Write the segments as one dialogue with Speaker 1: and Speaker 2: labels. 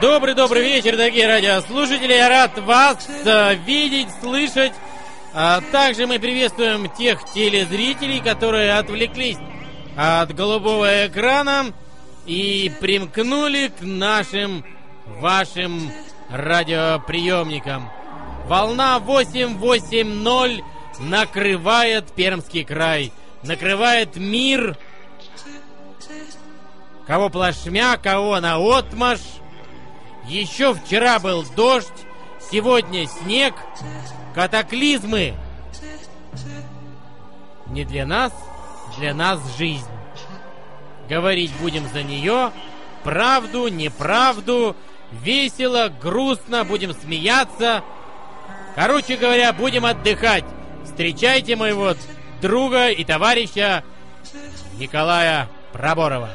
Speaker 1: Добрый-добрый вечер, дорогие радиослушатели. Я рад вас э, видеть, слышать. А также мы приветствуем тех телезрителей, которые отвлеклись а, от голубого экрана и примкнули к нашим, вашим радиоприемникам. Волна 880 накрывает Пермский край, накрывает мир. Кого плашмя, кого на отмаш. Еще вчера был дождь, сегодня снег, катаклизмы. Не для нас, для нас жизнь. Говорить будем за нее, правду, неправду, весело, грустно, будем смеяться. Короче говоря, будем отдыхать. Встречайте моего друга и товарища Николая Проборова.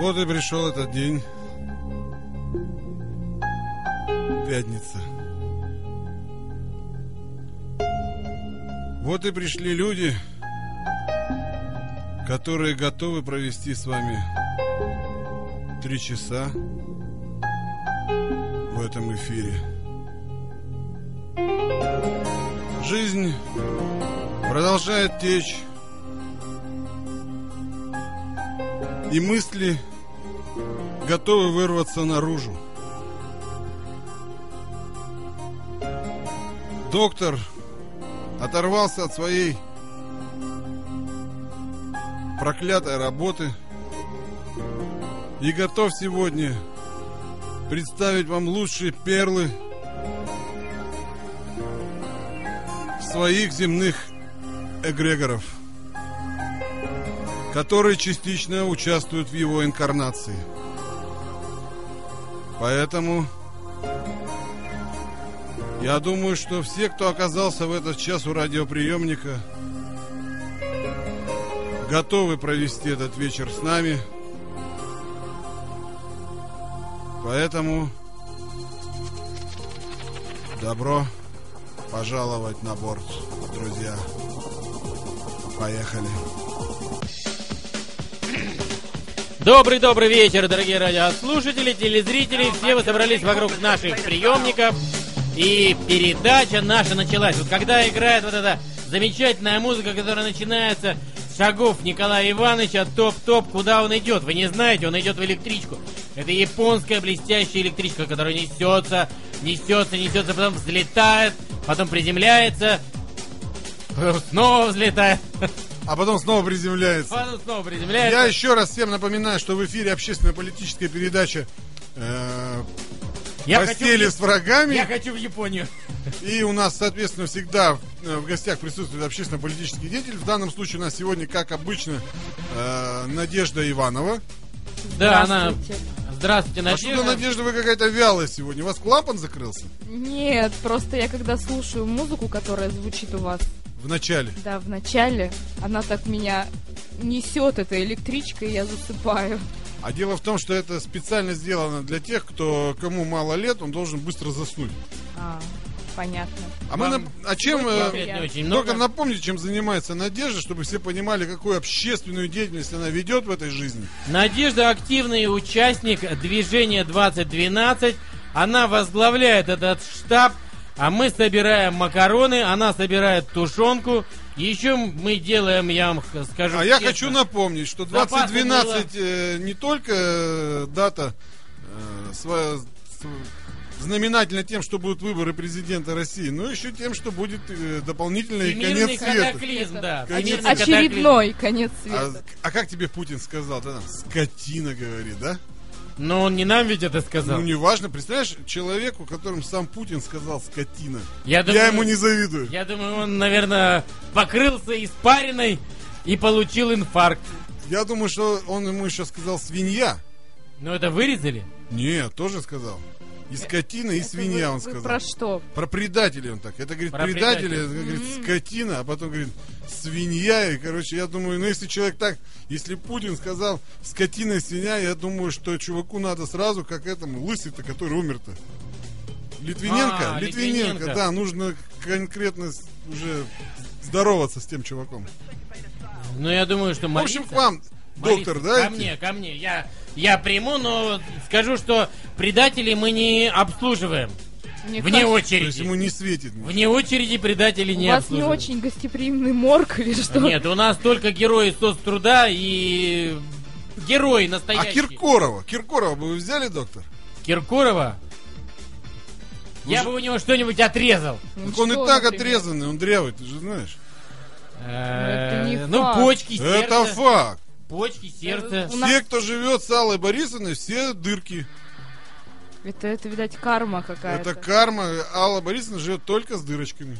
Speaker 2: Вот и пришел этот день. Пятница. Вот и пришли люди, которые готовы провести с вами три часа в этом эфире. Жизнь продолжает течь, и мысли готовы вырваться наружу. Доктор оторвался от своей проклятой работы и готов сегодня представить вам лучшие перлы своих земных эгрегоров, которые частично участвуют в его инкарнации. Поэтому я думаю, что все, кто оказался в этот час у радиоприемника, готовы провести этот вечер с нами. Поэтому добро пожаловать на борт, друзья. Поехали.
Speaker 1: Добрый-добрый вечер, дорогие радиослушатели, телезрители. Все вы собрались вокруг наших приемников. И передача наша началась. Вот когда играет вот эта замечательная музыка, которая начинается с шагов Николая Ивановича, топ-топ, куда он идет? Вы не знаете, он идет в электричку. Это японская блестящая электричка, которая несется, несется, несется, потом взлетает, потом приземляется, потом снова взлетает,
Speaker 2: А потом снова приземляется.
Speaker 1: потом снова
Speaker 2: Я
Speaker 1: приземляется.
Speaker 2: еще раз всем напоминаю, что в эфире общественно-политическая передача э,
Speaker 1: Я хочу,
Speaker 2: «Постели с врагами».
Speaker 1: я хочу в Японию.
Speaker 2: И у нас, соответственно, всегда э, в гостях присутствует общественно-политический деятель. В данном случае у нас сегодня, как обычно, э, Надежда Иванова.
Speaker 1: Да, она... Здравствуйте,
Speaker 2: А что-то,
Speaker 1: Надежда.
Speaker 2: Надежда, вы какая-то вялая сегодня. У вас клапан закрылся
Speaker 3: Нет, просто я когда слушаю музыку, которая звучит у вас,
Speaker 2: в начале?
Speaker 3: да, в начале, она так меня несет этой электричкой, и я засыпаю.
Speaker 2: А дело в том, что это специально сделано для тех, кто кому мало лет, он должен быстро заснуть.
Speaker 3: А, понятно.
Speaker 2: А мы
Speaker 1: Вам
Speaker 2: нап- а чем
Speaker 3: будет
Speaker 2: э,
Speaker 3: конкретно
Speaker 1: Конкретно очень
Speaker 2: доктор
Speaker 1: много.
Speaker 2: напомнит, чем занимается Надежда, чтобы все понимали, какую общественную деятельность она ведет в этой жизни.
Speaker 1: Надежда активный участник движения 2012. Она возглавляет этот штаб, а мы собираем макароны, она собирает тушенку. Еще мы делаем, я вам х- скажу.
Speaker 2: А я
Speaker 1: честно,
Speaker 2: хочу напомнить, что
Speaker 1: Запаса
Speaker 2: 2012 э, не только э, дата э, сва- с- знаменательна тем, что будут выборы президента России, но еще тем, что будет э, дополнительный
Speaker 1: Всемирный
Speaker 2: конец света.
Speaker 1: катаклизм, да.
Speaker 2: Конец
Speaker 1: всемирный
Speaker 2: света.
Speaker 1: катаклизм.
Speaker 3: Очередной конец
Speaker 2: А,
Speaker 3: света.
Speaker 2: а как тебе Путин сказал? Да, скотина, говорит, да?
Speaker 1: Но он не нам ведь это сказал.
Speaker 2: Ну, неважно, представляешь, человеку, которому сам Путин сказал скотина.
Speaker 1: Я думаю-
Speaker 2: я ему не завидую.
Speaker 1: Я думаю, он, наверное, покрылся испариной и получил инфаркт.
Speaker 2: Я думаю, что он ему еще сказал свинья.
Speaker 1: Ну это вырезали?
Speaker 2: Нет, тоже сказал.
Speaker 1: Э,
Speaker 2: И скотина, и
Speaker 3: Это
Speaker 2: А, свинья,
Speaker 3: вы-
Speaker 2: он
Speaker 3: вы
Speaker 2: сказал.
Speaker 3: Про что?
Speaker 2: Про предателей он так. Это говорит
Speaker 1: Про
Speaker 2: предатели, это,
Speaker 1: предателей. М-м.
Speaker 2: говорит скотина, а потом говорит свинья. И, короче, я думаю, ну если человек так, если Путин сказал скотина и свинья, я думаю, что чуваку надо сразу, как этому лысый-то, который умер-то. Литвиненко?
Speaker 1: А,
Speaker 2: Литвиненко,
Speaker 1: Литвиненко.
Speaker 2: да, нужно конкретно с- уже здороваться с тем чуваком.
Speaker 1: Ну я думаю, что
Speaker 2: В общем, к
Speaker 1: молиться-
Speaker 2: вам,
Speaker 1: молиться.
Speaker 2: доктор, да?
Speaker 1: Ко
Speaker 2: идти?
Speaker 1: мне, ко мне. Я, я приму, но скажу, что предателей мы не обслуживаем.
Speaker 3: Мне
Speaker 1: Вне
Speaker 2: То
Speaker 3: кажется,
Speaker 2: есть ему
Speaker 1: очереди.
Speaker 2: не светит.
Speaker 1: Вне очереди предателей
Speaker 3: у
Speaker 1: не
Speaker 3: вас не
Speaker 1: обслуживаем. А
Speaker 3: очень гостеприимный морг или что?
Speaker 1: Нет, у нас только герои соцтруда и герои
Speaker 2: А
Speaker 1: настоящие.
Speaker 2: Киркорова? Киркорова бы вы взяли, доктор?
Speaker 1: Киркорова?
Speaker 2: Ну,
Speaker 1: Я
Speaker 2: ж-
Speaker 1: бы у него что-нибудь отрезал.
Speaker 3: Ну,
Speaker 2: Так он и
Speaker 3: что,
Speaker 2: так
Speaker 3: например?
Speaker 2: отрезанный, он дрявый, ты же знаешь.
Speaker 1: Э,
Speaker 3: Ну, это не
Speaker 1: Ну,
Speaker 3: факт.
Speaker 1: почки,
Speaker 2: Это
Speaker 1: сердце.
Speaker 2: факт.
Speaker 1: Почки, сердце.
Speaker 3: У нас-
Speaker 2: Все, кто живет с Аллой Борисовной, все дырки.
Speaker 3: Это, это, видать, карма какая-то.
Speaker 2: Это карма. Алла Борисовна живет только с дырочками.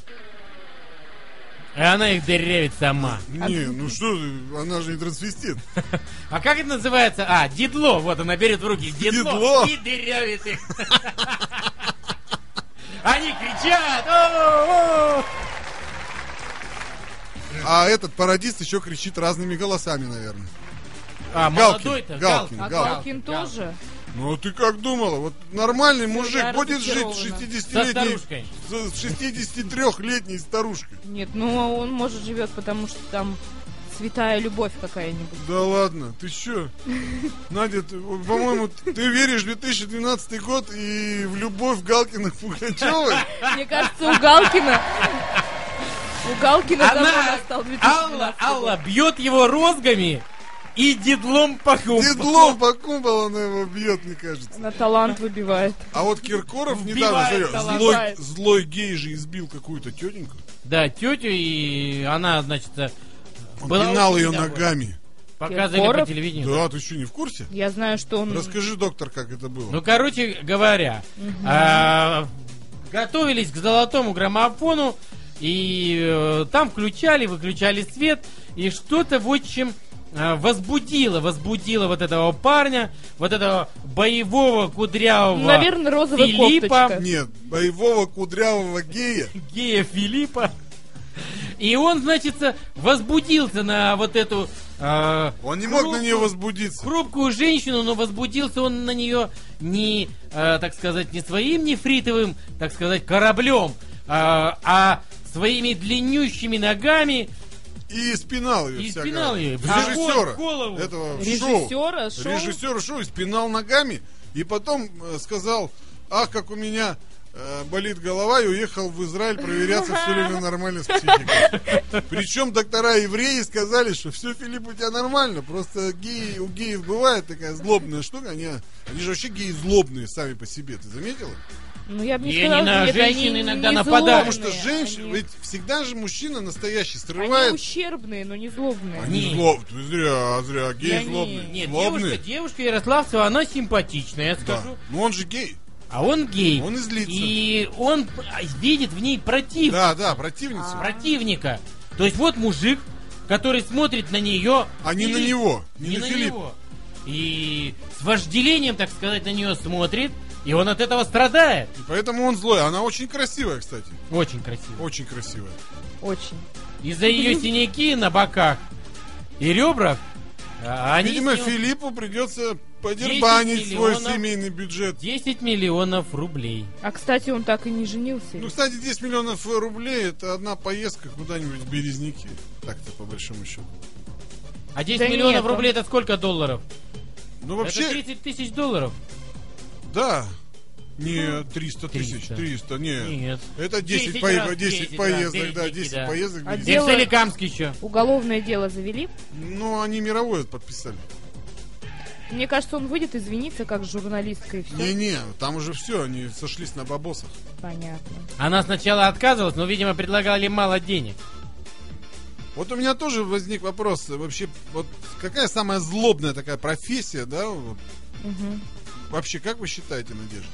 Speaker 1: И Э, она их дырявит сама.
Speaker 3: А
Speaker 2: Не, ну что, ты, она же не трансвестит.
Speaker 1: А как это называется? А, дедло. Вот она берет в руки дедло,
Speaker 2: Дедло.
Speaker 1: и дырявит их. Они кричат. «О, о».
Speaker 2: А этот пародист еще кричит разными голосами, наверное.
Speaker 1: А
Speaker 2: Галкин,
Speaker 1: молодой-то
Speaker 2: Галкин,
Speaker 3: А
Speaker 2: Галкин.
Speaker 3: Галкин тоже?
Speaker 2: Ну а ты как думала? Вот нормальный мужик
Speaker 3: я
Speaker 2: будет жить с
Speaker 3: разочарована.
Speaker 2: 60-летней...
Speaker 1: старушкой.
Speaker 2: С 63-летней старушкой.
Speaker 3: Нет, ну он может живет, потому что там святая любовь какая-нибудь.
Speaker 2: Да ладно, ты чё? Надя, ты, о, по-моему, ты веришь в 2012 год и в любовь Галкина к Пугачевой?
Speaker 3: Мне кажется, у Галкина... У Галкина давно
Speaker 1: Она,
Speaker 3: настал 2012
Speaker 1: Алла,
Speaker 3: год.
Speaker 1: Алла бьет его розгами и дедлом по кумполу.
Speaker 2: Дедлом по кумполу она его бьет, мне кажется.
Speaker 3: На талант выбивает.
Speaker 2: А вот Киркоров недавно
Speaker 1: Вбивает
Speaker 2: смотри,
Speaker 1: талант.
Speaker 2: злой,
Speaker 3: Вбивает.
Speaker 2: злой гей же избил какую-то тетеньку.
Speaker 1: Да, тетю, и она, значит, э,
Speaker 2: Он
Speaker 1: была
Speaker 2: пинал
Speaker 1: очень
Speaker 2: ее
Speaker 1: недовольна.
Speaker 2: ногами.
Speaker 1: Показывали по
Speaker 3: Киркоров?
Speaker 1: телевидению.
Speaker 2: Да, ты что, не в курсе?
Speaker 3: Я знаю, что он...
Speaker 2: Расскажи, доктор, как это было.
Speaker 1: Ну, короче говоря, а, готовились к золотому граммофону, и э, там включали, выключали свет, и что-то, в общем, а, возбудило, возбудило вот этого парня, вот этого боевого кудрявого
Speaker 3: Наверное, розовая
Speaker 1: Филиппа.
Speaker 3: кофточка.
Speaker 2: Нет, боевого кудрявого гея.
Speaker 1: гея Филиппа. И он, значит, возбудился на вот эту а,
Speaker 2: Он не мог
Speaker 1: Круто.
Speaker 2: на нее возбудиться.
Speaker 1: хрупкую женщину, но возбудился он на нее не, э, так сказать, не своим нефритовым, так сказать, кораблем, а- а своими длиннющими ногами
Speaker 2: И спинал ее.
Speaker 1: и
Speaker 2: всяко.
Speaker 1: спинал ее.
Speaker 2: Режиссера.
Speaker 1: В голову.
Speaker 2: Этого шоу.
Speaker 3: Режиссера, шоу.
Speaker 2: Режиссера шоу. И спинал ногами. И потом э, сказал, ах, как у меня э, болит голова, и уехал в Израиль проверяться, все ли у меня нормально с психикой. Причем доктора евреи сказали, что все, Филипп, у тебя нормально. Просто геи, у геев бывает такая злобная штука. Они, они же вообще геи злобные сами по себе. Ты заметила?
Speaker 3: Ну, я бы не
Speaker 1: Не,
Speaker 3: сказала,
Speaker 1: они на
Speaker 3: нет,
Speaker 1: женщин
Speaker 3: они
Speaker 1: иногда
Speaker 3: не
Speaker 1: нападают.
Speaker 2: Потому что
Speaker 3: злобные,
Speaker 2: женщина,
Speaker 3: они-
Speaker 2: ведь всегда же мужчина настоящий
Speaker 3: Они
Speaker 2: срывает
Speaker 3: ущербные, но не злобные.
Speaker 2: Они
Speaker 1: Нет.
Speaker 2: злоб... ты Зря, зря. Гей
Speaker 3: Я не-
Speaker 2: злобный.
Speaker 1: Нет,
Speaker 2: злобный.
Speaker 1: девушка, девушка Ярославцева, она симпатичная, я
Speaker 2: Да.
Speaker 1: скажу.
Speaker 2: Ну он же гей.
Speaker 1: А он гей.
Speaker 2: Он и злится.
Speaker 1: И он п- а, видит в ней против,
Speaker 2: Да, да, противница.
Speaker 1: противника. То есть вот мужик, который смотрит на нее.
Speaker 2: А не
Speaker 1: и-
Speaker 2: на него. Не,
Speaker 1: не
Speaker 2: на
Speaker 1: на
Speaker 2: Филиппа.
Speaker 1: него. И с вожделением, так сказать, на нее смотрит, и он от этого страдает.
Speaker 2: И поэтому он злой. Она очень красивая, кстати.
Speaker 1: Очень красиво.
Speaker 2: Очень красивая.
Speaker 3: Очень.
Speaker 1: Из-за ее синяки на боках и ребрах, а, они
Speaker 2: Видимо,
Speaker 1: с него-
Speaker 2: Филиппу придется подербанить свой
Speaker 1: миллионов.
Speaker 2: семейный бюджет.
Speaker 1: 10 миллионов рублей.
Speaker 3: А, кстати, он так и не женился.
Speaker 2: Ну, кстати, 10 миллионов рублей это одна поездка куда-нибудь в Березники. Так-то, по большому счету.
Speaker 1: А 10
Speaker 3: Да
Speaker 1: миллионов
Speaker 3: нет, он-
Speaker 1: рублей это сколько долларов?
Speaker 2: Ну, вообще,
Speaker 1: Это 30 тысяч долларов.
Speaker 2: да. Не, 300 тысяч,
Speaker 1: 300.
Speaker 2: 300, нет.
Speaker 1: Нет.
Speaker 2: Это 10,
Speaker 1: 10
Speaker 2: пое-
Speaker 1: раз
Speaker 2: 10
Speaker 1: 10, да,
Speaker 2: поездок, да,
Speaker 1: Березники,
Speaker 2: 10
Speaker 1: да.
Speaker 2: поездок. в
Speaker 3: А
Speaker 2: Березники.
Speaker 1: И в
Speaker 3: Дело-
Speaker 1: Соликамск еще.
Speaker 3: Уголовное дело завели.
Speaker 2: Ну, они мировое подписали.
Speaker 3: Мне кажется, он выйдет извиниться как журналистка и все.
Speaker 2: Не-не, там уже все, они сошлись на бабосах.
Speaker 3: Понятно.
Speaker 1: Она сначала отказывалась, но, видимо, предлагали мало денег.
Speaker 2: Вот у меня тоже возник вопрос, вообще, вот какая самая злобная такая профессия, да? вот?
Speaker 3: Мгм.
Speaker 2: Вообще, как вы считаете, Надежда?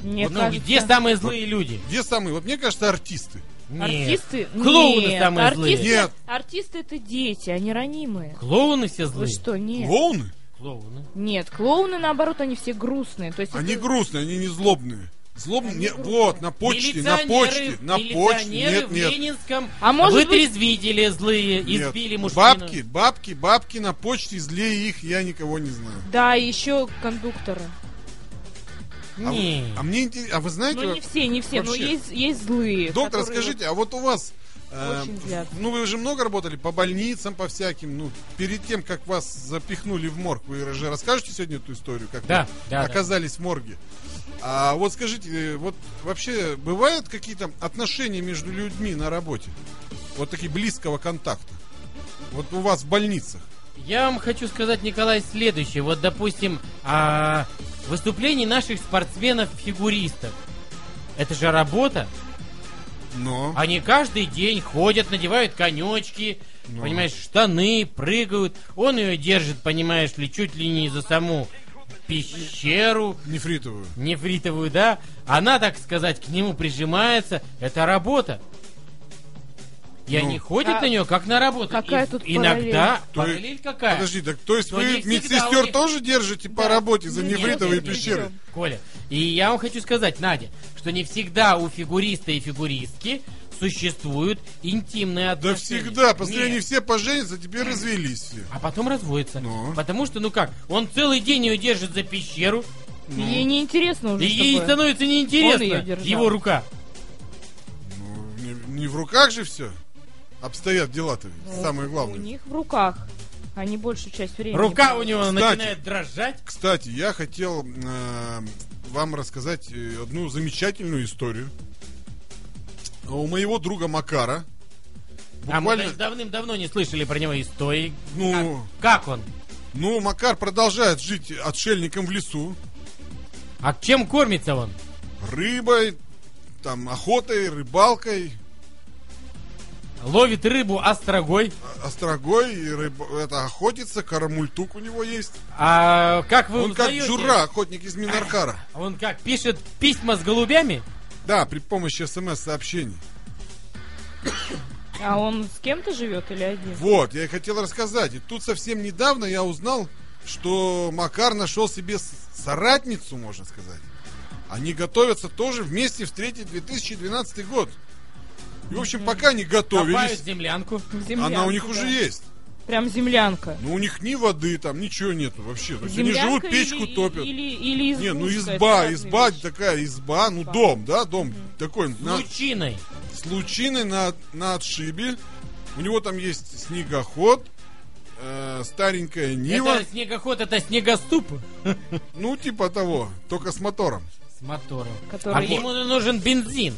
Speaker 3: Мне
Speaker 1: ну,
Speaker 3: кажется,
Speaker 1: где самые злые люди?
Speaker 2: Где самые? Вот мне кажется, артисты.
Speaker 1: Нет.
Speaker 3: Артисты...
Speaker 1: Клоуны
Speaker 3: Нет,
Speaker 1: самые злые.
Speaker 3: артисты...
Speaker 2: Нет.
Speaker 3: Артисты это дети, они ранимые.
Speaker 1: Клоуны все
Speaker 3: Вы
Speaker 1: злые.
Speaker 3: что, нет?
Speaker 2: Клоуны?
Speaker 1: Клоуны.
Speaker 3: Нет, клоуны, наоборот, они все грустные. То есть
Speaker 2: Они
Speaker 3: Типа это-
Speaker 2: грустные, они не злобные. Злобные?
Speaker 3: Они
Speaker 2: не-
Speaker 3: грустные.
Speaker 2: вот, на почте, на почте,
Speaker 1: Милиционеры-
Speaker 2: на почте.
Speaker 1: милиционеры
Speaker 2: Нет,
Speaker 1: в
Speaker 2: нет.
Speaker 1: Ленинском
Speaker 3: А может быть...
Speaker 1: вытрезвители злые,
Speaker 2: нет.
Speaker 1: избили мужчину.
Speaker 2: Бабки, бабки, бабки на почте, злее их я никого не знаю.
Speaker 3: Да, и еще кондукторы.
Speaker 2: А,
Speaker 1: Не.
Speaker 2: вы- а мне интересно, а вы знаете,
Speaker 3: Ну, не все, не все, но
Speaker 2: вообще.
Speaker 3: есть, есть злые.
Speaker 2: доктор,
Speaker 3: которые
Speaker 2: скажите, а вот у вас, э,
Speaker 3: Очень злятся.
Speaker 2: ну вы же много работали по больницам, по всяким, ну перед тем, как вас запихнули в морг, вы же расскажете сегодня эту историю, как
Speaker 1: Да,
Speaker 2: вы
Speaker 1: да, да.
Speaker 2: оказались в морге? А вот скажите, э, вот вообще бывают какие-то отношения между людьми на работе? Вот такие близкого контакта? Вот у вас в больницах?
Speaker 1: Я вам хочу сказать, Николай, следующее. Вот, допустим, а, выступлений наших спортсменов-фигуристов. Это же работа.
Speaker 2: Но...
Speaker 1: Они каждый день ходят, надевают конечки,
Speaker 2: Ну.
Speaker 1: понимаешь, штаны, прыгают. Он ее держит, понимаешь ли, чуть ли не за саму пещеру
Speaker 2: Нефритовую.
Speaker 1: нефритовую, да? Она, так сказать, к нему прижимается. Это работа. И
Speaker 2: Ну.
Speaker 1: они ходят
Speaker 3: А
Speaker 1: на нее, как на работу.
Speaker 3: какая
Speaker 1: И
Speaker 3: тут
Speaker 1: Иногда
Speaker 2: параллель? То есть-
Speaker 1: параллель какая?
Speaker 2: Подожди, так то есть
Speaker 1: Но
Speaker 2: вы
Speaker 1: не всегда у
Speaker 2: медсестер
Speaker 1: них-
Speaker 2: тоже держите по
Speaker 3: Да.
Speaker 2: работе за
Speaker 3: Нет,
Speaker 2: нефритовые
Speaker 3: нет,
Speaker 2: пещеры?
Speaker 3: нет.
Speaker 1: Коля, и я вам хочу сказать, Надя, что не всегда у фигуриста и фигуристки существуют интимные
Speaker 2: Да
Speaker 1: отношения.
Speaker 2: всегда, после
Speaker 1: Нет.
Speaker 2: они все поженятся, теперь развелись все.
Speaker 1: А потом разводятся.
Speaker 2: Ну.
Speaker 1: Потому что, ну как, он целый день ее держит за пещеру,
Speaker 2: ну,
Speaker 3: Ей неинтересно
Speaker 1: и
Speaker 3: уже с
Speaker 1: ей
Speaker 3: тобой.
Speaker 1: становится
Speaker 3: Он её
Speaker 1: неинтересно
Speaker 3: держал.
Speaker 1: его рука.
Speaker 2: Ну, не, не в руках же все обстоят дела-то, ведь,
Speaker 3: Ну,
Speaker 2: самое
Speaker 3: У
Speaker 2: главное.
Speaker 3: них в руках. Они большую часть времени.
Speaker 1: Рука у него
Speaker 2: Кстати.
Speaker 1: начинает дрожать.
Speaker 2: Кстати, я хотел э, вам рассказать э, одну замечательную историю. А У моего друга Макара,
Speaker 1: А мы
Speaker 2: Буквально-
Speaker 1: даже давным-давно не слышали про него истории.
Speaker 2: ну,
Speaker 1: Как он?
Speaker 2: ну, Макар продолжает жить отшельником в лесу,
Speaker 1: А чем кормится он?
Speaker 2: рыбой, там, охотой, рыбалкой,
Speaker 1: Ловит рыбу острогой.
Speaker 2: острогой, и рыб- это охотится, карамультук у него есть.
Speaker 1: А как вы
Speaker 2: Он как
Speaker 1: узнаете?
Speaker 2: Джура, охотник из Минаркара.
Speaker 1: Он как, пишет письма с голубями?
Speaker 2: Да, при помощи смс-сообщений.
Speaker 3: А он с кем-то живет или один?
Speaker 2: Вот, я и хотел рассказать. И тут совсем недавно я узнал, что Макар нашел себе с- соратницу, можно сказать. Они готовятся тоже вместе встретить 2012 год. И, в общем, пока они
Speaker 1: Копают
Speaker 2: готовились,
Speaker 1: землянку.
Speaker 3: Землянка,
Speaker 2: она у них
Speaker 3: да.
Speaker 2: уже есть.
Speaker 3: Прям землянка.
Speaker 2: Но у них ни воды там, ничего нету вообще. То есть они живут,
Speaker 3: Землянка
Speaker 2: печку
Speaker 3: или,
Speaker 2: топят.
Speaker 3: Или, или
Speaker 2: Не, ну
Speaker 3: избушка,
Speaker 2: изба,
Speaker 3: это
Speaker 2: изба
Speaker 3: разные
Speaker 2: такая, изба, ну
Speaker 3: Изба.
Speaker 2: дом, да, дом такой. на-
Speaker 1: Ну, Лучиной.
Speaker 2: с лучиной на, на отшибе. У него там есть снегоход, э, старенькая Нива,
Speaker 1: Это снегоход, это снегоступ
Speaker 2: ну типа того, только с мотором.
Speaker 1: с мотором.
Speaker 3: Который-
Speaker 1: А ему нужен бензин.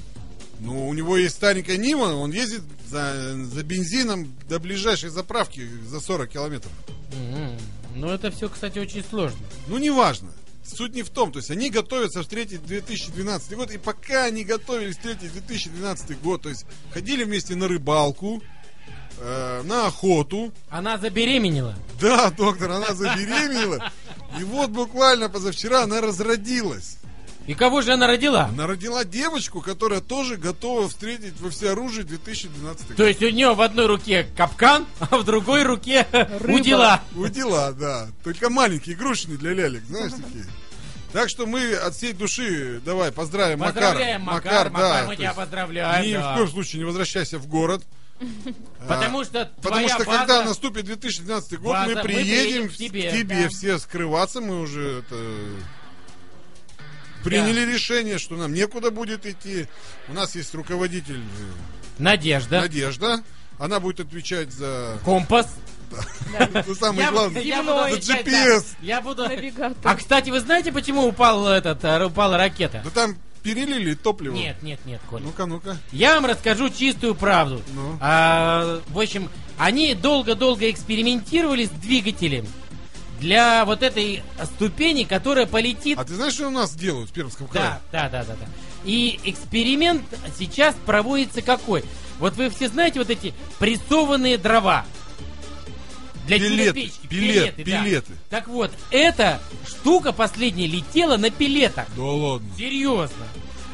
Speaker 2: Ну, у него есть старенькая Нива, он ездит за, за бензином до ближайшей заправки за 40 километров.
Speaker 1: М, Ну это все, кстати, очень сложно.
Speaker 2: Ну, неважно. Суть не в том, то есть они готовятся встретить 2012 год, и пока они готовились встретить 2012 год, то есть ходили вместе на рыбалку, э, на охоту,
Speaker 1: Она забеременела.
Speaker 2: Да, доктор, она забеременела. И вот буквально позавчера она разродилась.
Speaker 1: И кого же она родила?
Speaker 2: Она родила девочку, которая тоже готова встретить во всеоружии 2012
Speaker 1: То
Speaker 2: год.
Speaker 1: есть у нее в одной руке капкан, а в другой руке
Speaker 3: Рыба.
Speaker 1: удила.
Speaker 2: Удила, да. Только маленькие, игрушечные для лялек, знаешь, такие. Так что мы от всей души давай поздравим Макара.
Speaker 1: Поздравляем, Макар, Макар,
Speaker 2: да,
Speaker 1: мы
Speaker 2: то
Speaker 1: тебя
Speaker 2: есть
Speaker 1: поздравляем.
Speaker 2: Ни
Speaker 1: да.
Speaker 2: в коем случае не возвращайся в город. А,
Speaker 1: Потому что
Speaker 2: Потому
Speaker 1: твоя
Speaker 2: что
Speaker 1: база-
Speaker 2: когда наступит 2012 год,
Speaker 1: База,
Speaker 2: мы
Speaker 1: мы приедем
Speaker 2: приедем в-
Speaker 1: к
Speaker 2: к тебе,
Speaker 1: тебе.
Speaker 3: Да.
Speaker 2: все скрываться, мы уже это, приняли решение, что нам некуда будет идти. У нас есть руководитель э,
Speaker 1: Надежда,
Speaker 2: Надежда, она будет отвечать за,
Speaker 1: компас.
Speaker 2: за самое
Speaker 1: Я-
Speaker 2: главное,
Speaker 1: я буду
Speaker 3: Земной.
Speaker 2: за
Speaker 1: отвечать, да.
Speaker 2: GPS.
Speaker 1: Я буду...
Speaker 3: Навигатор.
Speaker 1: А, кстати, вы знаете, почему упал этот, э, упала ракета?
Speaker 2: Да там перелили топливо.
Speaker 1: Нет, нет, нет, Коля.
Speaker 2: Ну-ка, ну-ка.
Speaker 1: Я вам расскажу чистую правду.
Speaker 2: Ну.
Speaker 1: А, в общем, они долго-долго экспериментировали с двигателем для вот этой ступени, которая полетит.
Speaker 2: А ты знаешь, что у нас делают в Пермском крае?
Speaker 1: Да, да, да, да, да. И эксперимент сейчас проводится какой? Вот вы все знаете вот эти прессованные дрова. Для
Speaker 2: Пилеты,
Speaker 1: печки.
Speaker 2: пилет,
Speaker 1: пилеты, да.
Speaker 2: пилеты.
Speaker 1: Так вот, эта штука последняя летела на пилетах.
Speaker 2: Да ладно.
Speaker 1: Серьезно.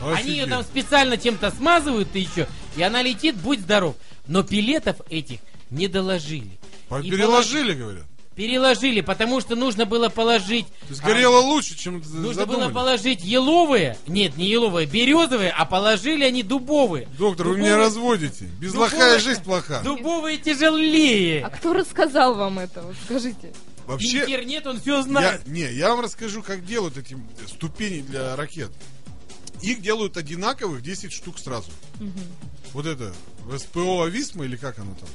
Speaker 1: Они ее там специально чем-то смазывают и еще. И она летит, будь здоров. Но пилетов этих не доложили.
Speaker 2: По-
Speaker 1: И
Speaker 2: Переложили, говорят.
Speaker 1: положи- Переложили, потому что нужно было положить...
Speaker 2: Сгорело лучше, чем
Speaker 1: а, нужно
Speaker 2: задумали.
Speaker 1: было положить еловые, нет, не еловые, березовые, а положили они дубовые.
Speaker 2: Доктор, вы
Speaker 1: Дубовые-
Speaker 2: меня разводите. Без
Speaker 1: дубовые-
Speaker 2: лоха и жизнь плоха.
Speaker 1: Дубовые тяжелее.
Speaker 3: А кто рассказал вам это? Вот скажите.
Speaker 2: Вообще,
Speaker 1: Интернет, он все
Speaker 2: я,
Speaker 1: знает.
Speaker 2: не, я вам расскажу, как делают эти ступени для ракет. Их делают одинаковых 10 штук сразу. Вот это, в СПО Ависма или как оно там?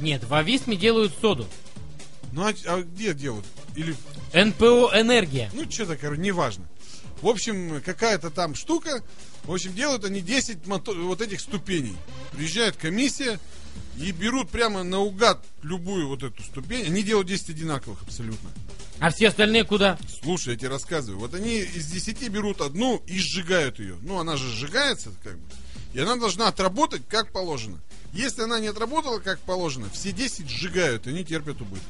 Speaker 1: Нет, в Ависме делают соду.
Speaker 2: Ну, а, а где делают? Или,
Speaker 1: НПО «Энергия».
Speaker 2: ну, что-то, короче, неважно. В общем, какая-то там штука. В общем, делают они 10 мото- вот этих ступеней. Приезжает комиссия и берут прямо наугад любую вот эту ступень. Они делают 10 одинаковых абсолютно.
Speaker 1: А все остальные куда?
Speaker 2: Слушай, я тебе рассказываю. Вот они из 10 берут одну и сжигают ее. Ну, она же сжигается, как бы. И она должна отработать как положено. Если она не отработала как положено, все 10 сжигают, и они терпят убытки.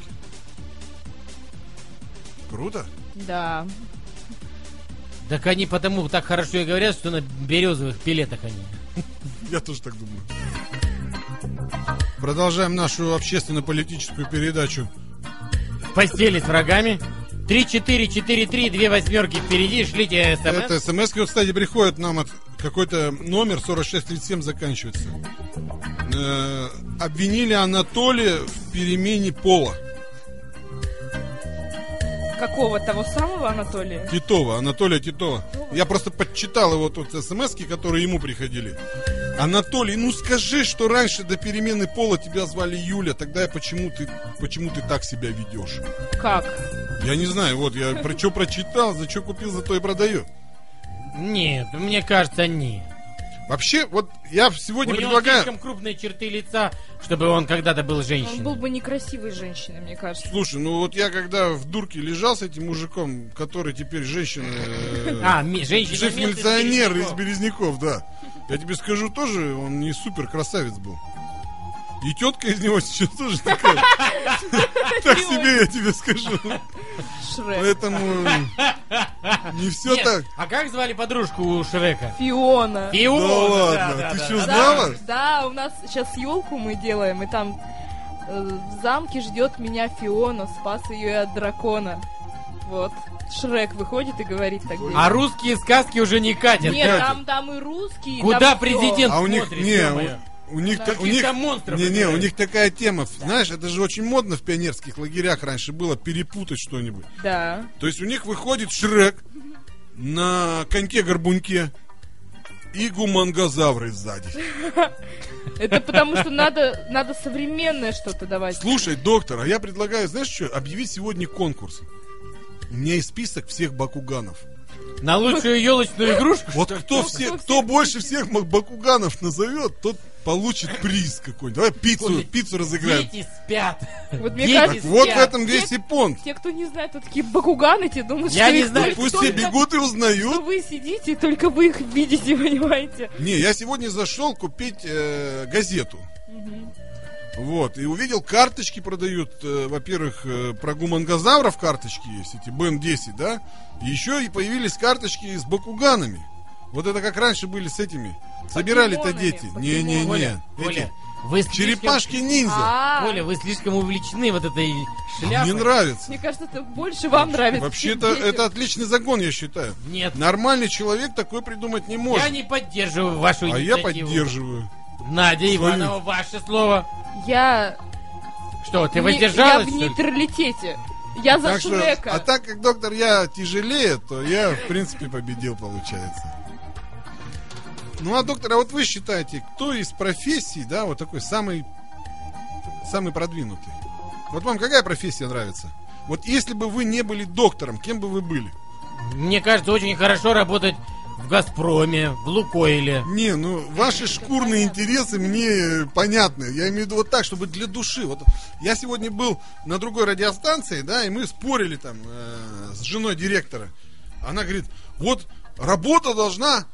Speaker 2: Круто?
Speaker 3: Да.
Speaker 1: Так они потому так хорошо и говорят, что на березовых пилетах они.
Speaker 2: Я тоже так думаю. Продолжаем нашу общественно-политическую передачу.
Speaker 1: В постели с врагами. 3-4-4-3, две восьмерки впереди, шлите смс.
Speaker 2: Это смс вот, кстати, приходит нам от какой-то номер 4637 заканчивается. Э, обвинили Анатолия в перемене пола.
Speaker 3: Какого того самого Анатолия?
Speaker 2: Титова, Анатолия Титова. Я просто подчитал его тут смс которые ему приходили. Анатолий, ну скажи, что раньше до перемены пола тебя звали Юля, тогда я почему ты, почему ты так себя ведешь?
Speaker 3: Как?
Speaker 2: Я не знаю, вот я про что прочитал, за что купил, за то и продаю.
Speaker 1: Нет, мне кажется, нет.
Speaker 2: Вообще, вот я сегодня
Speaker 1: У него
Speaker 2: предлагаю...
Speaker 1: слишком крупные черты лица, чтобы он когда-то был
Speaker 3: Он был
Speaker 1: женщиной.
Speaker 3: бы некрасивой женщиной, мне кажется.
Speaker 2: Слушай, ну вот я когда в дурке лежал с этим мужиком, который теперь женщина... э,
Speaker 1: А, ми- женщина.
Speaker 2: Шеф-милиционер из
Speaker 1: вместо
Speaker 2: Березняков, да. Я тебе скажу тоже, он не супер красавец был. И тетка из него сейчас тоже такая. Так себе я тебе скажу. Ну,
Speaker 3: Шрек.
Speaker 2: Поэтому не все
Speaker 1: Нет,
Speaker 2: так.
Speaker 1: А как звали подружку у Шрека?
Speaker 3: Фиона.
Speaker 2: Да
Speaker 1: Фиона, да,
Speaker 2: ладно,
Speaker 1: да,
Speaker 2: ты
Speaker 1: да,
Speaker 2: что
Speaker 1: да.
Speaker 2: знала?
Speaker 3: Да, у нас сейчас елку мы делаем, и там э, в замке ждет меня Фиона, спас ее и от дракона. Вот. Шрек выходит и говорит так.
Speaker 1: А
Speaker 3: делает.
Speaker 1: русские сказки уже не катят.
Speaker 3: Нет,
Speaker 2: дядя.
Speaker 3: там, там и русские. и
Speaker 1: Куда
Speaker 3: там всё.
Speaker 1: президент?
Speaker 2: А у них,
Speaker 1: Смотри,
Speaker 2: не,
Speaker 1: ё-моё.
Speaker 2: у у них,
Speaker 1: Да.
Speaker 2: та- у них,
Speaker 1: Каких-то монстров
Speaker 2: не, не, у
Speaker 1: играют.
Speaker 2: них такая тема, знаешь, это же очень модно в пионерских лагерях раньше было перепутать что-нибудь.
Speaker 3: Да.
Speaker 2: То есть у них выходит Шрек на коньке-горбунке и гумангозавры сзади.
Speaker 3: Это потому что надо, надо современное что-то давать.
Speaker 2: Слушай, доктор, а я предлагаю, знаешь что, объявить сегодня конкурс. У меня есть список всех бакуганов.
Speaker 1: На лучшую елочную игрушку?
Speaker 2: Вот кто, все,
Speaker 3: кто
Speaker 2: кто,
Speaker 3: всех
Speaker 2: больше всех мак- бакуганов назовет, тот получит приз какой-нибудь. Давай пиццу,
Speaker 1: Ой,
Speaker 2: пиццу разыграем.
Speaker 1: Дети спят.
Speaker 3: Вот мне
Speaker 1: Дети
Speaker 2: Так
Speaker 3: кажется,
Speaker 2: вот в
Speaker 3: я-
Speaker 2: этом
Speaker 3: те,
Speaker 2: весь и понт.
Speaker 3: те, кто не знает, вот такие бакуганы, те думают,
Speaker 1: Я
Speaker 3: что
Speaker 1: не
Speaker 3: их
Speaker 1: знаю,
Speaker 3: только-
Speaker 2: Пусть все
Speaker 3: только-
Speaker 2: бегут и
Speaker 3: что
Speaker 2: узнают.
Speaker 3: вы сидите, и только вы их видите, понимаете?
Speaker 2: Не, я сегодня зашел купить э, газету. Вот, и увидел, карточки продают, э, во-первых, э, про гумангозавров карточки есть, эти БМ-10, да? И еще и появились карточки с бакуганами. Вот это как раньше были с этими. Собирали-то
Speaker 3: Покемонами,
Speaker 2: дети. Не-не-не.
Speaker 1: Коля,
Speaker 2: Эти
Speaker 1: Коля, вы слишком-
Speaker 2: черепашки-ниндзя.
Speaker 3: А,
Speaker 1: Коля, вы слишком увлечены вот этой шляпой.
Speaker 2: Мне нравится.
Speaker 3: Мне кажется, это больше вам нравится.
Speaker 2: Вообще-то
Speaker 3: чем детям.
Speaker 2: это отличный загон, я считаю.
Speaker 1: Нет,
Speaker 2: Нормальный человек такой придумать не
Speaker 1: я
Speaker 2: может.
Speaker 1: не поддерживаю вашу
Speaker 2: А я
Speaker 1: инициативу.
Speaker 2: поддерживаю.
Speaker 1: Надя
Speaker 2: Свою.
Speaker 1: Иванова, ваше слово.
Speaker 3: Я...
Speaker 1: Что, ты
Speaker 3: не-
Speaker 1: воздержалась?
Speaker 3: Я в
Speaker 1: что ли?
Speaker 3: нейтралитете. Я за
Speaker 2: Так что,
Speaker 3: Шрека.
Speaker 2: а так как доктор я тяжелее, то я в принципе победил, получается. Ну а доктор, а вот вы считаете, кто из профессий, да, вот такой самый самый продвинутый? Вот вам какая профессия нравится? Вот если бы вы не были доктором, кем бы вы были?
Speaker 1: Мне кажется, очень хорошо работать в Газпроме, в Лукойле.
Speaker 2: Не, ну ваши шкурные интересы мне э, понятны. Я имею в виду вот так, чтобы для души. Вот я сегодня был на другой радиостанции, да, и мы спорили там э, с женой директора. Она говорит, вот работа должна,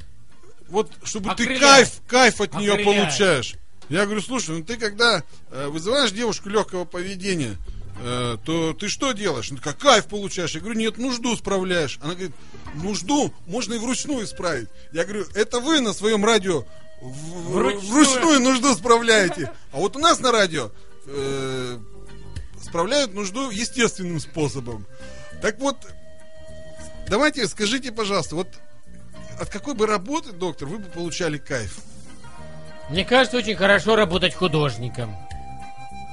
Speaker 2: вот чтобы ты
Speaker 1: Окрыляет.
Speaker 2: кайф, кайф от нее
Speaker 1: Окрыляет.
Speaker 2: получаешь. Я говорю, слушай, ну ты когда э, вызываешь девушку легкого поведения, э, то ты что делаешь? Ну, как кайф получаешь. Я говорю, нет, нужду справляешь. Она говорит, нужду можно и вручную исправить. Я говорю, это вы на своем радио в-
Speaker 1: Вручную.
Speaker 2: вручную. нужду справляете. А вот у нас на радио э, справляют нужду естественным способом. Так вот, давайте скажите, пожалуйста, вот от какой бы работы, доктор, вы бы получали кайф?
Speaker 1: Мне кажется, очень хорошо работать художником.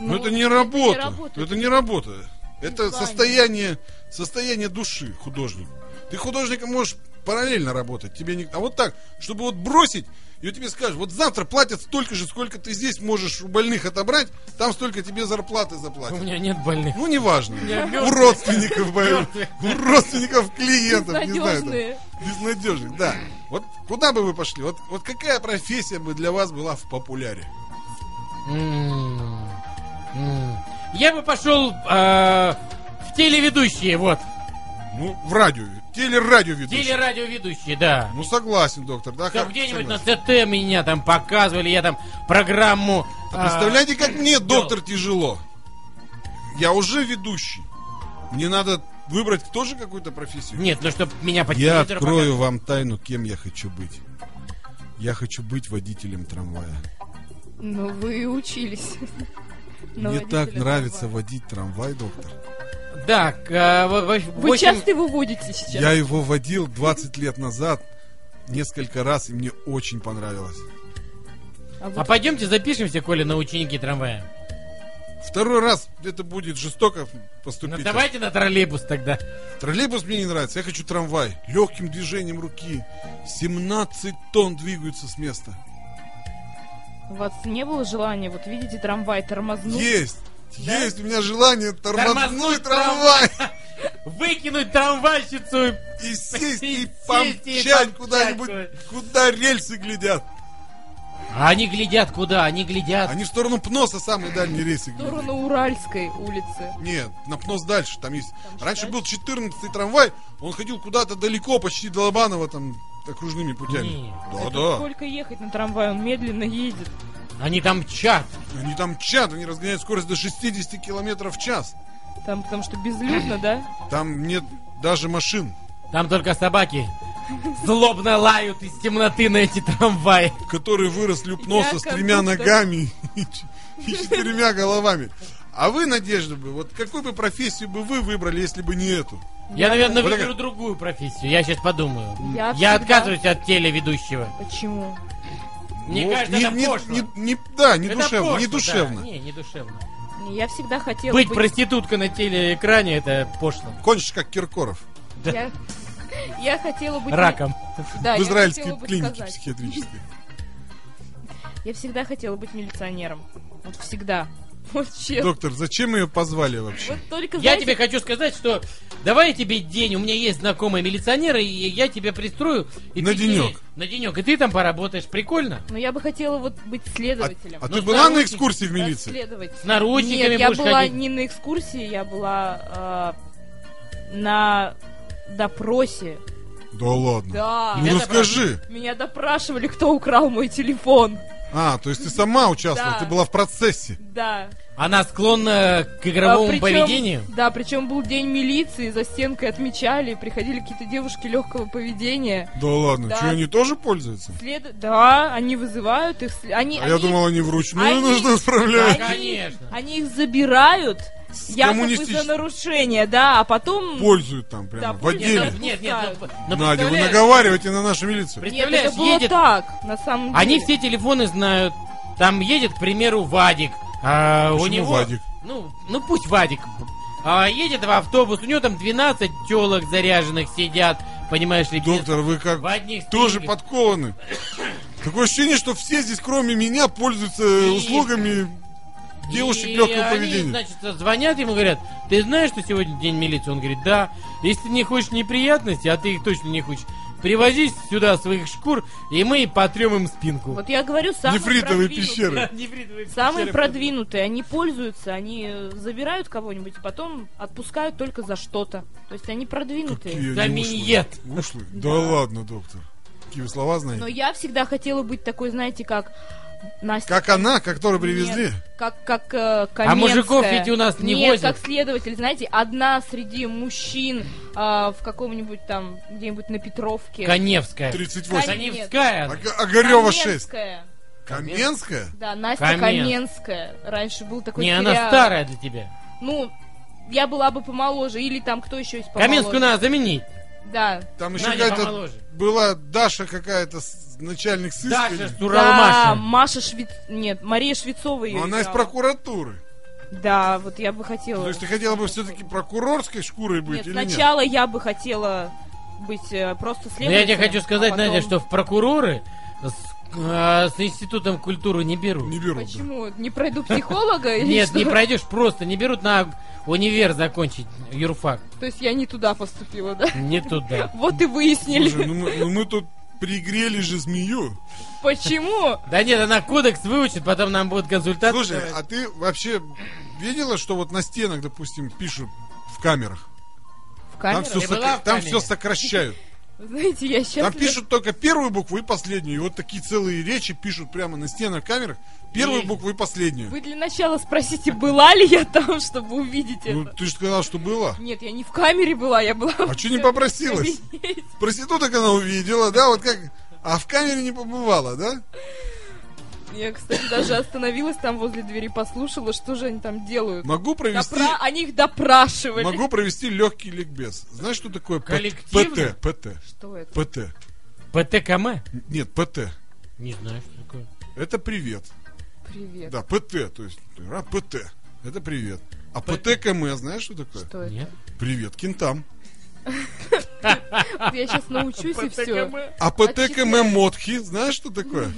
Speaker 2: Ну, это не работа.
Speaker 3: работа.
Speaker 2: это не работа. Это
Speaker 3: Ваня.
Speaker 2: состояние, состояние души художник. Ты художником можешь параллельно работать. Тебе не... А вот так, чтобы вот бросить, и вот тебе скажут, вот завтра платят столько же, сколько ты здесь можешь у больных отобрать, там столько тебе зарплаты
Speaker 1: У
Speaker 2: заплатят.
Speaker 1: меня нет больных.
Speaker 2: Ну, неважно.
Speaker 1: Я
Speaker 2: У
Speaker 1: мёртвый.
Speaker 2: родственников, бо-
Speaker 1: Мёртвый.
Speaker 2: у родственников клиентов, не знаю. там.
Speaker 3: Безнадежные.
Speaker 2: Безнадежных, да. Вот куда бы вы пошли? Вот, вот какая профессия бы для вас была в популяре?
Speaker 1: М, м. М-м-м. Я бы пошел э, в телеведущие, вот.
Speaker 2: Ну, в радио. Телерадиоведущий.
Speaker 1: Телерадиоведущие, да.
Speaker 2: Ну согласен, доктор, да?
Speaker 1: Там
Speaker 2: как-
Speaker 1: где-нибудь на
Speaker 2: согласен.
Speaker 1: ЦТ меня там показывали, я там программу...
Speaker 2: А
Speaker 1: а,
Speaker 2: Представляете, как мне, доктор, тяжело. Я уже ведущий. Мне надо выбрать тоже какую-то профессию.
Speaker 1: Нет, ну чтобы меня по
Speaker 2: я
Speaker 1: телевизору
Speaker 2: открою вам тайну, кем я хочу быть. Я хочу быть водителем трамвая.
Speaker 3: Ну, вы учились. На
Speaker 2: Мне так
Speaker 3: водителя
Speaker 2: нравится
Speaker 3: Ну, трамвая.
Speaker 2: водить трамвай, доктор.
Speaker 1: показывали. Так, э, в- в- в
Speaker 3: Вы
Speaker 1: общем,
Speaker 3: часто его водите сейчас?
Speaker 2: Я его водил 20 лет назад несколько раз, и мне очень понравилось.
Speaker 3: А вот
Speaker 1: А пойдемте запишемся, Коля, на ученики трамвая.
Speaker 2: Второй раз это будет жестоко
Speaker 1: Ну
Speaker 2: поступить.
Speaker 1: давайте на троллейбус тогда.
Speaker 2: Троллейбус мне не нравится, я хочу трамвай. Легким движением руки. 17 тонн двигаются с места.
Speaker 3: У вас не было желания, вот видите, трамвай тормознул.
Speaker 2: есть!
Speaker 3: Ну, да?
Speaker 2: Есть у меня желание
Speaker 1: Тормознуть
Speaker 2: тормознуть трамвай
Speaker 1: Выкинуть трамвайщицу. и-
Speaker 2: и сесть
Speaker 1: И
Speaker 2: и
Speaker 1: сесть, и
Speaker 2: помчать
Speaker 1: помчать
Speaker 2: куда-нибудь,
Speaker 1: куда-нибудь.
Speaker 2: куда рельсы глядят.
Speaker 1: А Они глядят куда? Они глядят.
Speaker 2: Они в сторону Пноса самые дальние рельсы
Speaker 3: В
Speaker 2: глядят.
Speaker 3: сторону Уральской улицы.
Speaker 2: Нет, на Пнос дальше, там есть.
Speaker 3: Там же
Speaker 2: Раньше
Speaker 3: дальше.
Speaker 2: был 14 трамвай, он ходил куда-то далеко, почти до Лобанова, там, окружными путями.
Speaker 1: Не.
Speaker 2: Да,
Speaker 3: Это
Speaker 2: да.
Speaker 3: Сколько ехать на трамвай, он медленно едет.
Speaker 1: Они там чат.
Speaker 2: Они там чат, они разгоняют скорость до 60 километров в час.
Speaker 3: Там потому что безлюдно, да?
Speaker 2: Там нет даже машин.
Speaker 1: Там только собаки. Злобно лают из темноты на эти трамваи.
Speaker 2: которые выросли у Пноса
Speaker 3: Я
Speaker 2: с
Speaker 3: как
Speaker 2: тремя
Speaker 3: будто-
Speaker 2: ногами и ч- и четырьмя головами. А вы, Надежда, бы, вот какую бы профессию бы вы выбрали, если бы не эту?
Speaker 1: Я, наверное,
Speaker 2: Вот
Speaker 1: выберу другую профессию. Я сейчас подумаю.
Speaker 3: Я всегда-
Speaker 1: Я отказываюсь от телеведущего.
Speaker 3: Почему?
Speaker 1: Мне
Speaker 2: Ну,
Speaker 1: кажется,
Speaker 2: не-
Speaker 1: это
Speaker 2: не-
Speaker 1: пошло.
Speaker 2: не- не- Да, не
Speaker 1: Это
Speaker 2: душевно, не
Speaker 1: пошло, да.
Speaker 2: душевно.
Speaker 1: Не, не душевно.
Speaker 3: Я всегда хотела
Speaker 1: Быть проституткой на телеэкране это пошло.
Speaker 2: Кончишь как Киркоров
Speaker 1: да.
Speaker 3: Я... я хотела быть...
Speaker 1: Раком.
Speaker 3: Да,
Speaker 2: в
Speaker 3: я
Speaker 2: израильской
Speaker 3: хотела бы
Speaker 2: клинике
Speaker 3: сказать.
Speaker 2: психиатрической.
Speaker 3: Я всегда хотела быть милиционером. Вот всегда. Вот честно.
Speaker 2: Доктор, зачем ее позвали вообще?
Speaker 3: Вот только,
Speaker 1: Я
Speaker 3: знаете,
Speaker 1: тебе хочу сказать, что давай я тебе день, у меня есть знакомые милиционеры, и я тебя пристрою. И
Speaker 2: На
Speaker 1: ты-
Speaker 2: денек.
Speaker 1: На денек, и ты там поработаешь. Прикольно.
Speaker 3: Но я бы хотела вот быть
Speaker 2: А
Speaker 3: следователем.
Speaker 2: а
Speaker 1: Ну,
Speaker 2: ты была на
Speaker 1: наручники,
Speaker 2: экскурсии в милиции?
Speaker 3: Расследовать.
Speaker 1: С наручниками
Speaker 3: Нет, я
Speaker 1: будешь
Speaker 3: была
Speaker 1: ходить.
Speaker 3: не на экскурсии, я была э, на допросе.
Speaker 2: Да ладно.
Speaker 3: Да.
Speaker 2: Ну расскажи.
Speaker 3: Меня допрашивали, кто украл мой телефон.
Speaker 2: А, то есть ты сама участвовала,
Speaker 3: Да.
Speaker 2: ты была в процессе.
Speaker 3: Да.
Speaker 1: Она склонна к
Speaker 3: А,
Speaker 1: игровому
Speaker 3: причем-
Speaker 1: поведению.
Speaker 3: Да, причем был день милиции, за стенкой отмечали, приходили какие-то девушки легкого поведения.
Speaker 2: Да ладно,
Speaker 3: Да.
Speaker 2: что они тоже пользуются?
Speaker 3: След... Да, они вызывают их. сл- Они,
Speaker 2: А я
Speaker 3: они-
Speaker 2: думал, они вручную
Speaker 3: они-
Speaker 2: нужно
Speaker 1: Да,
Speaker 2: справлять.
Speaker 1: конечно.
Speaker 3: они их забирают,
Speaker 2: С
Speaker 3: якобы
Speaker 2: коммунистич-
Speaker 3: за нарушение, да, а потом...
Speaker 2: Пользуют там
Speaker 3: Да,
Speaker 2: прямо, в
Speaker 3: пользуют.
Speaker 2: отделе.
Speaker 1: Нет, нет, нет. ну, ну,
Speaker 2: Надя, вы
Speaker 1: представляешь,
Speaker 2: наговариваете на нашу милицию.
Speaker 3: Нет,
Speaker 1: представляешь,
Speaker 3: это было
Speaker 1: едет-
Speaker 3: так, на самом деле.
Speaker 1: Они все телефоны знают. Там едет, к примеру, Вадик. А, у
Speaker 2: Почему
Speaker 1: него...
Speaker 2: Вадик?
Speaker 1: Ну, ну пусть Вадик. А, едет в автобус, у него там 12 телок заряженных сидят, понимаешь ли, без-
Speaker 2: Доктор, вы как
Speaker 1: в одних
Speaker 2: тоже
Speaker 1: стрингах.
Speaker 2: подкованы. Такое ощущение, что все здесь, кроме меня, пользуются услугами девушек
Speaker 1: И
Speaker 2: легкого
Speaker 1: они,
Speaker 2: поведения.
Speaker 1: значит, звонят ему, говорят, ты знаешь, что сегодня день милиции? Он говорит, да. Если ты не хочешь неприятностей, а ты их точно не хочешь, привозись сюда своих шкур, и мы потрем им спинку.
Speaker 3: Вот я говорю, самые
Speaker 2: Нефритовые
Speaker 3: продвинутые.
Speaker 2: пещеры.
Speaker 1: Нефритовые
Speaker 3: Самые
Speaker 1: пещеры.
Speaker 3: продвинутые, они пользуются, они э, забирают кого-нибудь, и потом отпускают только за что-то. То есть они продвинутые.
Speaker 2: Какие
Speaker 1: Да
Speaker 2: они
Speaker 1: миньет.
Speaker 2: ушлые. Ушлые? Да
Speaker 3: Да.
Speaker 2: ладно, доктор. Какие вы слова
Speaker 3: Но
Speaker 2: знаете?
Speaker 3: я всегда хотела быть такой, знаете, как Настя.
Speaker 2: Как она, которую привезли?
Speaker 3: Как, как э,
Speaker 1: А мужиков
Speaker 3: Каменская.
Speaker 1: ведь у нас не
Speaker 3: Нет,
Speaker 1: возят.
Speaker 3: как следователь, знаете, одна среди мужчин а, в каком-нибудь там, где-нибудь на Петровке.
Speaker 1: Коневская.
Speaker 2: 38.
Speaker 3: Конь-
Speaker 1: Коневская.
Speaker 2: Ог- Огарева 6.
Speaker 3: Каменская.
Speaker 2: Каменская?
Speaker 3: Да, Настя
Speaker 1: Камен-
Speaker 3: Каменская. Раньше был такой
Speaker 1: Не,
Speaker 3: сериал.
Speaker 1: она старая для тебя.
Speaker 3: Ну, я была бы помоложе, или там кто еще есть помоложе.
Speaker 1: Каменскую надо заменить.
Speaker 3: Да.
Speaker 2: Там еще
Speaker 1: Надя
Speaker 2: какая-то
Speaker 1: помоложе.
Speaker 2: была Даша какая-то, с- начальник сыска.
Speaker 1: Даша
Speaker 2: или-
Speaker 3: Да,
Speaker 1: Суралмаша.
Speaker 3: Маша Швец... Нет, Мария Швецова ее
Speaker 2: Но Ну, она из
Speaker 3: играла.
Speaker 2: прокуратуры.
Speaker 3: Да, вот я бы хотела.
Speaker 2: То есть ты хотела бы все-таки прокурорской шкурой быть
Speaker 3: Нет,
Speaker 2: или нет?
Speaker 3: сначала я бы хотела быть э, просто
Speaker 1: Но
Speaker 3: следователем.
Speaker 1: я тебе хочу сказать,
Speaker 3: а потом-
Speaker 1: Надя, что в прокуроры с, а, с институтом культуры не берут.
Speaker 2: Не беру. да.
Speaker 3: Почему? Не пройду психолога? или
Speaker 1: Нет,
Speaker 3: что?
Speaker 1: не пройдешь, просто не берут на универ закончить юрфак.
Speaker 3: То есть я не туда поступила, да?
Speaker 1: Не туда.
Speaker 3: Вот и
Speaker 2: Слушай,
Speaker 3: выяснили.
Speaker 2: ну мы, ну мы тут пригрели же змею.
Speaker 3: Почему?
Speaker 1: Да нет, она кодекс выучит, потом нам будут консультации.
Speaker 2: Слушай, а ты вообще видела, что вот на стенах, допустим, пишут в камерах?
Speaker 3: В
Speaker 2: Там
Speaker 3: камеру?
Speaker 2: все,
Speaker 1: Ты была в
Speaker 2: там
Speaker 1: камере?
Speaker 2: все сокращают.
Speaker 3: Вы Знаете, я сейчас...
Speaker 2: Там пишут только первую букву и последнюю. И вот такие целые речи пишут прямо на стенах в камерах. Первую
Speaker 1: И-
Speaker 2: букву и последнюю.
Speaker 3: Вы для начала спросите, была ли я там, чтобы увидеть
Speaker 2: Ну,
Speaker 3: это.
Speaker 2: ты же сказал, что была.
Speaker 3: Нет, я не в камере была, я была...
Speaker 2: А что не попросилась? Проституток она увидела, да, вот как... А в камере не побывала, да?
Speaker 3: Я, кстати, даже остановилась там возле двери, послушала, что же они там делают.
Speaker 2: Могу провести...
Speaker 3: Допра- Они их допрашивали.
Speaker 2: Могу провести легкий ликбез. Знаешь, что такое П-
Speaker 1: Коллективно?
Speaker 2: ПТ? ПТ.
Speaker 3: Что это?
Speaker 2: ПТ. а
Speaker 1: ПТКМ?
Speaker 2: Нет, ПТ.
Speaker 1: Не знаю, что такое.
Speaker 2: Это привет.
Speaker 3: Привет.
Speaker 2: Да, ПТ. То есть, а, ПТ. Это привет. А ПТКМ, знаешь, что такое?
Speaker 3: Что это?
Speaker 1: Нет.
Speaker 2: Привет, кентам.
Speaker 3: Вот Я сейчас научусь и все.
Speaker 2: А
Speaker 3: четыре.
Speaker 2: ПТКМ Мотхи, знаешь, что такое?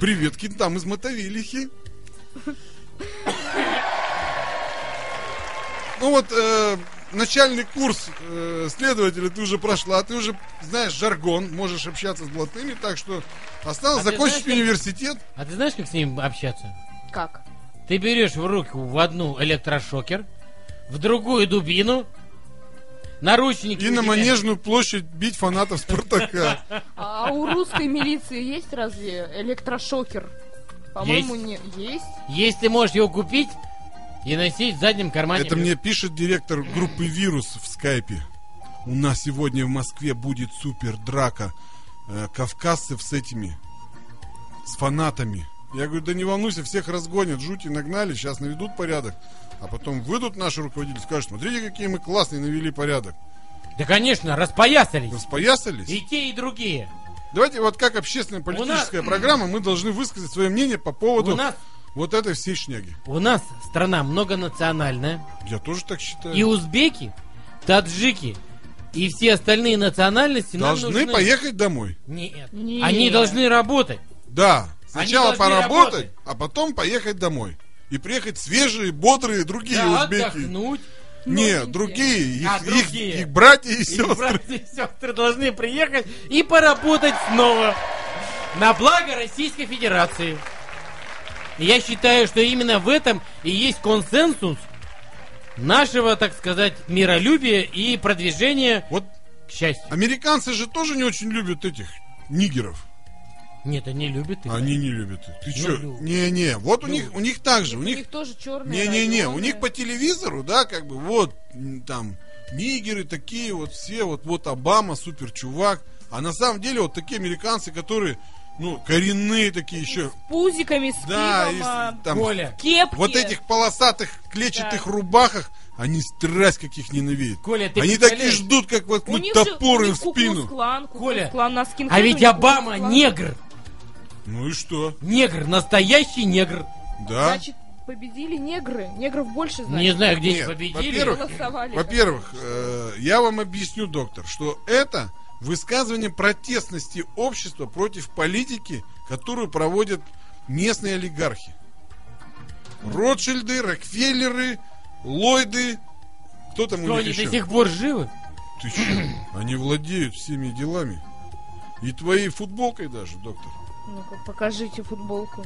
Speaker 2: Привет, кентам из Мотовилихи. Ну вот, э, начальный курс э, следователя ты уже прошла, ты уже знаешь жаргон, можешь общаться с блатными, так что осталось
Speaker 1: А ты
Speaker 2: закончить
Speaker 1: знаешь,
Speaker 2: университет.
Speaker 1: А ты знаешь, как с ним общаться?
Speaker 3: Как?
Speaker 1: Ты берешь в руку в одну электрошокер, в другую дубину, наручники...
Speaker 2: И
Speaker 1: у
Speaker 2: на
Speaker 1: тебя.
Speaker 2: Манежную площадь бить фанатов Спартака.
Speaker 3: А у русской милиции есть разве электрошокер? По-моему, не... Есть?
Speaker 1: Если ты можешь его купить и носить в заднем кармане.
Speaker 2: Это мне пишет директор группы «Вирус» в скайпе. У нас сегодня в Москве будет супер драка э, кавказцев с этими, с фанатами. Я говорю, да не волнуйся, всех разгонят, жути нагнали, сейчас наведут порядок. А потом выйдут наши руководители, скажут, смотрите, какие мы классные навели порядок.
Speaker 1: Да, конечно, распоясались.
Speaker 2: Распоясались?
Speaker 1: И те, и другие.
Speaker 2: Давайте вот как общественная политическая программа, мы должны высказать свое мнение по поводу
Speaker 1: У нас,
Speaker 2: вот этой всей шняги.
Speaker 1: у нас страна многонациональная.
Speaker 2: Я тоже так считаю.
Speaker 1: И узбеки, таджики и все остальные национальности нам
Speaker 2: Должны
Speaker 1: нужны-
Speaker 2: поехать домой.
Speaker 1: Нет.
Speaker 3: Нет.
Speaker 1: Они должны работать.
Speaker 2: Да,
Speaker 1: Они
Speaker 2: сначала
Speaker 1: должны
Speaker 2: поработать,
Speaker 1: работать.
Speaker 2: а потом поехать домой. И приехать свежие, бодрые, другие
Speaker 1: Да,
Speaker 2: узбеки.
Speaker 1: отдохнуть. Ну,
Speaker 2: Не,
Speaker 3: Новенькие.
Speaker 2: другие. Их,
Speaker 1: А,
Speaker 2: их-
Speaker 1: другие.
Speaker 2: их братья и
Speaker 1: И
Speaker 2: сестры.
Speaker 1: братья и сестры должны приехать и поработать снова. На благо Российской Федерации. Я считаю, что именно в этом и есть консенсус нашего, так сказать, миролюбия и продвижения
Speaker 2: Вот
Speaker 1: к счастью.
Speaker 2: американцы же тоже не очень любят этих нигеров.
Speaker 1: Нет, они любят их.
Speaker 2: Они не любят их. Ты
Speaker 1: Ну,
Speaker 2: чё?
Speaker 1: любят. Ну,
Speaker 2: Не-не, вот у них, у них так же. У
Speaker 3: У
Speaker 2: них,
Speaker 3: них тоже черные
Speaker 2: не-не-не, у них по телевизору, да, как бы, вот, м, там, нигеры такие вот все, вот, вот Обама, супер чувак. А на самом деле вот такие американцы, которые, ну, коренные такие еще.
Speaker 3: Пузиками, с
Speaker 2: Да,
Speaker 3: пивом,
Speaker 2: и с-
Speaker 3: а,
Speaker 2: там
Speaker 1: Коля,
Speaker 3: кепки.
Speaker 2: вот этих полосатых клетчатых рубахах, они страсть каких ненавидят.
Speaker 1: Коля, ты
Speaker 2: они
Speaker 1: представляешь?
Speaker 2: такие ждут, как вот
Speaker 3: У
Speaker 2: ну,
Speaker 3: них же-
Speaker 2: топор
Speaker 3: у
Speaker 2: им
Speaker 3: них
Speaker 2: в спину.
Speaker 3: Клан,
Speaker 1: Коля,
Speaker 3: клан на скин.
Speaker 1: А ведь Обама негр.
Speaker 2: Ну и что?
Speaker 1: Негр, настоящий негр.
Speaker 2: Да.
Speaker 3: Значит, победили негры. Негров больше,
Speaker 1: Не
Speaker 3: значит.
Speaker 1: знаю, где их
Speaker 2: Нет,
Speaker 1: победили.
Speaker 2: во-первых,
Speaker 3: Голосовали.
Speaker 2: Во-первых, э, я вам объясню, доктор, что это высказывание протестности общества против политики, которую проводят местные олигархи. Ротшильды, Рокфеллеры, Ллойды, кто там
Speaker 1: Что
Speaker 2: у них
Speaker 1: они
Speaker 2: еще?
Speaker 1: до сих пор живы?
Speaker 2: Ты че? Они владеют всеми делами. И твоей футболкой даже, доктор.
Speaker 3: Ну-ка, покажите футболку.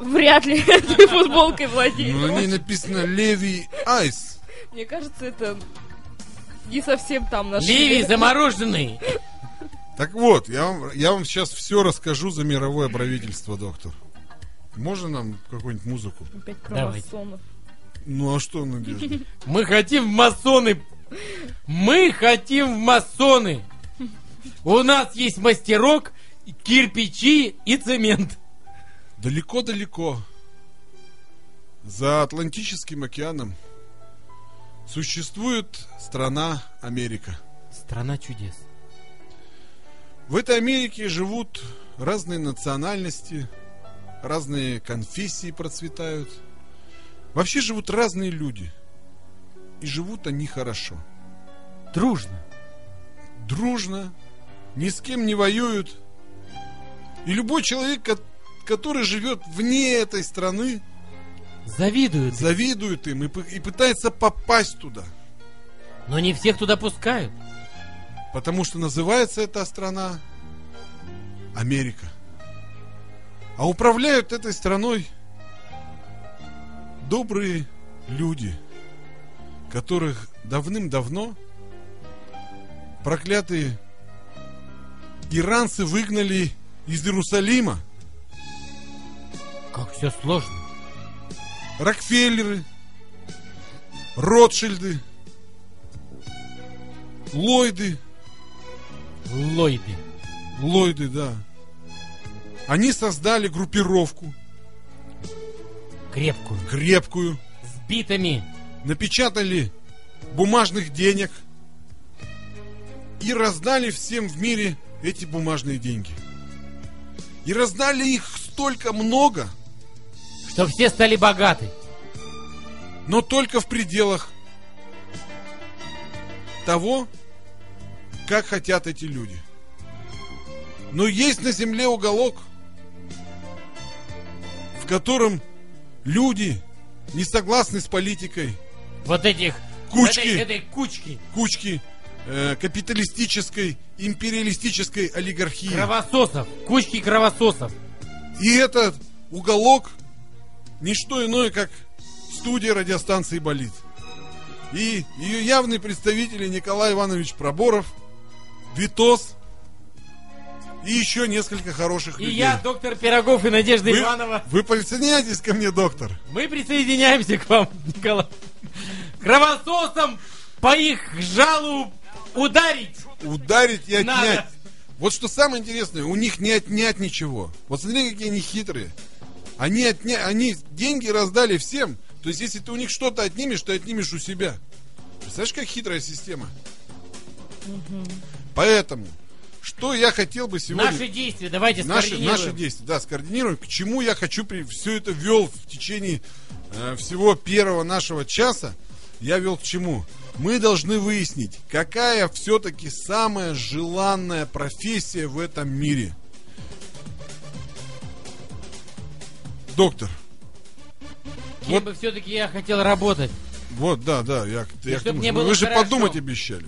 Speaker 3: Вряд ли ты футболкой
Speaker 2: Ну, на ней
Speaker 3: владеешь.
Speaker 2: написано Леви Айс.
Speaker 3: Мне кажется, это не совсем там наш.
Speaker 1: Ливий замороженный.
Speaker 2: Так вот, я вам, я вам сейчас все расскажу за мировое правительство, доктор. Можно нам какую-нибудь музыку?
Speaker 3: Опять про
Speaker 1: Давайте.
Speaker 3: масонов.
Speaker 2: Ну а что, Надежда?
Speaker 1: Мы хотим в масоны. Мы хотим в масоны. У нас есть мастерок, кирпичи и цемент.
Speaker 2: Далеко-далеко, за Атлантическим океаном, существует страна Америка.
Speaker 1: Страна чудес.
Speaker 2: В этой Америке живут разные национальности, разные конфессии процветают. Вообще живут разные люди. И живут они хорошо.
Speaker 1: Дружно.
Speaker 2: Дружно, ни с кем не воюют. И любой человек, ко- который живет вне этой страны,
Speaker 1: Завидуют.
Speaker 2: завидует им и пы- и пытается попасть туда.
Speaker 1: Но не всех туда пускают.
Speaker 2: Потому что называется эта страна Америка. А управляют этой страной добрые люди, которых давным-давно проклятые иранцы выгнали из Иерусалима.
Speaker 1: Как все сложно.
Speaker 2: Рокфеллеры, Ротшильды, Ллойды,
Speaker 1: Лойды.
Speaker 2: Ллойды, да. Они создали группировку
Speaker 1: Крепкую.
Speaker 2: крепкую,
Speaker 1: С битами.
Speaker 2: напечатали бумажных денег и раздали всем в мире эти бумажные деньги. И раздали их столько много,
Speaker 1: Чтоб все стали богаты.
Speaker 2: но только в пределах того, как хотят эти люди. Но есть на земле уголок, в котором люди не согласны с политикой,
Speaker 1: Вот этих...
Speaker 2: Кучки.
Speaker 1: Этой, этой кучки.
Speaker 2: кучки э, капиталистической, империалистической олигархии.
Speaker 1: Кровососов. Кучки кровососов.
Speaker 2: И этот уголок не что иное, как студия радиостанции «Болит». И ее явные представители Николай Иванович Проборов, Витос и еще несколько хороших
Speaker 1: И
Speaker 2: людей.
Speaker 1: я, доктор Пирогов и Надежда
Speaker 2: вы,
Speaker 1: Иванова.
Speaker 2: вы присоединяйтесь ко мне, доктор.
Speaker 1: Мы присоединяемся к вам, Николай. Кровососом по их жалу ударить.
Speaker 2: Ударить и
Speaker 1: Надо.
Speaker 2: отнять. Вот что самое интересное, у них не отнять ничего. Вот смотри, какие они хитрые. Они, отня... они деньги раздали всем. То есть, если ты у них что-то отнимешь, ты отнимешь у себя. Представляешь, как хитрая система? Поэтому, что я хотел бы сегодня...
Speaker 1: Наши действия давайте
Speaker 2: Наши,
Speaker 1: скоординируем.
Speaker 2: наши действия, да, скоординируем. К чему я хочу при... все это вел в течение э, всего первого нашего часа? Я вел к чему? Мы должны выяснить, какая все-таки самая желанная профессия в этом мире. Доктор.
Speaker 1: Кем
Speaker 2: Вот.
Speaker 1: бы все-таки я хотел работать?
Speaker 2: Вот, да, да, я, я к
Speaker 1: чтоб
Speaker 2: тому
Speaker 1: мне
Speaker 2: же. Ну,
Speaker 1: было
Speaker 2: вы же
Speaker 1: хорошо.
Speaker 2: подумать обещали.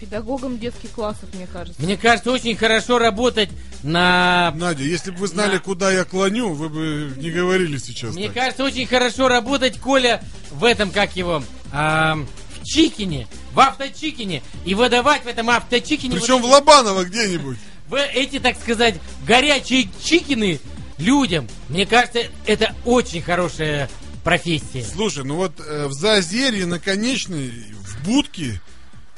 Speaker 3: Педагогом детских классов, мне кажется.
Speaker 1: Мне кажется, очень хорошо работать на...
Speaker 2: Надя, если бы вы знали,
Speaker 1: На.
Speaker 2: куда я клоню, вы бы не говорили сейчас.
Speaker 1: Мне
Speaker 2: так.
Speaker 1: кажется, очень хорошо работать, Коля, в этом, как его, ам, в Чикине, в авточикине, и выдавать в этом авточикине...
Speaker 2: Причем в
Speaker 1: вот
Speaker 2: Лобаново где-нибудь.
Speaker 1: в эти, так сказать, горячие чикины людям. Мне кажется, это очень хорошая профессия.
Speaker 2: Слушай, ну вот э, в Заозерье на конечной, в будке,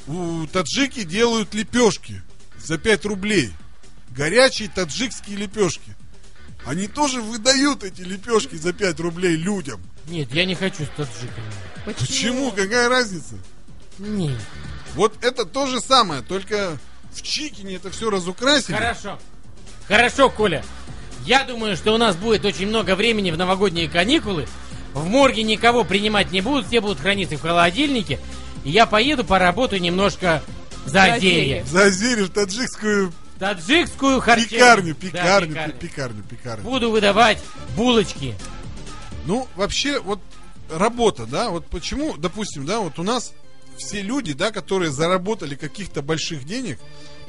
Speaker 2: у таджики делают лепешки за 5 рублей. Горячие таджикские лепешки. Они тоже выдают эти лепешки за 5 рублей людям.
Speaker 1: Нет, я не хочу с таджиками. Ну.
Speaker 2: Почему? Какая разница?
Speaker 1: Нет.
Speaker 2: Вот это то же самое, только в Чикине это все разукрасили.
Speaker 1: Хорошо. Хорошо, Коля. Я думаю, что у нас будет очень много времени в новогодние каникулы. В морге никого принимать не будут, все будут храниться в холодильнике. И я поеду поработаю немножко за
Speaker 3: За
Speaker 1: Озерье.
Speaker 3: Озерье.
Speaker 2: В Заозерье в таджикскую
Speaker 1: Таджикскую харчевню.
Speaker 2: пекарню,
Speaker 1: Да,
Speaker 2: пекарню,
Speaker 1: пекарню.
Speaker 2: пе- пекарню, пекарню.
Speaker 1: Буду выдавать булочки.
Speaker 2: Ну, вообще, вот работа, да, вот почему, допустим, да, вот у нас все люди, да, которые заработали каких-то больших денег,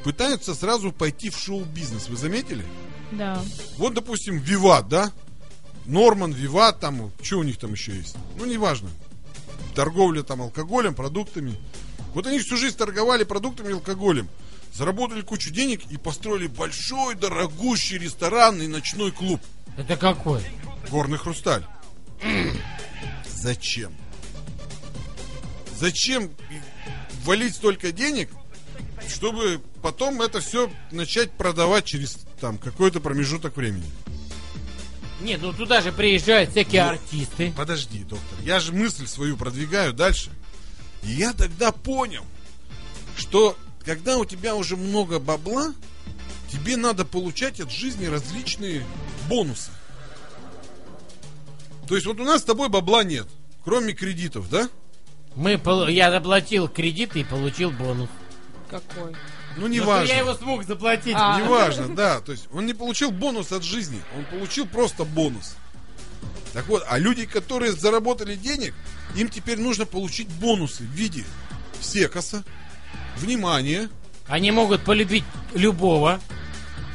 Speaker 2: пытаются сразу пойти в шоу-бизнес. Вы заметили?
Speaker 3: Да.
Speaker 2: Вот, допустим, Виват, да? Норман, Виват, там, что у них там еще есть? Ну, неважно. Торговля там алкоголем, продуктами. Вот они всю жизнь торговали продуктами и алкоголем. Заработали кучу денег и построили большой, дорогущий ресторан и ночной клуб.
Speaker 1: Это какой?
Speaker 2: Горный хрусталь. Зачем? Зачем валить столько денег, чтобы потом это все начать продавать через там какой-то промежуток времени?
Speaker 1: Нет, ну туда же приезжают всякие артисты.
Speaker 2: Подожди, доктор, я же мысль свою продвигаю дальше. И я тогда понял, что когда у тебя уже много бабла, тебе надо получать от жизни различные бонусы. То есть вот у нас с тобой бабла нет, кроме кредитов, да?
Speaker 1: Мы, пол- я заплатил кредит и получил бонус.
Speaker 3: Какой?
Speaker 2: Ну не
Speaker 1: Но
Speaker 2: важно.
Speaker 1: Я его смог заплатить.
Speaker 3: А.
Speaker 2: Не важно, да. То есть он не получил бонус от жизни, он получил просто бонус. Так вот, а люди, которые заработали денег, им теперь нужно получить бонусы в виде секоса, внимания.
Speaker 1: Они могут полюбить любого.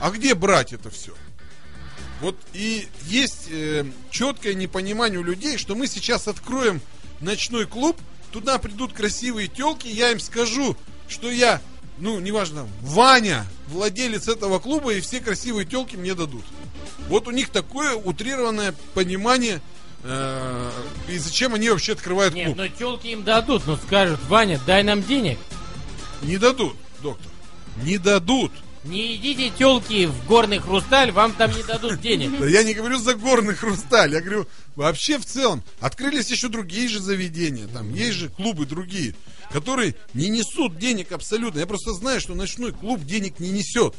Speaker 2: А где брать это все? Вот и есть э, четкое непонимание у людей, что мы сейчас откроем ночной клуб, туда придут красивые телки, я им скажу, что я, ну, неважно, Ваня, владелец этого клуба, и все красивые телки мне дадут. Вот у них такое утрированное понимание, э, и зачем они вообще открывают
Speaker 1: Нет, ну
Speaker 2: клуб.
Speaker 1: но телки им дадут, но скажут, Ваня, дай нам денег.
Speaker 2: Не дадут, доктор, не дадут.
Speaker 1: Не идите телки в горный хрусталь, вам там не дадут денег.
Speaker 2: Да я не говорю за горный хрусталь, я говорю вообще в целом. Открылись еще другие же заведения, там есть же клубы другие, которые не несут денег абсолютно. Я просто знаю, что ночной клуб денег не несет.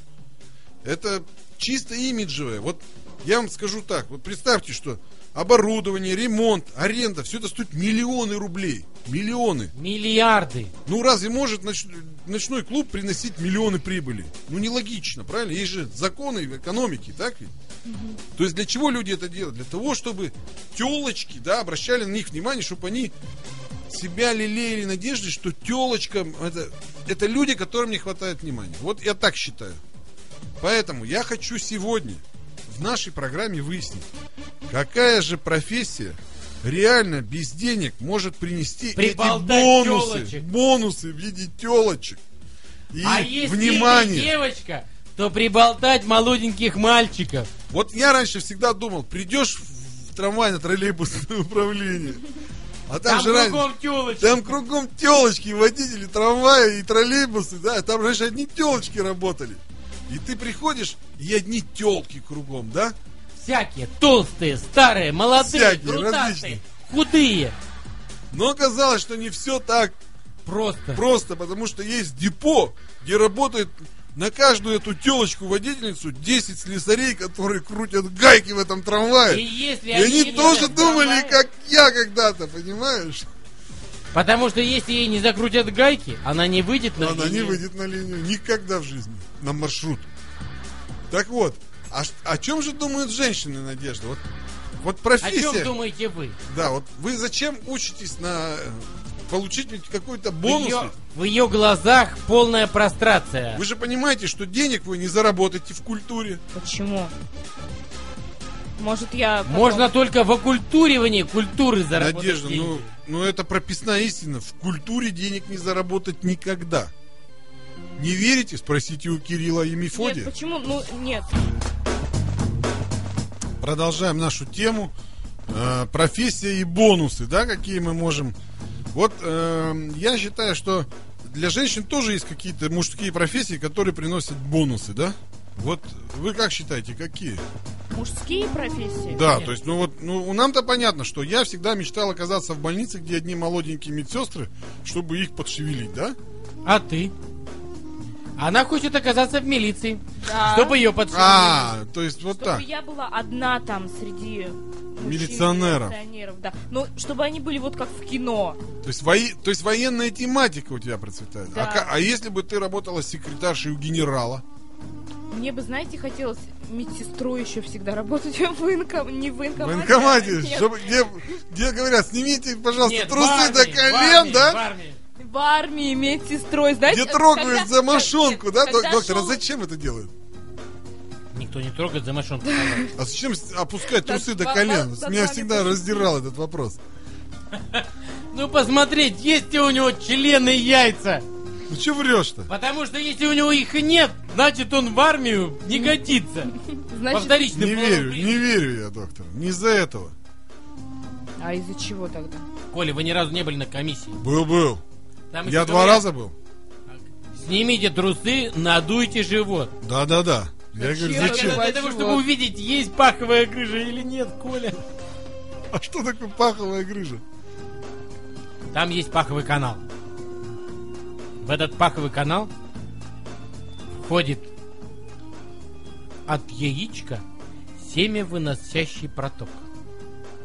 Speaker 2: Это чисто имиджевое. Вот я вам скажу так, вот представьте, что оборудование, ремонт, аренда, все это стоит миллионы рублей. Миллионы.
Speaker 1: Миллиарды.
Speaker 2: Ну разве может ноч- ночной клуб приносить миллионы прибыли? Ну нелогично, правильно? Есть же законы экономики, так ведь? То есть для чего люди это делают? Для того, чтобы телочки, да, обращали на них внимание, чтобы они себя лелеяли надежды, что телочка это, это люди, которым не хватает внимания. Вот я так считаю. Поэтому я хочу сегодня в нашей программе выяснить, какая же профессия реально без денег может принести эти
Speaker 1: Приболтать
Speaker 2: бонусы,
Speaker 1: тёлочек.
Speaker 2: бонусы в виде телочек и
Speaker 1: а если
Speaker 2: внимание.
Speaker 1: ты девочка, то приболтать молоденьких мальчиков.
Speaker 2: Вот я раньше всегда думал, придешь в трамвайно-троллейбусное управление, а там,
Speaker 1: Там,
Speaker 2: же раньше...
Speaker 1: кругом тёлочки.
Speaker 2: Там кругом телочки, водители трамвая и троллейбусы, да, там раньше одни телочки работали. И ты приходишь, и одни телки кругом, да?
Speaker 1: Всякие толстые, старые, молодые,
Speaker 2: Всякие,
Speaker 1: грудастые,
Speaker 2: различные.
Speaker 1: худые.
Speaker 2: Но оказалось, что не все так
Speaker 1: Просто.
Speaker 2: просто, потому что есть депо, где работает на каждую эту телочку-водительницу 10 слесарей, которые крутят гайки в этом
Speaker 1: И
Speaker 2: трамвае.
Speaker 1: если
Speaker 2: И
Speaker 1: они,
Speaker 2: они
Speaker 1: не-
Speaker 2: тоже думали, как я когда-то, понимаешь?
Speaker 1: Потому что если ей не закрутят гайки, она не выйдет на
Speaker 2: Она не
Speaker 1: линию.
Speaker 2: выйдет на линию никогда в жизни. На маршрут. Так вот, а ш- о чем же думают женщины, Надежда? Вот,
Speaker 1: О
Speaker 2: вот
Speaker 1: чем
Speaker 2: профессия.
Speaker 1: думаете вы?
Speaker 2: да, вот вы зачем учитесь на э, получить ведь какой-то
Speaker 1: В
Speaker 2: бонус?
Speaker 1: ее, в ее глазах полная прострация.
Speaker 2: Вы же понимаете, что денег вы не заработаете в культуре.
Speaker 3: Почему? Может, я... потом-
Speaker 1: Можно только в оккультуривании культуры заработать
Speaker 2: Надежда,
Speaker 1: деньги.
Speaker 2: ну, ну это прописная истина. В культуре денег не заработать никогда. Не верите? Спросите у Кирилла и
Speaker 3: Нет,
Speaker 2: Мефодия.
Speaker 3: почему? Ну, нет.
Speaker 2: Продолжаем нашу тему. Э, профессия и бонусы, да, какие мы можем. Вот эм, я считаю, что для женщин тоже есть какие-то мужские профессии, которые приносят бонусы, да? Вот вы как считаете, какие?
Speaker 3: Мужские профессии?
Speaker 2: Да,
Speaker 1: Нет.
Speaker 2: то есть, ну вот, ну, нам-то понятно, что я всегда мечтал оказаться в больнице, где одни молоденькие медсестры, чтобы их подшевелить, да?
Speaker 1: А ты? Она хочет оказаться в милиции,
Speaker 3: Да.
Speaker 1: чтобы ее подшили.
Speaker 2: А, то есть вот
Speaker 3: Чтобы
Speaker 2: так.
Speaker 3: я была одна там среди мужчин,
Speaker 2: Милиционеров.
Speaker 3: милиционеров, да. Ну, чтобы они были вот как в кино.
Speaker 2: То есть, вои- то есть военная тематика у тебя процветает.
Speaker 3: Да.
Speaker 2: А ка- а если бы ты работала секретаршей у генерала?
Speaker 3: Мне бы, знаете, хотелось медсестрой еще всегда работать в военком... не в
Speaker 2: В
Speaker 3: военкомате.
Speaker 2: военкомате,
Speaker 3: а, нет,
Speaker 2: чтобы- где, где говорят, снимите, пожалуйста,
Speaker 1: Нет, в
Speaker 2: трусы
Speaker 1: армии,
Speaker 2: до
Speaker 1: в
Speaker 2: колен,
Speaker 1: армии,
Speaker 2: да?
Speaker 1: в армии.
Speaker 3: В армии медсестрой, знаете...
Speaker 2: Где трогают
Speaker 3: когда-
Speaker 2: за мошонку,
Speaker 3: нет,
Speaker 2: да?
Speaker 3: когда
Speaker 2: Док- Доктор, а
Speaker 3: шел-
Speaker 2: зачем это делают?
Speaker 1: Никто не трогает за мошонку.
Speaker 2: А зачем с- опускать
Speaker 3: Да,
Speaker 2: трусы до
Speaker 3: во-
Speaker 2: колен?
Speaker 3: во- за
Speaker 2: Меня
Speaker 3: вами
Speaker 2: всегда
Speaker 3: тоже.
Speaker 2: раздирал этот вопрос.
Speaker 1: Ну посмотреть, есть ли у него члены и яйца.
Speaker 2: Ну что врешь-то?
Speaker 1: Потому что если у него их нет, Значит, он в армию не годится. По
Speaker 3: Значит,
Speaker 1: вторичным
Speaker 2: Не верю,
Speaker 1: порокам.
Speaker 2: не верю я, доктор. Не из-за этого.
Speaker 3: а из-за чего тогда?
Speaker 1: Коля, вы ни разу не были на комиссии.
Speaker 2: Был-был.
Speaker 1: Там
Speaker 2: Я
Speaker 1: еще
Speaker 2: два
Speaker 1: говорят,
Speaker 2: раза был.
Speaker 1: Снимите трусы, надуйте живот.
Speaker 2: Да-да-да. Я
Speaker 3: Зачем?
Speaker 2: говорю,
Speaker 1: Это
Speaker 2: зачем?
Speaker 3: Надо-
Speaker 1: для того,
Speaker 3: Живот.
Speaker 1: чтобы увидеть, есть паховая грыжа или нет, Коля.
Speaker 2: А что такое паховая грыжа?
Speaker 1: Там есть паховый канал. В этот паховый канал входит от яичка семя выносящий проток.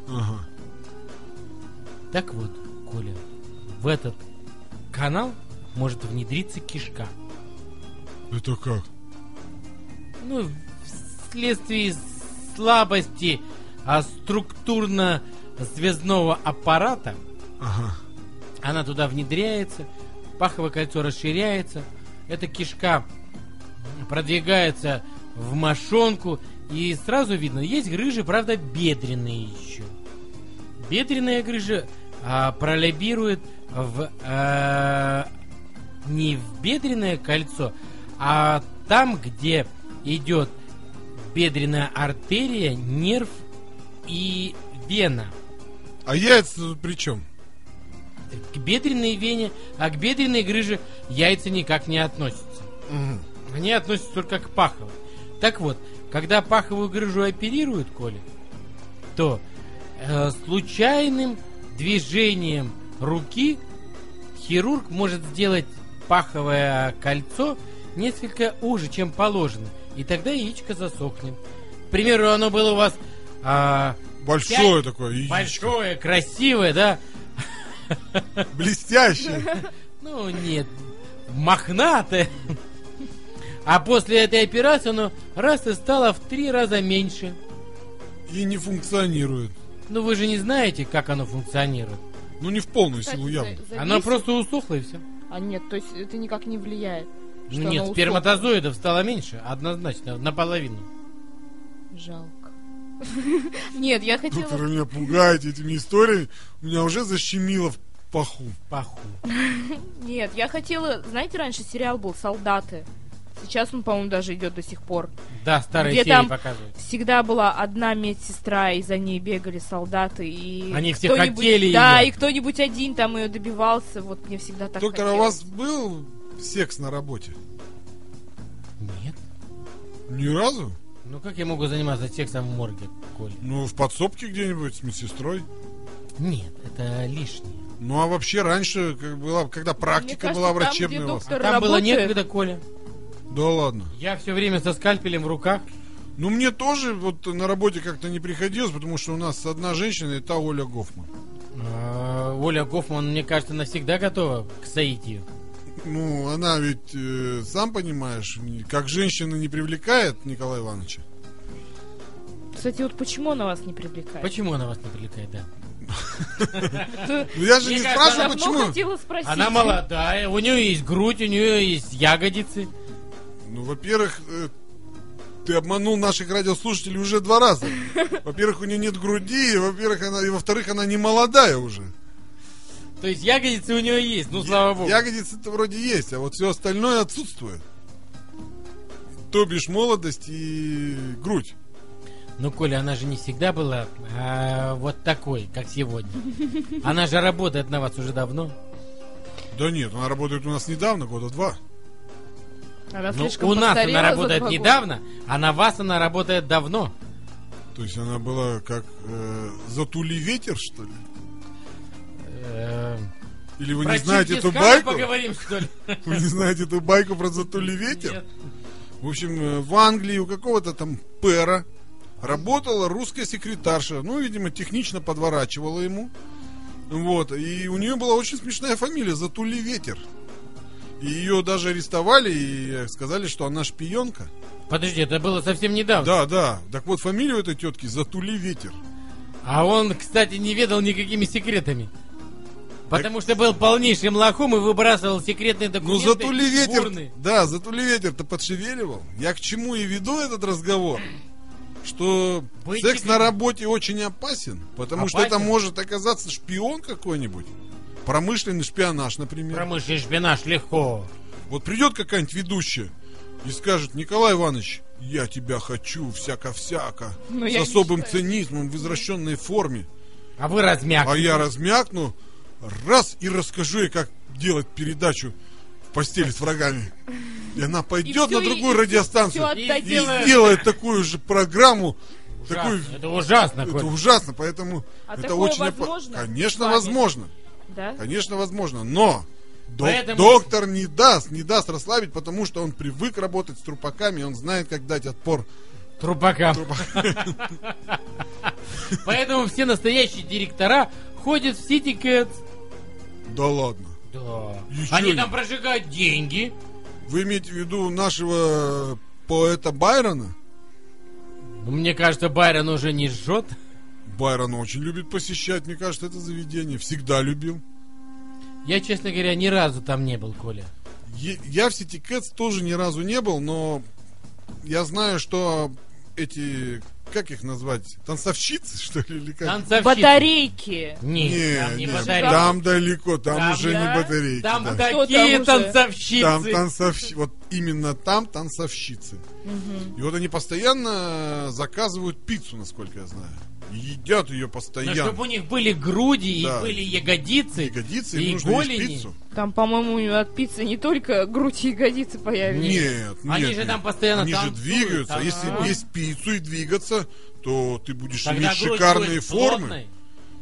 Speaker 2: Ага.
Speaker 1: Так вот, Коля, в этот канал может внедриться кишка.
Speaker 2: Это как?
Speaker 1: Ну, вследствие слабости а, структурно-связного аппарата,
Speaker 2: Ага.
Speaker 1: она туда внедряется, паховое кольцо расширяется, эта кишка продвигается в мошонку, и сразу видно, есть грыжи, правда, бедренные еще. Бедренная грыжа а, пролоббирует в, э, не в бедренное кольцо, а там, где идет бедренная артерия, нерв и вена.
Speaker 2: А яйца тут при чем?
Speaker 1: К бедренной вене, а к бедренной грыже яйца никак не относятся. Они относятся только к паховой. Так вот, когда паховую грыжу оперируют, Коля, то э, случайным движением руки хирург может сделать паховое кольцо несколько уже, чем положено. И тогда яичко засохнет. К примеру, оно было у вас а,
Speaker 2: Большое такое яичко.
Speaker 1: большое, красивое, да?
Speaker 2: Блестящее.
Speaker 1: Ну, нет, мохнатое. А после этой операции оно раз и стало в три раза меньше.
Speaker 2: И не функционирует.
Speaker 1: Ну, вы же не знаете, как оно функционирует.
Speaker 2: Ну не в полную
Speaker 3: Кстати,
Speaker 2: силу
Speaker 3: за-
Speaker 2: явно.
Speaker 3: зависит-
Speaker 1: Оно просто усохло и все.
Speaker 3: А нет, то есть это никак не влияет. что
Speaker 1: Ну, нет,
Speaker 3: оно
Speaker 1: сперматозоидов стало меньше, однозначно, наполовину.
Speaker 3: усохло. Жалко. Нет, я
Speaker 2: Доктор,
Speaker 3: хотела...
Speaker 2: вы меня пугаете этими историями. У меня уже защемило в паху.
Speaker 1: Паху.
Speaker 3: Нет, я хотела... Знаете, раньше сериал был «Солдаты». Сейчас он, по-моему, даже идет до сих пор.
Speaker 1: Да, старые
Speaker 3: Где
Speaker 1: серии
Speaker 3: там-
Speaker 1: показывают.
Speaker 3: Всегда была одна медсестра, и за ней бегали солдаты, и...
Speaker 1: Они все
Speaker 3: кто-нибудь-
Speaker 1: хотели
Speaker 3: Да,
Speaker 1: её.
Speaker 3: и кто-нибудь один там ее добивался, вот мне всегда так
Speaker 2: Доктор, а у
Speaker 3: хотелось.
Speaker 2: вас был секс на работе?
Speaker 1: Нет.
Speaker 2: Ни разу?
Speaker 1: Ну, как я могу заниматься сексом в морге, Коля?
Speaker 2: Ну, в подсобке где-нибудь с медсестрой.
Speaker 1: Нет, это лишнее.
Speaker 2: Ну, а вообще раньше, как была, когда
Speaker 3: Мне
Speaker 2: практика
Speaker 3: кажется,
Speaker 2: была
Speaker 3: там,
Speaker 2: врачебная
Speaker 3: где
Speaker 2: у вас.
Speaker 1: А Там
Speaker 3: доктор
Speaker 1: было
Speaker 3: работает-
Speaker 1: некогда, Коля.
Speaker 2: Да ладно.
Speaker 1: Я все время со скальпелем в руках.
Speaker 2: Ну, мне тоже вот на работе как-то не приходилось, потому что у нас одна женщина, это Оля Гофман.
Speaker 1: А, Оля Гофман, мне кажется, навсегда готова к соитию.
Speaker 2: Ну, она ведь, э, сам понимаешь, не- как женщина не привлекает Николая Ивановича.
Speaker 3: Кстати, вот почему она вас не привлекает?
Speaker 1: Почему она вас не привлекает, да?
Speaker 2: Ну, я же
Speaker 1: Мне
Speaker 2: не
Speaker 1: кажется,
Speaker 3: Я
Speaker 2: спрашиваю,
Speaker 3: давно
Speaker 2: почему.
Speaker 3: хотела спросить.
Speaker 1: Она молодая, у нее есть грудь, у нее есть ягодицы.
Speaker 2: Ну, во-первых, э, ты обманул наших радиослушателей уже два раза. Во-первых, у нее нет груди, и, во-первых, она, и во-вторых, она не молодая уже.
Speaker 1: То есть ягодицы у нее есть, ну слава богу.
Speaker 2: Ягодицы-то вроде есть, а вот все остальное отсутствует. То бишь молодость и грудь.
Speaker 1: Ну, Коля, она же не всегда была а, вот такой, как сегодня. Она же работает на вас уже давно.
Speaker 2: Да нет, она работает у нас недавно, года два.
Speaker 3: Она
Speaker 1: Ну,
Speaker 3: слишком
Speaker 1: у нас
Speaker 3: постарела
Speaker 1: она
Speaker 3: за
Speaker 1: работает
Speaker 3: два года.
Speaker 1: недавно, а на вас она работает давно.
Speaker 2: То есть она была как э, затули ветер, что ли?
Speaker 1: Э,
Speaker 2: Или вы
Speaker 1: про
Speaker 2: не знаете
Speaker 1: Чингисхана
Speaker 2: эту байку?
Speaker 1: поговорим, что ли?
Speaker 2: Вы не знаете эту байку про затули ветер?
Speaker 1: Нет.
Speaker 2: В общем, э, в Англии у какого-то там пера работала русская секретарша. Ну, видимо, технично подворачивала ему. Вот. И у нее была очень смешная фамилия Затули Ветер. И ее даже арестовали и э, сказали, что она шпионка.
Speaker 1: Подожди, это было совсем недавно.
Speaker 2: Да, да. Так вот, фамилия у этой тетки Затули Ветер.
Speaker 1: А он, кстати, не ведал никакими секретами. Потому что был полнейшим лохом и выбрасывал секретные
Speaker 2: Ну,
Speaker 1: документы.
Speaker 2: Затули
Speaker 1: в
Speaker 2: Ветер...
Speaker 1: урны.
Speaker 2: Да, Затули Ветер-то подшевеливал. Я к чему и веду этот разговор. Что
Speaker 1: Быть
Speaker 2: секс
Speaker 1: тебе-
Speaker 2: на работе очень опасен, потому что это
Speaker 1: Опасен?
Speaker 2: может оказаться шпион какой-нибудь. Промышленный шпионаж, например.
Speaker 1: Промышленный шпинаж легко.
Speaker 2: Вот придет какая-нибудь ведущая. и скажет, Николай Иванович, я тебя хочу всяко-всяко,
Speaker 3: Ну,
Speaker 2: с
Speaker 3: я не
Speaker 2: особым
Speaker 3: считаю.
Speaker 2: цинизмом, в извращенной форме.
Speaker 1: А вы размяк.
Speaker 2: А я размякну, раз и расскажу ей, как делать передачу в постели с врагами. И она пойдет
Speaker 3: всё,
Speaker 2: на
Speaker 3: и-
Speaker 2: другую
Speaker 3: и
Speaker 2: радиостанцию
Speaker 3: всё отдадим.
Speaker 1: И
Speaker 2: и
Speaker 1: делает.
Speaker 2: сделает такую же программу, такую
Speaker 1: Ужасно. Это ужасно,
Speaker 2: это
Speaker 1: Коль.
Speaker 2: ужасно, поэтому
Speaker 3: А
Speaker 2: это
Speaker 3: такое
Speaker 2: очень опа-
Speaker 3: возможно?
Speaker 2: Конечно,
Speaker 3: С вами?
Speaker 2: возможно.
Speaker 3: Да?
Speaker 2: Конечно, возможно. Но док-
Speaker 1: Поэтому-
Speaker 2: доктор не даст, не даст расслабить, потому что он привык работать с трупаками, он знает, как дать отпор.
Speaker 1: Трупака.
Speaker 2: трупакам.
Speaker 1: Поэтому все настоящие директора ходят в City Cats.
Speaker 2: Да ладно.
Speaker 1: Да.
Speaker 2: Еще
Speaker 1: Они
Speaker 2: не-
Speaker 1: там прожигают деньги.
Speaker 2: Вы имеете в виду нашего поэта Байрона?
Speaker 1: Ну, Мне кажется, Байрон уже не жжет.
Speaker 2: Байрон очень любит посещать, мне кажется, это заведение. Всегда любил.
Speaker 1: Я, честно говоря, ни разу там не был, Коля.
Speaker 2: Е- Я в City Cats тоже ни разу не был, но я знаю, что эти, как их назвать, танцовщицы, что ли, или как?
Speaker 1: Танцовщицы.
Speaker 3: Батарейки.
Speaker 1: Нет,
Speaker 2: Не,
Speaker 1: там не
Speaker 2: не,
Speaker 1: батарейки.
Speaker 2: там далеко, там,
Speaker 1: Там,
Speaker 2: уже
Speaker 1: да?
Speaker 2: не батарейки.
Speaker 1: Там
Speaker 2: да.
Speaker 3: Кто
Speaker 1: такие
Speaker 3: там уже?
Speaker 1: танцовщицы.
Speaker 2: Там танцовщи- вот именно там танцовщицы. И вот они постоянно заказывают пиццу, насколько я знаю. И едят ее
Speaker 1: Но
Speaker 2: постоянно.
Speaker 1: чтобы Ну, у них были груди
Speaker 2: Да.
Speaker 1: и были ягодицы.
Speaker 2: Ягодицы,
Speaker 1: и
Speaker 2: им нужно есть
Speaker 1: голени.
Speaker 2: пиццу.
Speaker 3: Там, по-моему, от пиццы не только грудь и ягодицы появятся.
Speaker 1: Нет.
Speaker 2: Нет, нет.
Speaker 1: Они же
Speaker 2: нет.
Speaker 1: там постоянно
Speaker 2: Они же
Speaker 1: танцуют,
Speaker 2: двигаются.
Speaker 1: там-
Speaker 2: Если есть пиццу и двигаться, то ты будешь
Speaker 1: Тогда
Speaker 2: иметь
Speaker 1: грудь
Speaker 2: шикарные
Speaker 1: будет
Speaker 2: формы.
Speaker 1: плотной.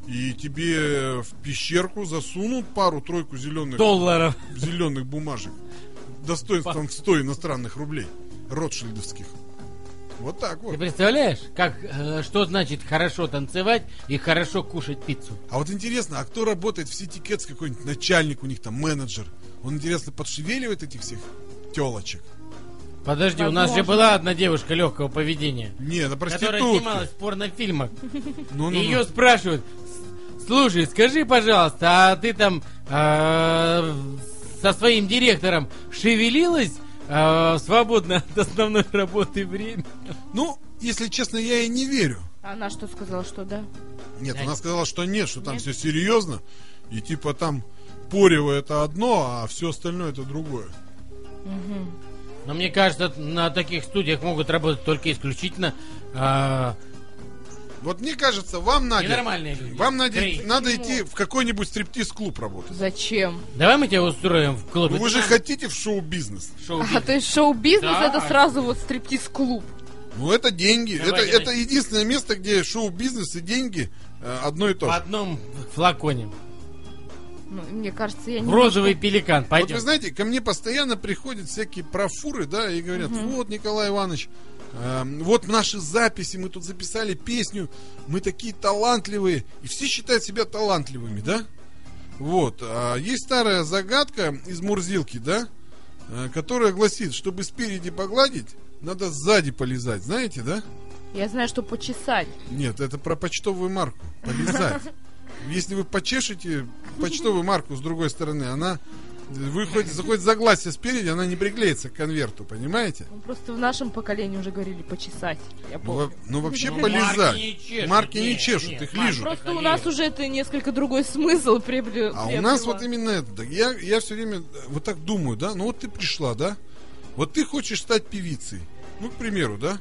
Speaker 2: И тебе в пещерку засунут пару-тройку зеленых
Speaker 1: Долларов.
Speaker 2: зеленых бумажек достоинством в 100 иностранных рублей ротшильдовских. Вот так
Speaker 1: Ты
Speaker 2: вот.
Speaker 1: представляешь, как, э, что значит хорошо танцевать и хорошо кушать пиццу?
Speaker 2: А вот интересно, а кто работает в City Cats, какой-нибудь начальник у них там, менеджер? Он, интересно, подшевеливает этих всех телочек?
Speaker 1: Подожди, у нас же
Speaker 3: Возможно.
Speaker 1: была одна девушка легкого поведения,
Speaker 2: Не, это
Speaker 1: которая
Speaker 2: проститутка.
Speaker 1: снималась в порнофильмах.
Speaker 2: Ну, ну, ну.
Speaker 1: Ее спрашивают, «С- слушай, скажи, пожалуйста, а ты там э, со своим директором шевелилась э, свободно от основной работы время?
Speaker 2: Ну, если честно, я ей не верю.
Speaker 3: Она что сказала, что да?
Speaker 2: Нет,
Speaker 1: Да.
Speaker 2: она сказала, что нет, что там
Speaker 3: Нет.
Speaker 2: все серьезно. И типа там порево это одно, а все остальное это другое.
Speaker 1: Но мне кажется, на таких студиях могут работать только исключительно э,
Speaker 2: Вот мне кажется, вам надо...
Speaker 1: ненормальные люди.
Speaker 2: Вам надо,
Speaker 1: Крей,
Speaker 2: надо
Speaker 3: Почему?
Speaker 2: идти в какой-нибудь стриптиз-клуб работать.
Speaker 3: Зачем?
Speaker 1: Давай мы тебя устроим в клуб.
Speaker 2: Ну, Вы
Speaker 1: Это
Speaker 2: же
Speaker 1: нам
Speaker 2: хотите в шоу-бизнес.
Speaker 1: шоу
Speaker 3: А то есть шоу-бизнес
Speaker 1: Да.
Speaker 3: это сразу вот стриптиз-клуб.
Speaker 2: Ну, это деньги.
Speaker 1: Давай,
Speaker 2: это,
Speaker 1: давай.
Speaker 2: это единственное место, где шоу-бизнес и деньги э, одно и то
Speaker 1: в
Speaker 2: же.
Speaker 1: одном флаконе.
Speaker 3: Ну, мне кажется, я не
Speaker 1: В розовый пеликан.
Speaker 2: ну, Вот
Speaker 1: Пойдем.
Speaker 2: вы знаете, ко мне постоянно приходят всякие профуры, да, и говорят, вот, Николай Иванович, эм, вот наши записи, мы тут записали песню, мы такие талантливые. И все считают себя талантливыми, да? Вот. а есть старая загадка из Мурзилки, да? э, Которая гласит, чтобы спереди погладить, надо сзади полезать, знаете, да?
Speaker 3: Я знаю, что почесать.
Speaker 2: Нет, это про почтовую марку. Полезать. Если вы почешете почтовую марку с другой стороны, она вы хоть заходит согласие спереди, она не приклеится к конверту, понимаете?
Speaker 3: Ну, Просто в нашем поколении уже говорили почесать. Я
Speaker 2: Ну,
Speaker 3: помню.
Speaker 2: во- ну, вообще
Speaker 1: Ну,
Speaker 2: полезать.
Speaker 1: марки не чешут,
Speaker 2: Марки не
Speaker 1: нет,
Speaker 2: чешут,
Speaker 1: нет,
Speaker 2: их
Speaker 1: марки
Speaker 2: лижут.
Speaker 3: Просто у
Speaker 1: Конечно.
Speaker 3: нас уже это несколько другой смысл приобрел.
Speaker 2: А у нас вот именно это. Да, Я, я все время э, вот так думаю, да? Ну вот ты пришла, да? Вот ты хочешь стать певицей. Ну, к примеру, да?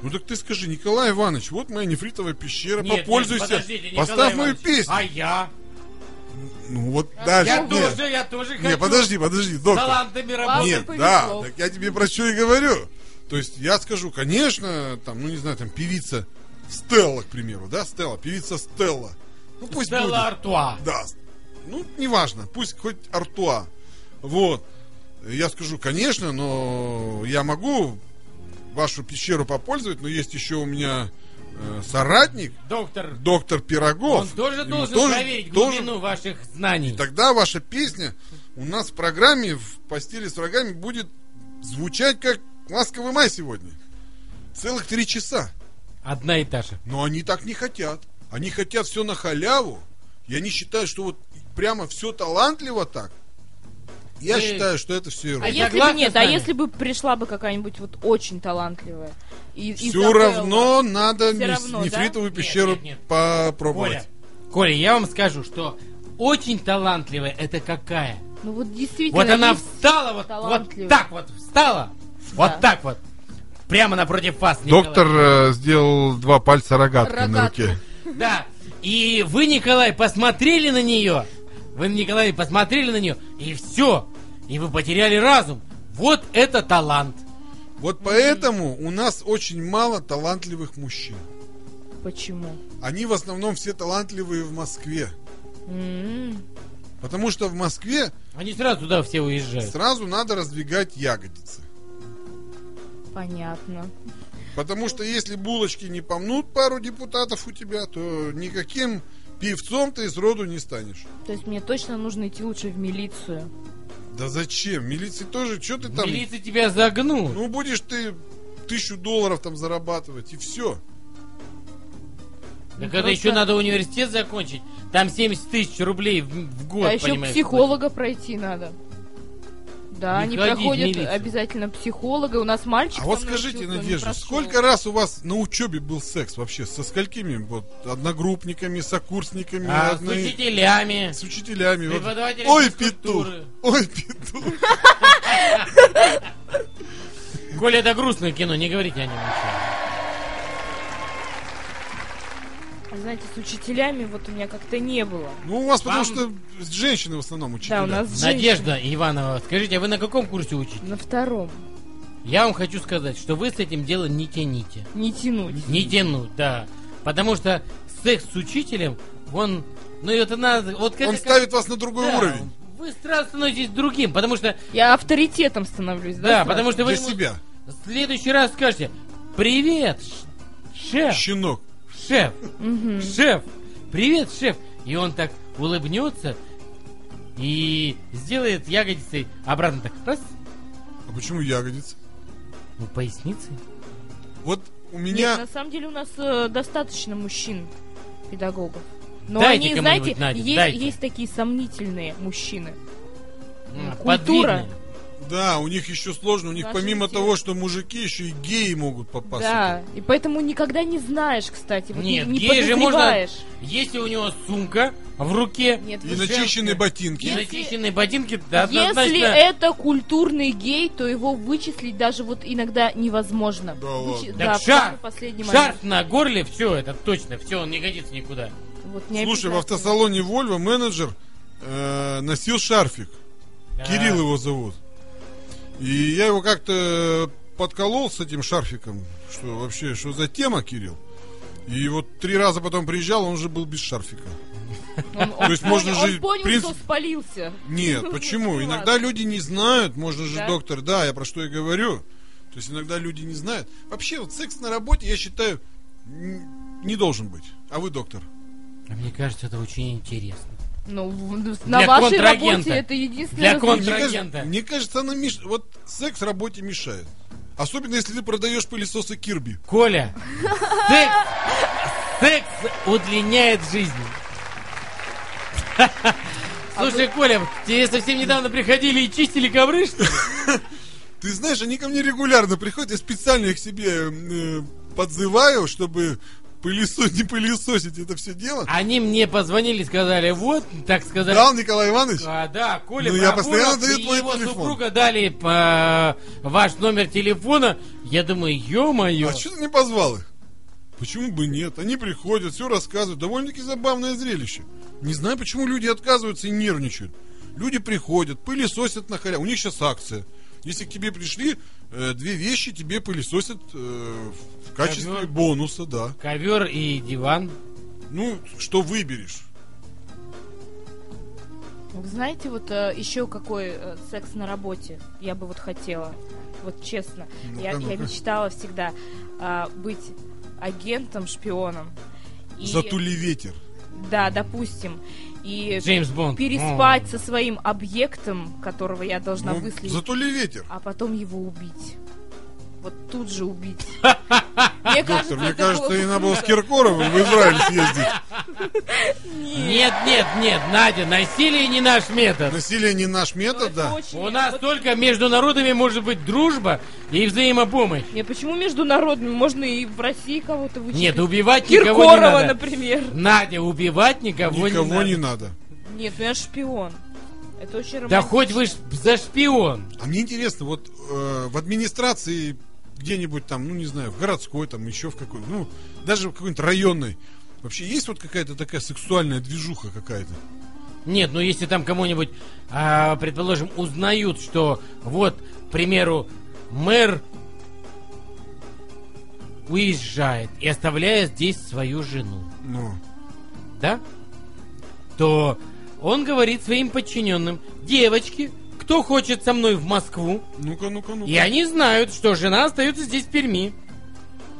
Speaker 2: Ну так ты скажи, Николай Иванович, вот моя нефритовая пещера,
Speaker 1: Нет, нет,
Speaker 2: попользуйся,
Speaker 1: подождите, Николай
Speaker 2: поставь мою
Speaker 1: Иванович.
Speaker 2: песню.
Speaker 1: А я?
Speaker 2: Ну вот дальше.
Speaker 1: Я
Speaker 2: нет.
Speaker 1: тоже, я тоже
Speaker 2: Не,
Speaker 1: хочу. А
Speaker 2: подожди, подожди, доктор.
Speaker 1: Талантами работать.
Speaker 2: Нет,
Speaker 3: повезло.
Speaker 2: да, так я тебе про что и говорю. То есть я скажу, конечно, там, ну не знаю, там певица Стелла, к примеру, да, Стелла, певица Стелла. Ну пусть
Speaker 1: Стелла
Speaker 2: будет.
Speaker 1: Артуа.
Speaker 2: Да, ну неважно, пусть хоть Артуа. Вот. Я скажу, конечно, но я могу вашу пещеру попользовать, но есть еще у меня э, соратник,
Speaker 1: Доктор,
Speaker 2: доктор Пирогов.
Speaker 1: он тоже
Speaker 2: Ему
Speaker 1: должен проверить
Speaker 2: тоже
Speaker 1: глубину ваших знаний.
Speaker 2: Тогда ваша песня у нас в программе в постели с врагами будет звучать как ласковый май сегодня. Целых три часа.
Speaker 1: Одна и та же.
Speaker 2: Но они так не хотят. Они хотят все на халяву. И они считают, что вот прямо все талантливо так. Я
Speaker 1: Ты-
Speaker 2: считаю, что это все
Speaker 3: А
Speaker 1: Ты
Speaker 3: если бы
Speaker 1: согласна
Speaker 3: нет,
Speaker 1: с
Speaker 3: а
Speaker 1: нами?
Speaker 3: если бы пришла бы какая-нибудь вот очень талантливая и, и
Speaker 2: Все
Speaker 3: запела?
Speaker 2: равно надо
Speaker 3: Всё
Speaker 2: не-
Speaker 3: равно, да?
Speaker 2: нефритовую
Speaker 1: Нет,
Speaker 2: пещеру
Speaker 1: нет, нет. Коля,
Speaker 2: попробовать.
Speaker 1: Коля, я вам скажу, что очень талантливая это какая?
Speaker 3: Ну вот действительно.
Speaker 1: Вот она
Speaker 3: есть-
Speaker 1: встала, вот, вот
Speaker 3: талантливая.
Speaker 1: так вот встала, Вот так вот. Прямо напротив вас. Николай.
Speaker 2: Доктор э, сделал два пальца рогатки на
Speaker 3: Рогатку.
Speaker 2: руке.
Speaker 1: Да. И вы, Николай, посмотрели на нее. Вы, Николай, посмотрели на нее. И все. И вы потеряли разум. Вот это талант.
Speaker 2: Вот поэтому у нас очень мало талантливых мужчин.
Speaker 3: Почему?
Speaker 2: Они в основном все талантливые в Москве.
Speaker 3: М,
Speaker 2: Потому что в Москве
Speaker 1: Они сразу туда все уезжают.
Speaker 2: сразу надо раздвигать ягодицы.
Speaker 3: Понятно.
Speaker 2: Потому что если булочки не помнут пару депутатов у тебя, то никаким певцом ты из роду не станешь.
Speaker 3: То есть мне точно нужно идти лучше в милицию.
Speaker 2: Да зачем? Милиции тоже, что ты там?
Speaker 1: Милиция тебя загнут.
Speaker 2: Ну будешь ты тысячу долларов там зарабатывать и все.
Speaker 1: так
Speaker 3: ну,
Speaker 1: это
Speaker 3: просто-
Speaker 1: еще надо университет закончить. Там 70 тысяч рублей в, в год,
Speaker 3: а еще
Speaker 1: понимаешь,
Speaker 3: психолога пройти надо. Да,
Speaker 1: Не
Speaker 3: они
Speaker 1: ходить в
Speaker 3: проходят
Speaker 1: милицию.
Speaker 3: обязательно психолога. У нас мальчик.
Speaker 2: А вот
Speaker 3: со мной
Speaker 2: скажите,
Speaker 3: учился, он не
Speaker 2: Надежда,
Speaker 3: прошел.
Speaker 2: сколько раз у вас на учебе был секс вообще? Со сколькими? Вот одногруппниками, сокурсниками,
Speaker 1: А, с
Speaker 2: одной-
Speaker 1: учителями.
Speaker 2: с учителями. вот.
Speaker 1: преподавателями
Speaker 2: ну Ой, петух!
Speaker 1: физкультуры.
Speaker 2: Ой, петух!
Speaker 1: Коля, это грустное кино, не говорите о нем ничего.
Speaker 3: А Знаете, с учителями вот у меня как-то не было.
Speaker 2: Ну, у вас
Speaker 1: Вам-
Speaker 2: потому что женщины в основном учителя.
Speaker 3: Да, у нас женщины.
Speaker 1: Надежда Иванова, скажите, а вы на каком курсе учите?
Speaker 3: На втором.
Speaker 1: Я вам хочу сказать, что вы с этим делом не тяните.
Speaker 3: Не тянуть.
Speaker 1: Не тянуть, да. Потому что секс с учителем, он... Ну, это надо... Вот как
Speaker 2: Он ставит вас на другой
Speaker 1: Да,
Speaker 2: уровень.
Speaker 1: Вы сразу становитесь другим, потому что...
Speaker 3: Я авторитетом становлюсь, да?
Speaker 1: Да,
Speaker 3: сразу?
Speaker 1: потому что вы
Speaker 2: Для
Speaker 1: ему
Speaker 2: себя.
Speaker 1: в следующий раз скажете «Привет, ш- шеф,
Speaker 2: Щенок.
Speaker 1: шеф,
Speaker 3: Мгм.
Speaker 1: шеф, привет, шеф!» И он так улыбнется и сделает ягодицей обратно так раз,
Speaker 2: А почему ягодицы?
Speaker 1: ну, поясницы.
Speaker 2: Вот у
Speaker 3: Нет,
Speaker 2: меня...
Speaker 3: на самом деле у нас э, достаточно мужчин педагогов. Но
Speaker 1: Дайте
Speaker 3: они,
Speaker 1: кому-нибудь,
Speaker 3: знаете,
Speaker 1: Надя, дайте.
Speaker 3: есть, есть такие сомнительные мужчины.
Speaker 1: М,
Speaker 3: Ну, Культура.
Speaker 1: подвидные.
Speaker 2: Да, у них еще сложно. У них
Speaker 3: Наши
Speaker 2: помимо
Speaker 3: те.
Speaker 2: того, что мужики, еще и геи могут попасть.
Speaker 3: да, и поэтому никогда не знаешь, кстати, вот
Speaker 1: Нет,
Speaker 3: не, не
Speaker 1: гей же можно-
Speaker 3: подозреваешь.
Speaker 1: Если у него сумка в руке,
Speaker 3: Нет,
Speaker 2: И
Speaker 3: вы
Speaker 2: начищенные
Speaker 3: женская.
Speaker 1: и
Speaker 2: ботинки.
Speaker 3: Если-
Speaker 1: начищенные ботинки, да,
Speaker 3: Если
Speaker 1: однозначно...
Speaker 3: это культурный гей, то его вычислить даже вот иногда невозможно.
Speaker 2: Да
Speaker 3: Выч-
Speaker 2: ладно.
Speaker 3: Да,
Speaker 1: Так шар-
Speaker 3: в последний момент.
Speaker 1: Шарф на горле, все, это точно, все, он не годится никуда.
Speaker 3: Вот не
Speaker 2: Слушай, в
Speaker 3: обязательно.
Speaker 2: автосалоне Volvo менеджер э, носил шарфик. А. Кирилл его зовут. И я его как-то подколол с этим шарфиком. Что вообще, что за тема, Кирилл? И вот три раза потом приезжал, он же был без шарфика.
Speaker 3: Он,
Speaker 2: То есть
Speaker 3: он
Speaker 2: можно
Speaker 3: понял-
Speaker 2: же,
Speaker 3: он понял,
Speaker 2: в принципе-
Speaker 3: что спалился.
Speaker 2: Нет, почему?
Speaker 3: Ну
Speaker 2: Иногда
Speaker 3: ладно.
Speaker 2: люди не знают, можно же,
Speaker 3: Да?
Speaker 2: доктор, да, я про что и говорю. То есть иногда люди не знают. Вообще, вот секс на работе, я считаю, н- не должен быть. А вы, доктор?
Speaker 1: А Мне кажется, это очень интересно.
Speaker 3: Ну, в-
Speaker 1: Для
Speaker 3: на вашей
Speaker 1: контрагента.
Speaker 3: работе это единственное.
Speaker 1: Для
Speaker 2: Ну,
Speaker 3: развлечение.
Speaker 2: Мне кажется,
Speaker 1: Контрагента.
Speaker 2: мне кажется, она меш- вот секс работе мешает. Особенно, если ты продаешь пылесосы Кирби.
Speaker 1: Коля, секс, секс удлиняет жизнь.
Speaker 2: А
Speaker 1: Слушай, Коля, тебе совсем недавно приходили и чистили ковры, что ли?
Speaker 2: Ты знаешь, они ко мне регулярно приходят, я специально их себе э, подзываю, чтобы пылесо- не пылесосить это все дело.
Speaker 1: Они мне позвонили, сказали, вот, так сказать.
Speaker 2: Дал Николай Иванович?
Speaker 1: А, да, Коля
Speaker 2: Ну, я
Speaker 1: Проборов
Speaker 2: постоянно даю
Speaker 1: и
Speaker 2: твой
Speaker 1: его
Speaker 2: телефон.
Speaker 1: супруга дали по- ваш номер телефона. Я думаю, ё-моё.
Speaker 2: А что ты не позвал их? Почему бы нет? Они приходят, все рассказывают. Довольно-таки забавное зрелище. Не знаю, почему люди отказываются и нервничают. Люди приходят, пылесосят на халяву. У них сейчас акция. Если к тебе пришли, э, две вещи тебе пылесосят э, в качестве
Speaker 1: Ковёр.
Speaker 2: бонуса, да.
Speaker 1: Ковер и диван.
Speaker 2: Ну, что выберешь?
Speaker 3: Вы знаете, вот еще какой э, секс на работе я бы вот хотела. Вот честно.
Speaker 2: Ну-ка,
Speaker 3: я, я
Speaker 2: ну-ка.
Speaker 3: мечтала всегда а, быть агентом, шпионом. И-
Speaker 2: Затули ветер.
Speaker 3: Да, допустим. И
Speaker 1: Джеймс Бонд.
Speaker 3: переспать со своим объектом, которого я должна
Speaker 2: Ну,
Speaker 3: выследить,
Speaker 2: затули ветер.
Speaker 3: а потом его убить. Вот тут же убить. Мне
Speaker 2: Доктор, мне
Speaker 3: это
Speaker 2: кажется,
Speaker 3: было бы
Speaker 2: и надо было с
Speaker 3: круто.
Speaker 2: Киркоровым в Израиль съездить.
Speaker 1: Нет, нет, нет, Надя, насилие не наш метод.
Speaker 2: Насилие не наш метод,
Speaker 3: Это
Speaker 2: да.
Speaker 3: очень-
Speaker 1: У нас
Speaker 3: вот
Speaker 1: только между народами может быть дружба и взаимопомощь.
Speaker 3: Не, почему международными? Можно и в России кого-то вычислить.
Speaker 1: Нет, убивать никого не
Speaker 3: Киркорова,
Speaker 1: надо.
Speaker 3: например.
Speaker 1: Надя, убивать никого,
Speaker 2: Никого
Speaker 1: не
Speaker 2: не
Speaker 1: надо.
Speaker 2: надо.
Speaker 3: Нет, ну я шпион. Это очень
Speaker 1: Да
Speaker 3: романтично.
Speaker 1: хоть вы ж За шпион.
Speaker 2: А мне интересно, вот э, в администрации где-нибудь там, ну не знаю, в городской, там еще в какой, ну даже в какой-нибудь районной, вообще есть вот какая-то такая сексуальная движуха какая-то?
Speaker 1: Нет, ну если там кому-нибудь, а, предположим, узнают, что вот, к примеру, мэр уезжает и оставляя здесь свою жену,
Speaker 2: Ну,
Speaker 1: да? То он говорит своим подчиненным, девочки, кто хочет со мной в Москву?
Speaker 2: ну-ка, ну-ка, ну-ка.
Speaker 1: И они знают, что жена остается здесь в Перми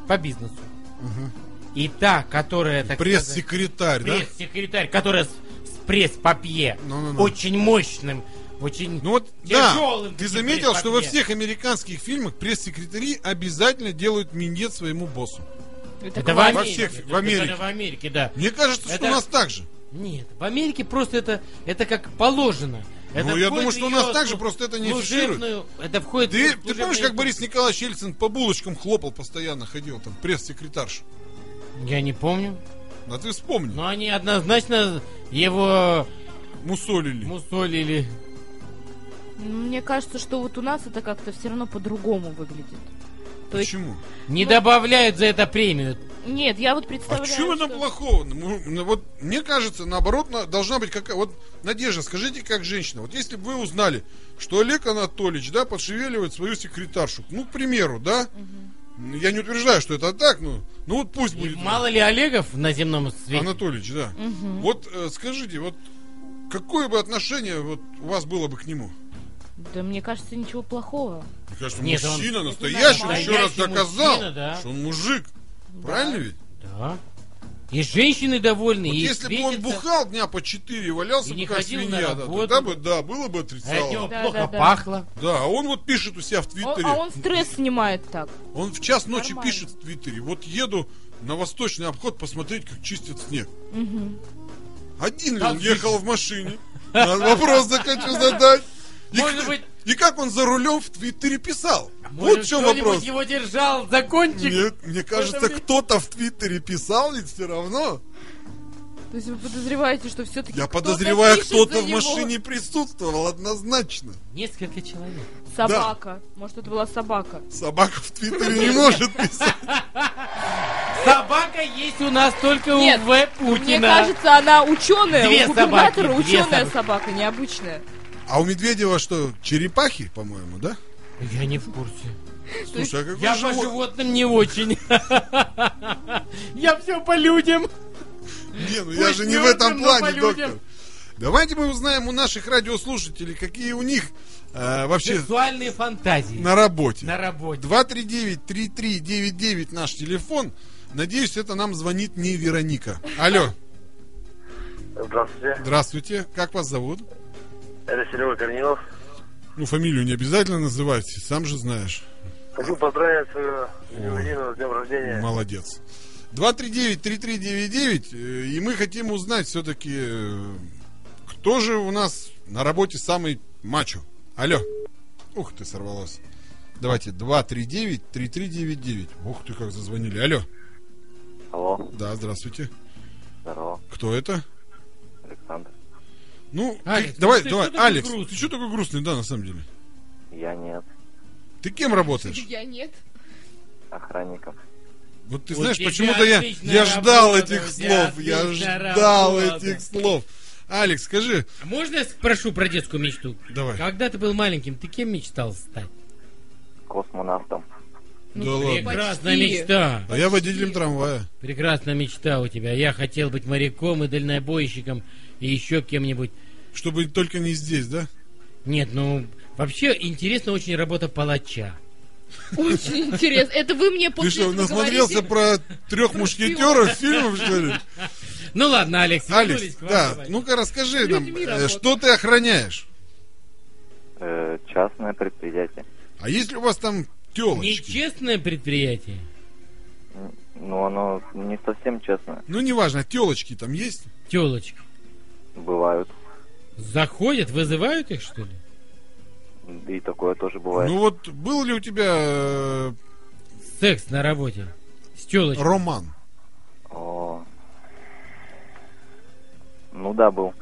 Speaker 1: по бизнесу.
Speaker 2: Ага.
Speaker 1: И та, которая, так сказать,
Speaker 2: Пресс-секретарь, да?
Speaker 1: пресс-секретарь, которая с, с пресс-папье,
Speaker 2: Ну-ну-ну.
Speaker 1: очень мощным, очень...
Speaker 2: Ну вот, да,
Speaker 1: Тяжелым
Speaker 2: ты
Speaker 1: таким
Speaker 2: заметил, что во
Speaker 1: пресс-папье.
Speaker 2: всех американских фильмах пресс-секретари обязательно делают минет своему боссу.
Speaker 1: это в Америке.
Speaker 3: классно.
Speaker 2: во всех- в
Speaker 1: это- это
Speaker 2: Америке.
Speaker 1: в Америке, да.
Speaker 2: Мне кажется, что
Speaker 1: Это-
Speaker 2: у нас так же.
Speaker 1: Нет, в Америке просто это, это как положено. Это
Speaker 2: Ну, я
Speaker 1: входит
Speaker 2: думаю, что у
Speaker 1: в
Speaker 2: нас
Speaker 1: её
Speaker 2: так же,
Speaker 1: слу-
Speaker 2: просто это не
Speaker 1: служебную- Это входит... в
Speaker 2: Ты,
Speaker 1: её
Speaker 2: ты
Speaker 1: служебную-
Speaker 2: помнишь, как Борис Николаевич Ельцин по булочкам хлопал постоянно, ходил там, пресс-секретарш?
Speaker 1: Я не помню.
Speaker 2: А ты вспомни,
Speaker 1: Но они однозначно его
Speaker 2: мусолили.
Speaker 1: ну, мусолили.
Speaker 3: Ну, Мне кажется, что вот у нас это как-то все равно по-другому выглядит. То есть,
Speaker 2: Почему?
Speaker 1: Не добавляют за это премию.
Speaker 3: нет, я вот
Speaker 2: А
Speaker 3: представляю,
Speaker 2: чем это
Speaker 3: что-
Speaker 2: плохого? Ну, ну, Вот мне кажется, наоборот, на- должна быть какая... Вот, Надежда, скажите, как женщина, вот если бы вы узнали, что Олег Анатольевич, да, подшевеливает свою секретаршу, ну, к примеру, да, Ну, я не утверждаю, что это так, но ну вот пусть
Speaker 1: И
Speaker 2: будет А ну.
Speaker 1: мало ли Олегов на земном свете.
Speaker 2: Анатольевич, да.
Speaker 3: Мгм.
Speaker 2: Вот э, скажите, вот какое бы отношение вот у вас было бы к нему?
Speaker 3: Да мне кажется, ничего плохого.
Speaker 2: Мне кажется,
Speaker 1: Нет, он-
Speaker 2: мужчина настоящий,
Speaker 3: нормально.
Speaker 2: еще раз
Speaker 1: Настоящий
Speaker 2: доказал,
Speaker 1: мужчина, да.
Speaker 2: что он мужик. Правильно ведь?
Speaker 1: Да. И женщины довольны.
Speaker 2: Вот
Speaker 1: и
Speaker 2: если бы он
Speaker 1: светится.
Speaker 2: бухал дня по 4 и
Speaker 1: И
Speaker 2: валялся
Speaker 1: не
Speaker 2: бы как
Speaker 1: ходил на
Speaker 2: свинья, да,
Speaker 1: работу.
Speaker 2: тогда бы, да, было бы
Speaker 1: А от него
Speaker 2: отрицало.
Speaker 3: Да,
Speaker 1: плохо
Speaker 3: да, да.
Speaker 1: пахло.
Speaker 2: Да, а он вот пишет у себя в
Speaker 3: Он-
Speaker 2: Твиттере.
Speaker 3: а он стресс снимает так.
Speaker 2: Он в час ночи
Speaker 3: Нормально.
Speaker 2: пишет в Твиттере. Вот еду на восточный обход посмотреть, как чистят снег.
Speaker 3: Мгм.
Speaker 2: Один ли
Speaker 1: Как
Speaker 2: он ехал в машине? Надо Вопрос хочу задать. И,
Speaker 1: Может
Speaker 2: кто-
Speaker 1: быть- А
Speaker 2: и как он за рулем в Твиттере писал? вот
Speaker 1: Может,
Speaker 2: в чем
Speaker 1: кто-нибудь
Speaker 2: вопрос.
Speaker 1: его держал за кончик?
Speaker 2: Нет, мне кажется,
Speaker 1: время-
Speaker 2: кто-то в Твиттере писал, ведь все равно.
Speaker 3: То есть вы подозреваете, что все-таки
Speaker 2: Я подозреваю, кто-то в
Speaker 3: него.
Speaker 2: машине присутствовал однозначно.
Speaker 1: Несколько человек.
Speaker 3: Собака. Может, это была собака.
Speaker 2: Собака в Твиттере не может писать.
Speaker 1: Собака есть у нас только у
Speaker 3: Нет,
Speaker 1: В. Путина.
Speaker 3: Мне кажется, она ученая.
Speaker 1: Две
Speaker 3: У губернатора
Speaker 1: собаки, две
Speaker 3: ученая
Speaker 1: собаки.
Speaker 3: собака, необычная.
Speaker 2: А у Медведева что, черепахи, по-моему, да?
Speaker 1: Я не в курсе.
Speaker 2: Слушай, а какой
Speaker 1: Я
Speaker 2: живот-
Speaker 1: по животным не очень. Я все по людям.
Speaker 2: Не, ну я
Speaker 1: Пусть
Speaker 2: же
Speaker 1: не
Speaker 2: не в
Speaker 1: умрем,
Speaker 2: этом
Speaker 1: но
Speaker 2: плане,
Speaker 1: полюбим.
Speaker 2: доктор. Давайте мы узнаем у наших радиослушателей, какие у них э, вообще
Speaker 1: Сексуальные фантазии.
Speaker 2: на работе.
Speaker 1: На работе.
Speaker 2: 239-3399 наш телефон. Надеюсь, это нам звонит не Вероника. Алло,
Speaker 4: Здравствуйте,
Speaker 2: здравствуйте. Как вас зовут?
Speaker 4: это Серега Корнилов.
Speaker 2: Ну, фамилию не обязательно называть, сам же знаешь.
Speaker 4: Хочу поздравить свою Евгению с днем рождения.
Speaker 2: Молодец. 239-3399. э, И мы хотим узнать все-таки, кто же у нас на работе самый мачо. Алло. Ух ты, сорвалось. Давайте, 239-3399. Ух ты, как зазвонили. Алло.
Speaker 4: Алло,
Speaker 2: Да, здравствуйте.
Speaker 4: здорово,
Speaker 2: Кто это?
Speaker 4: Александр.
Speaker 2: Ну, ты-
Speaker 1: Алекс,
Speaker 2: давай,
Speaker 1: ну ты
Speaker 2: давай,
Speaker 1: что такой
Speaker 2: Алекс, ты
Speaker 1: грустный?
Speaker 2: что такой грустный, да, на самом деле?
Speaker 4: Я нет,
Speaker 2: Ты кем работаешь?
Speaker 3: Я нет.
Speaker 4: охранников.
Speaker 2: Вот ты
Speaker 1: У
Speaker 2: знаешь,
Speaker 1: тебя
Speaker 2: почему-то я,
Speaker 1: отличная
Speaker 2: я ждал
Speaker 1: работа,
Speaker 2: этих
Speaker 1: у тебя
Speaker 2: слов, я
Speaker 1: отличная
Speaker 2: ждал
Speaker 1: работа.
Speaker 2: этих слов. Алекс, скажи,
Speaker 1: А Можно я спрошу про детскую мечту?
Speaker 2: давай.
Speaker 1: Когда ты был маленьким, ты кем мечтал стать?
Speaker 4: Космонавтом.
Speaker 2: да ладно.
Speaker 1: Прекрасная
Speaker 3: почти.
Speaker 1: мечта.
Speaker 2: А я водителем трамвая.
Speaker 1: Прекрасная мечта у тебя. Я хотел быть моряком и дальнобойщиком и еще кем-нибудь.
Speaker 2: Чтобы только не здесь, да?
Speaker 1: Нет, ну вообще интересна очень работа палача.
Speaker 3: Очень интересно. Это вы мне после
Speaker 2: Ты что,
Speaker 3: этого
Speaker 2: насмотрелся
Speaker 3: говорите?
Speaker 2: про трех мушкетеров фильмов, что ли?
Speaker 1: Ну ладно, Алекс, вернулись
Speaker 2: Алекс,
Speaker 1: к вам,
Speaker 2: да, ну,
Speaker 1: давай.
Speaker 2: ну-ка расскажи нам,
Speaker 3: людьми
Speaker 2: э,
Speaker 3: работать.
Speaker 2: что ты охраняешь?
Speaker 4: Э, частное предприятие.
Speaker 2: А есть ли у вас там телочки?
Speaker 1: Нечестное предприятие.
Speaker 4: М, Ну, оно не совсем честное.
Speaker 2: Ну, неважно, телочки там есть?
Speaker 1: Телочки.
Speaker 4: Бывают.
Speaker 1: Заходят, вызывают их, что ли?
Speaker 4: И такое тоже бывает.
Speaker 2: Ну вот, был ли у тебя э,
Speaker 1: Секс на работе. С телочкой.
Speaker 2: роман?
Speaker 4: О. Ну да, был.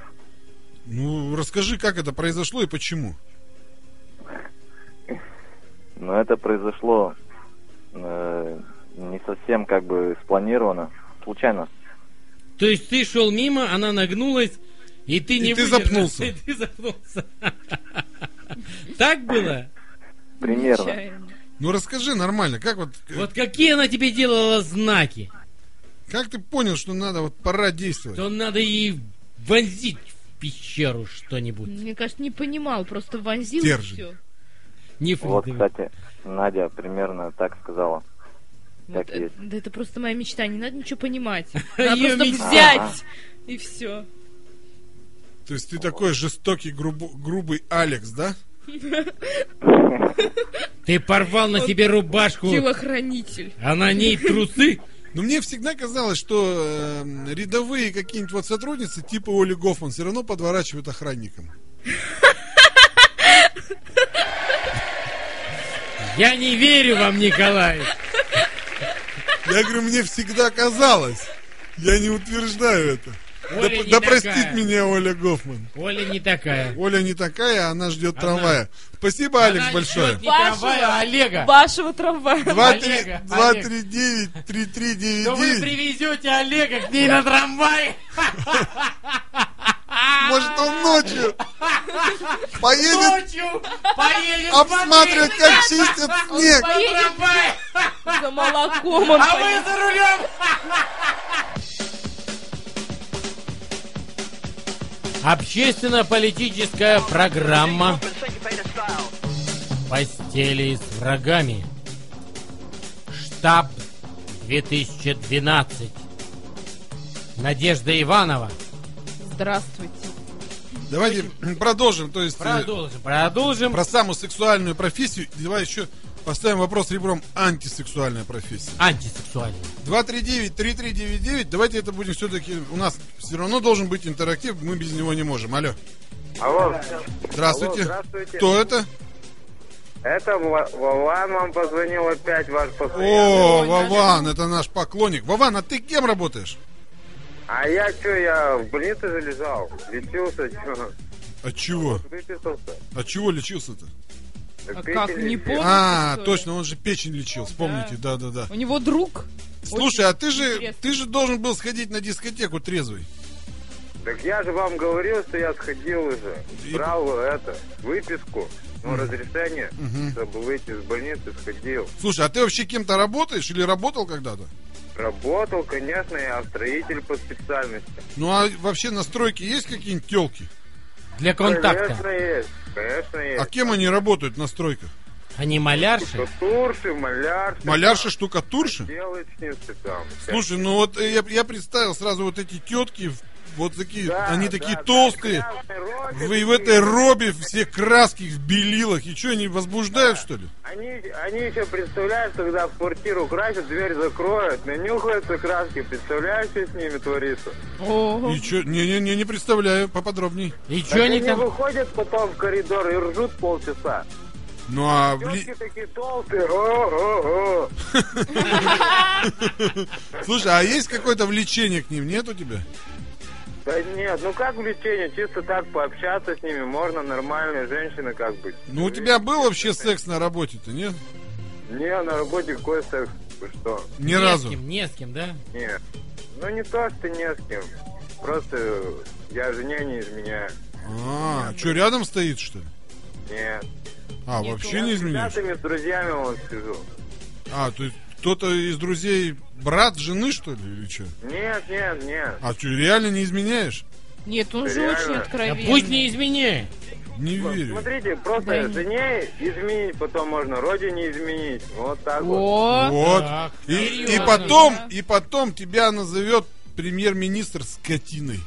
Speaker 2: Ну, расскажи, как это произошло и почему.
Speaker 5: Но это произошло э, не совсем как бы спланировано, случайно.
Speaker 1: То есть ты шел мимо, она нагнулась, и ты
Speaker 2: И
Speaker 1: не
Speaker 2: ты
Speaker 1: выдержал,
Speaker 2: запнулся.
Speaker 1: И ты запнулся. Так было?
Speaker 5: Примерно.
Speaker 3: Нечаянно.
Speaker 2: Ну расскажи нормально, как вот, э,
Speaker 1: Вот какие она тебе делала знаки?
Speaker 2: как ты понял, что надо вот пора действовать?
Speaker 1: То надо ей вонзить в пещеру что-нибудь.
Speaker 6: Мне кажется, не понимал, просто вонзил
Speaker 2: Стержень.
Speaker 6: все.
Speaker 1: Не
Speaker 5: Вот,
Speaker 1: фрукты.
Speaker 5: кстати, Надя примерно так сказала.
Speaker 3: Ну,
Speaker 5: Так и есть.
Speaker 6: да это просто моя мечта, не надо ничего понимать. Надо
Speaker 1: Её
Speaker 6: просто
Speaker 1: мечта.
Speaker 6: взять и все.
Speaker 2: То есть ты такой жестокий, грубу- грубый Алекс, да?
Speaker 1: Ты порвал на себе рубашку,
Speaker 6: Телохранитель.
Speaker 1: а на ней трусы.
Speaker 2: Но мне всегда казалось, что э, рядовые какие-нибудь вот сотрудницы, типа Оли Гофман, все равно подворачивают охранникам.
Speaker 1: Я не верю вам, Николай.
Speaker 2: Я говорю, мне всегда казалось. Я не утверждаю это. Да,
Speaker 1: Оля не
Speaker 2: да
Speaker 1: такая.
Speaker 2: простит меня Оля Гофман.
Speaker 1: Оля не такая.
Speaker 2: Оля не такая, а она ждет
Speaker 1: Она-
Speaker 2: трамвая. Спасибо, Алекс,
Speaker 1: Она
Speaker 2: большое.
Speaker 1: ждёт Не трамвая, а Олега.
Speaker 3: Вашего трамвая.
Speaker 2: Два три-
Speaker 1: Олега,
Speaker 2: два
Speaker 1: Олег.
Speaker 2: три девять три три
Speaker 1: То
Speaker 2: девять
Speaker 1: вы
Speaker 2: девять.
Speaker 1: привезете Олега к ней на трамвае.
Speaker 2: Может, он ночью поедет
Speaker 1: Ночью поедет
Speaker 2: обсматривать,
Speaker 1: смотреть
Speaker 2: как чистят снег.
Speaker 1: на трамвай,
Speaker 3: За молоком он
Speaker 1: а
Speaker 3: поехал.
Speaker 1: вы за рулем. Общественно-политическая программа «Постели с врагами». Штаб 2012. Надежда Иванова.
Speaker 3: Здравствуйте.
Speaker 2: Давайте продолжим. То есть э,
Speaker 1: Продолжим, продолжим.
Speaker 2: про самую сексуальную профессию. И Давай еще поставим вопрос ребром антисексуальная профессия.
Speaker 1: Антисексуальный.
Speaker 2: 239-3399. Давайте это будем все-таки... У нас все равно должен быть интерактив, мы без него не можем. Алло.
Speaker 4: Алло,
Speaker 2: Здравствуйте.
Speaker 4: Алло, здравствуйте.
Speaker 2: Кто это?
Speaker 4: это Ва- Вован вам позвонил опять ваш постоянный.
Speaker 2: О, Вован, это наш поклонник. Вован, а ты кем работаешь?
Speaker 4: А я что, я в больнице же лежал, лечился, чё,
Speaker 2: От чего?
Speaker 4: выписался.
Speaker 2: От чего лечился-то?
Speaker 3: А
Speaker 4: Петель
Speaker 3: как, не
Speaker 4: лечил.
Speaker 3: помню?
Speaker 2: А,
Speaker 3: что ли?
Speaker 2: точно, он же печень лечил, вспомните, да-да-да.
Speaker 3: У него друг.
Speaker 2: Слушай, а ты же,
Speaker 3: интересно.
Speaker 2: ты же должен был сходить на дискотеку трезвый.
Speaker 4: Так я же вам говорил, что я сходил уже,
Speaker 2: И-
Speaker 4: брал это, выписку, ну, разрешение, чтобы выйти из больницы, сходил.
Speaker 2: Слушай, а ты вообще кем-то работаешь или работал когда-то?
Speaker 4: Работал, конечно, я строитель по специальности.
Speaker 2: Ну а вообще на стройке есть какие-нибудь телки?
Speaker 1: Для контакта.
Speaker 4: Конечно, есть, конечно, есть.
Speaker 2: А кем они работают на стройках?
Speaker 1: Они А малярши?
Speaker 4: Штукатурши, малярши,
Speaker 2: Малярши, штукатурши?
Speaker 4: Белочницы там.
Speaker 2: Слушай, ну вот э, я, я представил сразу вот эти тетки, вот такие,
Speaker 4: Да,
Speaker 2: они
Speaker 4: да,
Speaker 2: такие
Speaker 4: да,
Speaker 2: толстые,
Speaker 4: грязные рожи
Speaker 2: в, и в
Speaker 4: такие.
Speaker 2: этой робе, все краски в белилах, и что, они возбуждают, что ли?
Speaker 4: Они, они еще представляют, когда в квартиру красят, дверь закроют, нанюхаются краски, представляешь, что с ними творится?
Speaker 3: Ого.
Speaker 2: И что, не-не-не, не представляю, поподробней.
Speaker 1: И
Speaker 4: Так
Speaker 1: что они там?
Speaker 4: выходят потом в коридор и ржут полчаса.
Speaker 2: Ну а, в ли-
Speaker 4: Девочки такие толстые, о-о-о.
Speaker 2: слушай, а есть какое-то влечение к ним, нет у тебя?
Speaker 4: Да нет, ну как влечение, чисто так пообщаться с ними можно, нормальные женщины как бы.
Speaker 2: Ну у тебя был вообще секс на работе-то, нет?
Speaker 4: Не, на работе какой секс, вы что?
Speaker 2: Ни
Speaker 1: Не
Speaker 2: разу.
Speaker 1: с кем, не с кем, да?
Speaker 4: Нет. Ну не то, что не с кем. Просто э, я жене не изменяю.
Speaker 2: А, что, рядом стоит, что ли?
Speaker 4: Нет.
Speaker 2: А, вообще не
Speaker 4: С
Speaker 2: изменяешь?
Speaker 4: ребятами, с друзьями вам сижу.
Speaker 2: А, то есть кто-то из друзей брат жены, что ли, или что?
Speaker 4: Нет, нет, нет.
Speaker 2: А что, реально не изменяешь?
Speaker 3: Нет, он же
Speaker 4: Реально?
Speaker 3: очень
Speaker 1: Да
Speaker 3: откровенный.
Speaker 1: пусть не изменяет.
Speaker 2: Не верю.
Speaker 4: Смотрите, просто
Speaker 3: Да нет.
Speaker 4: жене изменить, потом можно родине изменить. Вот так вот.
Speaker 3: О,
Speaker 2: Вот.
Speaker 1: Так,
Speaker 2: И, и
Speaker 1: серьезно.
Speaker 2: потом,
Speaker 3: да.
Speaker 2: и потом тебя назовет премьер-министр скотиной.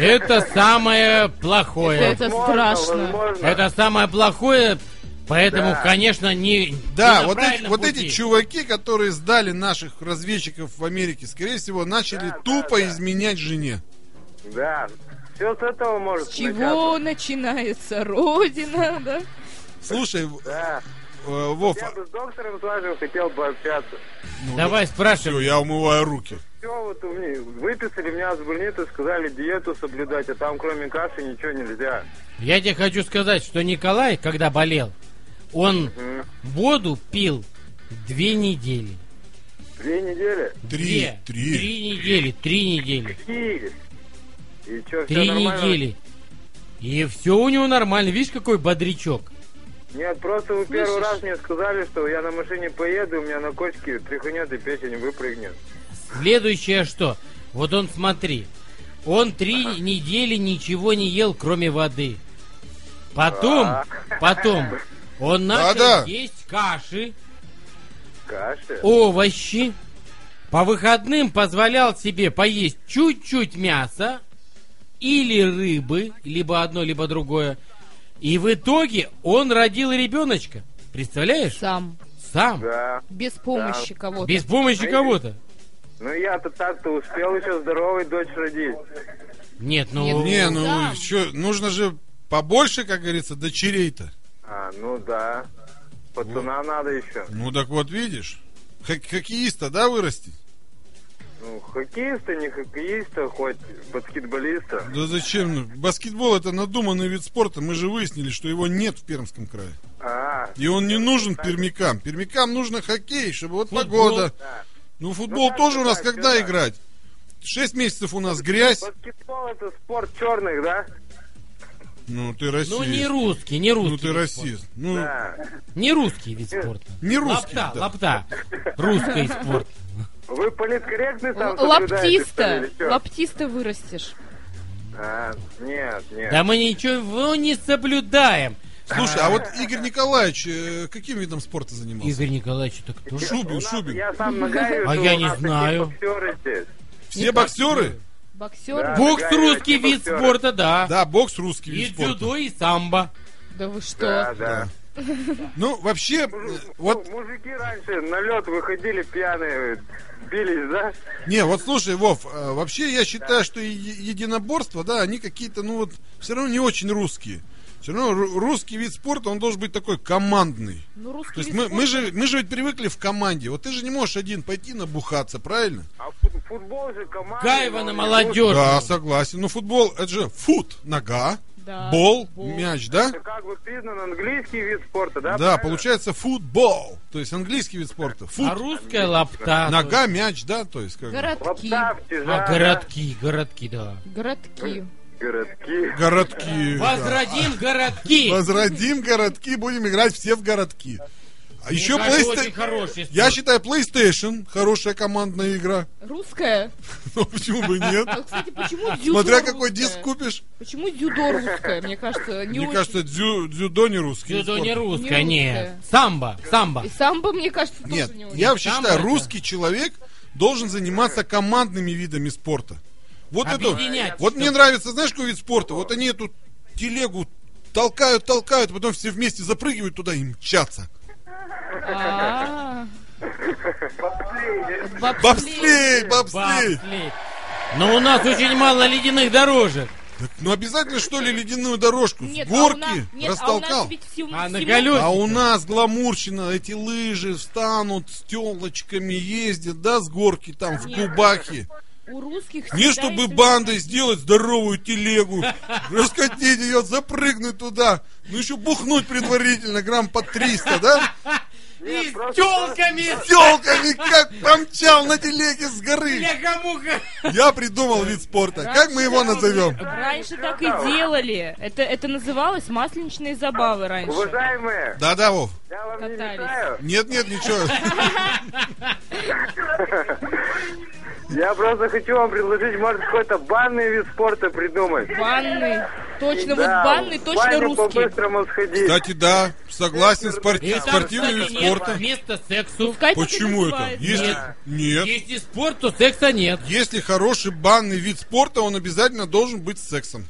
Speaker 1: Это самое плохое.
Speaker 3: Это
Speaker 4: Можно,
Speaker 3: страшно.
Speaker 4: возможно.
Speaker 1: Это самое плохое, поэтому,
Speaker 4: Да.
Speaker 1: конечно, не... не
Speaker 2: Да,
Speaker 1: на
Speaker 2: вот, эти,
Speaker 1: правильном
Speaker 2: вот
Speaker 1: пути.
Speaker 2: эти чуваки, которые сдали наших разведчиков в Америке, скорее всего, начали
Speaker 4: Да, да,
Speaker 2: тупо
Speaker 4: да.
Speaker 2: изменять жене.
Speaker 4: Да. Все с этого может
Speaker 3: С чего начинается родина, да?
Speaker 2: Слушай, в-
Speaker 4: Да.
Speaker 2: э, Вов,
Speaker 4: Я бы с доктором с вашим хотел бы общаться.
Speaker 2: ну,
Speaker 1: Давай
Speaker 2: всё,
Speaker 1: спрашивай.
Speaker 2: я умываю руки.
Speaker 4: Все, вот у меня выписали меня с больницы, сказали диету соблюдать, а там кроме каши ничего нельзя.
Speaker 1: Я тебе хочу сказать, что Николай, когда болел, он Воду пил две недели.
Speaker 4: Две недели?
Speaker 2: Три,
Speaker 1: Две.
Speaker 2: три.
Speaker 1: Три недели, три недели.
Speaker 4: Три. И что, все
Speaker 1: Три
Speaker 4: нормально?
Speaker 1: недели. И все у него нормально. Видишь, какой бодрячок.
Speaker 4: Нет, просто вы первый
Speaker 6: Слышишь?
Speaker 4: раз мне сказали, что я на машине поеду, у меня на кочке тряхнет и печень выпрыгнет.
Speaker 1: Следующее что? Вот он, смотри. Он три недели ничего не ел, кроме воды. Потом, потом, он начал
Speaker 2: Да-да.
Speaker 1: есть каши,
Speaker 4: Каши.
Speaker 1: овощи. По выходным позволял себе поесть чуть-чуть мяса или рыбы, либо одно, либо другое. И в итоге он родил ребеночка. Представляешь?
Speaker 3: Сам.
Speaker 1: Сам.
Speaker 4: Да.
Speaker 3: Без помощи кого-то.
Speaker 1: Без помощи кого-то.
Speaker 4: Ну я-то так-то успел еще здоровой дочь родить.
Speaker 1: Нет, ну...
Speaker 3: Нет,
Speaker 2: Не, ну
Speaker 3: Да.
Speaker 2: еще нужно же побольше, как говорится, дочерей-то.
Speaker 4: А, ну да. Пацана надо еще.
Speaker 2: Ну так вот видишь. Хок- Хоккеиста, да, вырастить?
Speaker 4: Ну, хоккеиста, не хоккеиста, хоть баскетболиста.
Speaker 2: Да зачем? Ну, Баскетбол это надуманный вид спорта. Мы же выяснили, что его нет в Пермском крае.
Speaker 4: А,
Speaker 2: И он не нужен пермякам. Пермякам нужно хоккей, чтобы вот
Speaker 1: Футбол.
Speaker 2: погода.
Speaker 4: Да.
Speaker 2: Ну, футбол
Speaker 4: как
Speaker 2: тоже у нас
Speaker 4: играть,
Speaker 2: когда
Speaker 4: да.
Speaker 2: играть? Шесть месяцев у нас грязь.
Speaker 4: баскетбол это спорт черных, да?
Speaker 2: Ну, ты расист.
Speaker 1: Ну, не русский, не русский.
Speaker 2: Ну, ты
Speaker 1: вид
Speaker 2: расист. Ну,
Speaker 4: Да.
Speaker 1: спорта. Не русский вид спорта.
Speaker 2: Не русский,
Speaker 1: Лапта,
Speaker 2: да.
Speaker 1: лапта. Русский спорт.
Speaker 4: Вы политкорректный там
Speaker 3: Л-
Speaker 4: соблюдаете, что ли,
Speaker 3: Лаптиста.
Speaker 4: или чё?
Speaker 3: Лаптиста вырастешь.
Speaker 4: А, нет, нет.
Speaker 1: Да мы ничего не соблюдаем.
Speaker 2: Слушай, а вот Игорь Николаевич э, каким видом спорта занимался?
Speaker 1: Игорь Николаевич, это кто?
Speaker 2: Шубин, Шубин.
Speaker 4: Я сам нагаю,
Speaker 1: А
Speaker 4: что
Speaker 1: я
Speaker 4: у
Speaker 1: не
Speaker 4: нас такие
Speaker 1: знаю.
Speaker 4: боксеры здесь.
Speaker 2: Все боксеры?
Speaker 3: Боксер?
Speaker 4: Да. типа
Speaker 1: Бокс
Speaker 4: Игорь,
Speaker 1: русский
Speaker 4: это
Speaker 1: вид
Speaker 4: боксеры.
Speaker 1: спорта, да.
Speaker 2: Да, бокс русский
Speaker 1: И
Speaker 2: вид спорта.
Speaker 1: дзюдо, и самбо.
Speaker 3: Да вы что?
Speaker 4: Да, да.
Speaker 2: Ну, вообще, э, вот,
Speaker 4: Ну, Мужики раньше на лед выходили пьяные, бились, да?
Speaker 2: не, вот слушай, Вов, э, вообще я считаю, что е- единоборства, да, они какие-то, ну вот, все равно не очень русские. Все равно ру- русский вид спорта, он должен быть такой командный.
Speaker 3: Ну, русский
Speaker 2: То есть
Speaker 3: вид
Speaker 2: мы, мы
Speaker 3: спорта-
Speaker 2: же, мы же ведь привыкли в команде. Вот ты же не можешь один пойти набухаться, правильно?
Speaker 4: А фут- футбол же команда. ну,
Speaker 1: Гаева
Speaker 4: он
Speaker 1: на
Speaker 4: не
Speaker 1: молодежь.
Speaker 2: Да, согласен. Ну, футбол, это же фут, нога,
Speaker 3: Да.
Speaker 2: бол, мяч, да?
Speaker 4: русский. Как бы признан английский вид спорта, да?
Speaker 2: Да,
Speaker 4: правильно?
Speaker 2: получается футбол. То есть английский вид спорта. Фут,
Speaker 1: А русская лапта.
Speaker 2: нога, мяч, да? То есть как бы.
Speaker 3: Городки.
Speaker 4: Лапта, тяжа,
Speaker 1: А городки, городки, да.
Speaker 3: Городки.
Speaker 4: городки.
Speaker 2: городки. да.
Speaker 1: Возродим городки.
Speaker 2: Возродим городки, будем играть все в городки. А еще
Speaker 1: Кстати,
Speaker 2: PlayStation.
Speaker 1: очень хороший
Speaker 2: Я
Speaker 1: спорт.
Speaker 2: считаю PlayStation хорошая командная игра.
Speaker 3: Русская?
Speaker 2: Ну почему бы нет?
Speaker 3: А, Кстати, почему дзюдо
Speaker 2: Смотря какой
Speaker 3: русское?
Speaker 2: диск купишь.
Speaker 3: Почему дзюдо русское? Мне кажется, не
Speaker 2: Мне
Speaker 3: очень.
Speaker 2: кажется, дзю- дзюдо не русский.
Speaker 1: Дзюдо не
Speaker 2: спорт.
Speaker 1: русское,
Speaker 3: Не
Speaker 1: нет.
Speaker 3: русское.
Speaker 1: Самбо, самбо.
Speaker 3: И самбо, мне кажется, тоже
Speaker 2: Нет,
Speaker 3: не очень.
Speaker 2: я вообще
Speaker 1: Там
Speaker 2: считаю,
Speaker 1: это-
Speaker 2: русский человек должен заниматься командными видами спорта. Вот это.
Speaker 1: Объединять.
Speaker 2: Вот мне нравится, знаешь, какой вид спорта? Вот они эту телегу толкают, толкают, а потом все вместе запрыгивают туда и мчатся.
Speaker 6: А,
Speaker 3: А-а-а.
Speaker 2: Бобслей, бобслей!
Speaker 1: Бобслей. Но у нас очень мало ледяных дорожек.
Speaker 2: Так, ну обязательно что ли ледяную дорожку?
Speaker 6: Нет,
Speaker 2: с
Speaker 6: а у
Speaker 2: горки
Speaker 6: нас, нет, а у
Speaker 2: растолкал.
Speaker 6: нас ведь всему-
Speaker 1: А на
Speaker 6: всему-
Speaker 1: колесиках.
Speaker 2: А у нас гламурщина, эти лыжи встанут с телочками, ездят, да, с горки там, в губахе.
Speaker 6: у русских
Speaker 2: Не
Speaker 6: всегда
Speaker 2: чтобы
Speaker 6: есть-
Speaker 2: бандой сделать здоровую телегу, раскатить ее, запрыгнуть туда, ну еще бухнуть предварительно грамм по 300, да?
Speaker 1: И с тёлками,
Speaker 2: С Телками как помчал на телеге с горы.
Speaker 1: бляха-муха.
Speaker 2: Я придумал вид спорта. Как мы его назовем?
Speaker 6: Раньше так и делали. Это, это называлось масленичные забавы раньше.
Speaker 4: Уважаемые,
Speaker 2: Да-да, Вов.
Speaker 4: я вам не
Speaker 6: Катались.
Speaker 4: мешаю.
Speaker 2: Нет-нет, ничего.
Speaker 4: Я просто хочу вам предложить, может, какой-то банный вид спорта придумать.
Speaker 3: Банный. Точно, вот
Speaker 4: Да,
Speaker 3: банный,
Speaker 4: в
Speaker 3: точно
Speaker 4: баню
Speaker 3: русский.
Speaker 4: по-быстрому сходить.
Speaker 2: Кстати, да, согласен, спор-
Speaker 1: И там,
Speaker 2: спортивный
Speaker 1: кстати,
Speaker 2: вид
Speaker 1: нет
Speaker 2: спорта.
Speaker 1: Места сексу.
Speaker 6: Пускай так и
Speaker 2: Почему это?
Speaker 6: называется.
Speaker 2: Если... Нет.
Speaker 1: Если спорт, то секса нет.
Speaker 2: Если хороший банный вид спорта, он обязательно должен быть с сексом.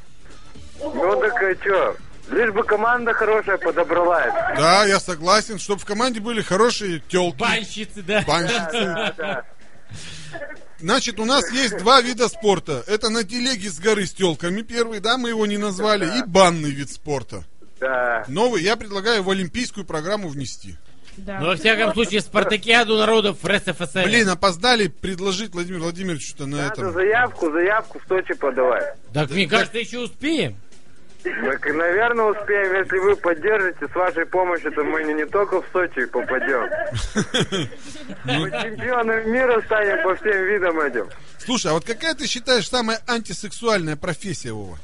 Speaker 4: Ну так а чё? Лишь бы команда хорошая подобралась.
Speaker 2: Да, я согласен, чтобы в команде были хорошие телки.
Speaker 1: Банщицы, да.
Speaker 2: Банщицы.
Speaker 4: Да, да.
Speaker 2: Значит, у нас есть два вида спорта. Это на телеге с горы с телками первый, да, мы его не назвали, и банный вид спорта.
Speaker 4: Да.
Speaker 2: Новый я предлагаю в олимпийскую программу внести.
Speaker 6: Да.
Speaker 1: Но Ну, во всяком случае, спартакиаду народов РСФСР.
Speaker 2: Блин, опоздали предложить Владимиру Владимировичу-то на
Speaker 4: Надо
Speaker 2: этом.
Speaker 4: заявку, заявку в Сочи подавать.
Speaker 1: Так мне кажется, еще успеем.
Speaker 4: Так, наверное, успеем, если вы поддержите. С вашей помощью, то мы не, не только в Сочи попадем.
Speaker 2: Ну.
Speaker 4: Мы чемпионами мира станем по всем видам этим.
Speaker 2: Слушай, а вот какая ты считаешь самая антисексуальная профессия, Вова?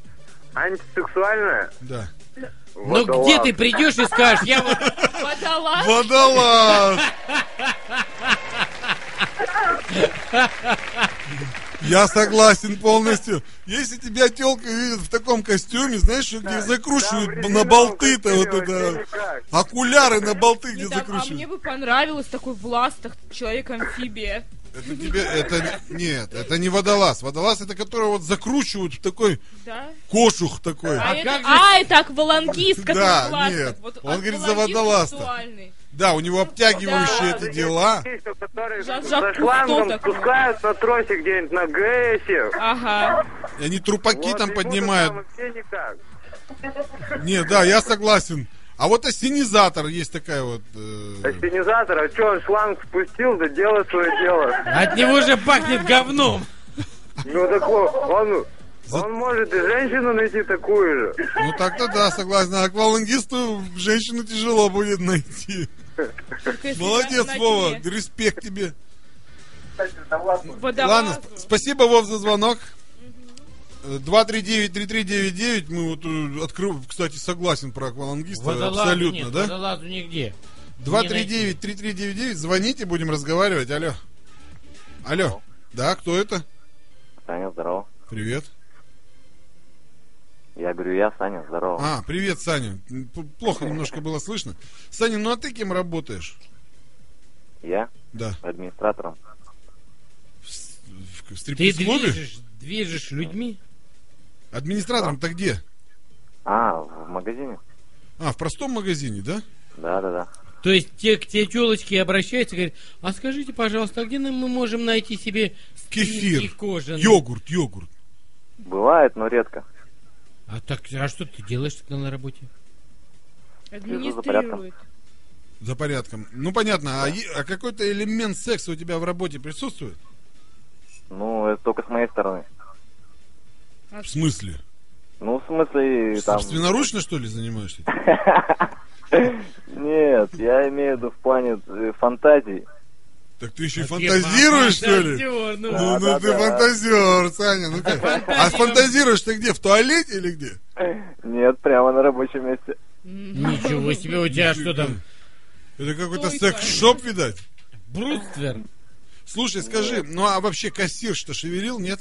Speaker 4: Антисексуальная?
Speaker 2: Да.
Speaker 1: Ну где ты придешь и скажешь, я вот...
Speaker 6: А Водолаз.
Speaker 2: Водолаз! Я согласен полностью. Если тебя телка видит в таком костюме, знаешь, что где закручивают на болты-то вот это. Окуляры на болты где
Speaker 6: Не, так, а мне
Speaker 2: закручивают.
Speaker 6: бы понравилось такой в ластах человек-амфибия.
Speaker 2: Это тебе, это, нет, это не водолаз. Водолаз это которого вот закручивают в такой
Speaker 6: Да?
Speaker 2: кожух такой.
Speaker 6: А, это,
Speaker 1: как же-
Speaker 6: а, это аквалангист, который
Speaker 2: Да,
Speaker 6: в ластах.
Speaker 2: нет,
Speaker 6: Вот
Speaker 2: он говорит за
Speaker 6: аквалангист
Speaker 2: водолаза.
Speaker 6: сексуальный.
Speaker 2: Да, у него обтягивающие это дела.
Speaker 4: Которые
Speaker 6: Жак-
Speaker 4: за
Speaker 6: Жак
Speaker 4: шлангом
Speaker 6: Кусто такой.
Speaker 4: спускают на тросе где-нибудь на ГЭСе.
Speaker 6: Ага.
Speaker 2: И они трупаки
Speaker 4: Вот,
Speaker 2: там
Speaker 4: ему-то
Speaker 2: поднимают.
Speaker 4: там вообще никак.
Speaker 2: Не, да, я согласен. А вот ассенизатор есть такая вот. э,
Speaker 4: Ассенизатор, а что, он шланг спустил, да делает свое дело.
Speaker 1: От него же пахнет говном.
Speaker 4: Ну так он, он, он может и женщину найти такую же.
Speaker 2: Ну так-то да, согласен. А Аквалангисту женщину тяжело будет найти.
Speaker 6: Только если
Speaker 2: Молодец,
Speaker 6: на- на
Speaker 2: Вова,
Speaker 6: дне.
Speaker 2: респект тебе.
Speaker 6: Водолаз.
Speaker 2: Ладно, сп- спасибо, Вов, за звонок. Э, 239-3399, мы вот э, открыл, кстати, согласен про аквалангиста,
Speaker 1: Водолазу
Speaker 2: абсолютно,
Speaker 1: нет,
Speaker 2: да?
Speaker 1: водолазу нигде.
Speaker 2: 239-3399, звоните, будем разговаривать, алло. Алло, да, кто это?
Speaker 5: Саня, здорово.
Speaker 2: Привет.
Speaker 5: Я говорю, я Саня, здорово.
Speaker 2: А, привет, Саня. М, п- Плохо немножко было слышно. Саня, ну а ты кем работаешь?
Speaker 5: Я
Speaker 2: Да.
Speaker 5: администратором.
Speaker 2: В, в
Speaker 1: Ты
Speaker 2: стриптиз-клубе?
Speaker 1: движешь, движешь людьми?
Speaker 2: Администратором-то где?
Speaker 5: А, в магазине?
Speaker 2: А, в простом магазине, да?
Speaker 5: Да, да, да.
Speaker 1: То есть те, к тебе телочки обращаются и говорят, а скажите, пожалуйста, а где мы можем найти себе
Speaker 2: Кефир,
Speaker 1: спинки кожаные?»
Speaker 2: Йогурт, йогурт.
Speaker 5: Бывает, но редко.
Speaker 1: А так, а что ты делаешь тогда на работе?
Speaker 6: Администрирует.
Speaker 2: За порядком. Ну понятно, а, е- а какой-то элемент секса у тебя в работе присутствует?
Speaker 5: Ну, это только с моей стороны.
Speaker 2: В смысле?
Speaker 5: Ну, в смысле, там...
Speaker 2: Собственноручно, что ли, занимаешься?
Speaker 5: Нет, я имею в виду в плане э, фантазий.
Speaker 2: Так ты еще и
Speaker 1: А ты
Speaker 2: фантазируешь, что ли?
Speaker 1: фантазер, ну.
Speaker 2: Ну, ну
Speaker 5: да,
Speaker 2: ты
Speaker 5: да.
Speaker 2: фантазер, Саня. Ну как? А фантазируешь ты где? В туалете или где?
Speaker 5: Нет, прямо на рабочем месте.
Speaker 1: Ничего себе, у тебя А что там,
Speaker 2: Это какой-то
Speaker 6: Ой,
Speaker 2: секс-шоп, видать.
Speaker 1: бруствер?
Speaker 2: Слушай, скажи, ну а вообще кассир что шевелил, нет?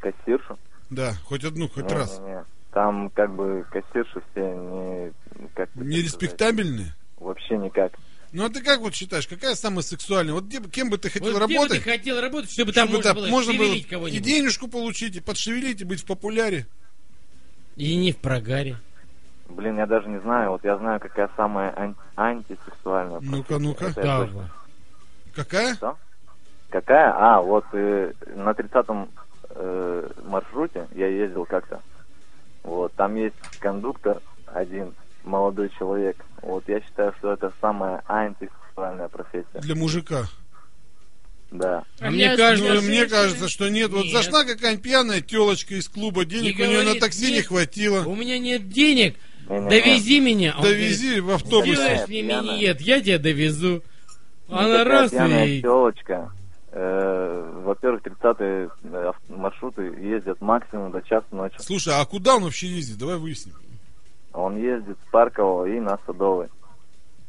Speaker 5: Кассиршу.
Speaker 2: Да, хоть одну, хоть
Speaker 5: Не,
Speaker 2: раз.
Speaker 5: не, не. Там как бы кассирши все не... Как это сказать?
Speaker 2: Нереспектабельные?
Speaker 5: Вообще никак.
Speaker 2: Ну а ты как вот считаешь, какая самая сексуальная? Вот где бы- кем бы ты хотел
Speaker 1: Вот где бы ты
Speaker 2: работать?
Speaker 1: хотел работать, чтобы там
Speaker 2: чтобы
Speaker 1: можно
Speaker 2: там
Speaker 1: было
Speaker 2: можно было
Speaker 1: шевелить
Speaker 2: и
Speaker 1: кого-нибудь?
Speaker 2: денежку получить, и подшевелить, и быть в популяре.
Speaker 1: И не в прогаре.
Speaker 5: Блин, я даже не знаю. Вот я знаю, какая самая ан- антисексуальная.
Speaker 2: Ну-ка,
Speaker 5: профессия.
Speaker 2: ну-ка.
Speaker 5: Это я
Speaker 1: Да,
Speaker 5: точно-
Speaker 2: Какая?
Speaker 5: Какая? А, вот э, на 30-м э, маршруте я ездил как-то. Вот, там есть кондуктор один, молодой человек. Вот я считаю, что это самая антисексуальная профессия.
Speaker 2: Для мужика.
Speaker 5: Да.
Speaker 1: А мне кажется,
Speaker 2: Ну,
Speaker 1: для
Speaker 2: мне кажется, что нет. Вот
Speaker 1: Нет.
Speaker 2: зашла какая-нибудь пьяная телочка из клуба, денег
Speaker 1: Не
Speaker 2: у нее на
Speaker 1: говорит,
Speaker 2: такси не
Speaker 1: нет.
Speaker 2: хватило.
Speaker 1: у меня нет денег,
Speaker 5: Не-не-не.
Speaker 1: довези меня. А он
Speaker 2: Довези в
Speaker 1: говорит,
Speaker 2: автобусе.
Speaker 1: Сделаешь мне
Speaker 5: Пьяная.
Speaker 1: миниет, я тебя довезу.
Speaker 5: Ну,
Speaker 1: Она
Speaker 5: такая
Speaker 1: раз
Speaker 5: пьяная
Speaker 1: и...
Speaker 5: тёлочка. Э, во-первых, 30-е ав- маршруты ездят максимум до часа ночи.
Speaker 2: Слушай, а куда он вообще ездит? Давай выясним.
Speaker 5: Он ездит с Паркового и на Садовый.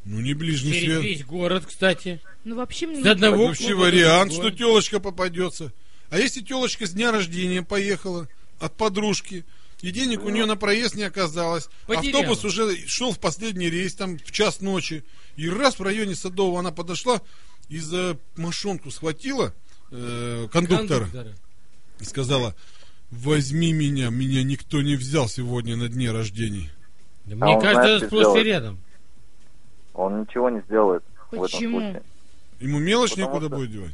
Speaker 2: Ну не ближний
Speaker 1: Через
Speaker 2: свет.
Speaker 1: весь город, кстати.
Speaker 6: Ну вообще мне
Speaker 1: С одного
Speaker 2: Вообще
Speaker 1: клуба
Speaker 2: вариант,
Speaker 1: до
Speaker 2: что
Speaker 1: другого.
Speaker 2: телочка попадется. А если телочка с дня рождения поехала от подружки, и денег у нее на проезд не оказалось,
Speaker 1: Потеряла.
Speaker 2: автобус уже шел в последний рейс, там в час ночи, и раз в районе Садового она подошла и за мошонку схватила э, кондуктора
Speaker 1: Кондуктора.
Speaker 2: и сказала, возьми меня, меня никто не взял сегодня на дне рождения.
Speaker 1: Да мне
Speaker 5: А он
Speaker 1: кажется,
Speaker 5: знает,
Speaker 1: это
Speaker 5: что
Speaker 1: сплошь и
Speaker 5: делать.
Speaker 1: рядом.
Speaker 5: Он ничего не сделает в этом
Speaker 6: Почему?
Speaker 5: случае.
Speaker 2: Ему мелочь
Speaker 5: Потому
Speaker 2: некуда
Speaker 5: что-
Speaker 2: будет девать.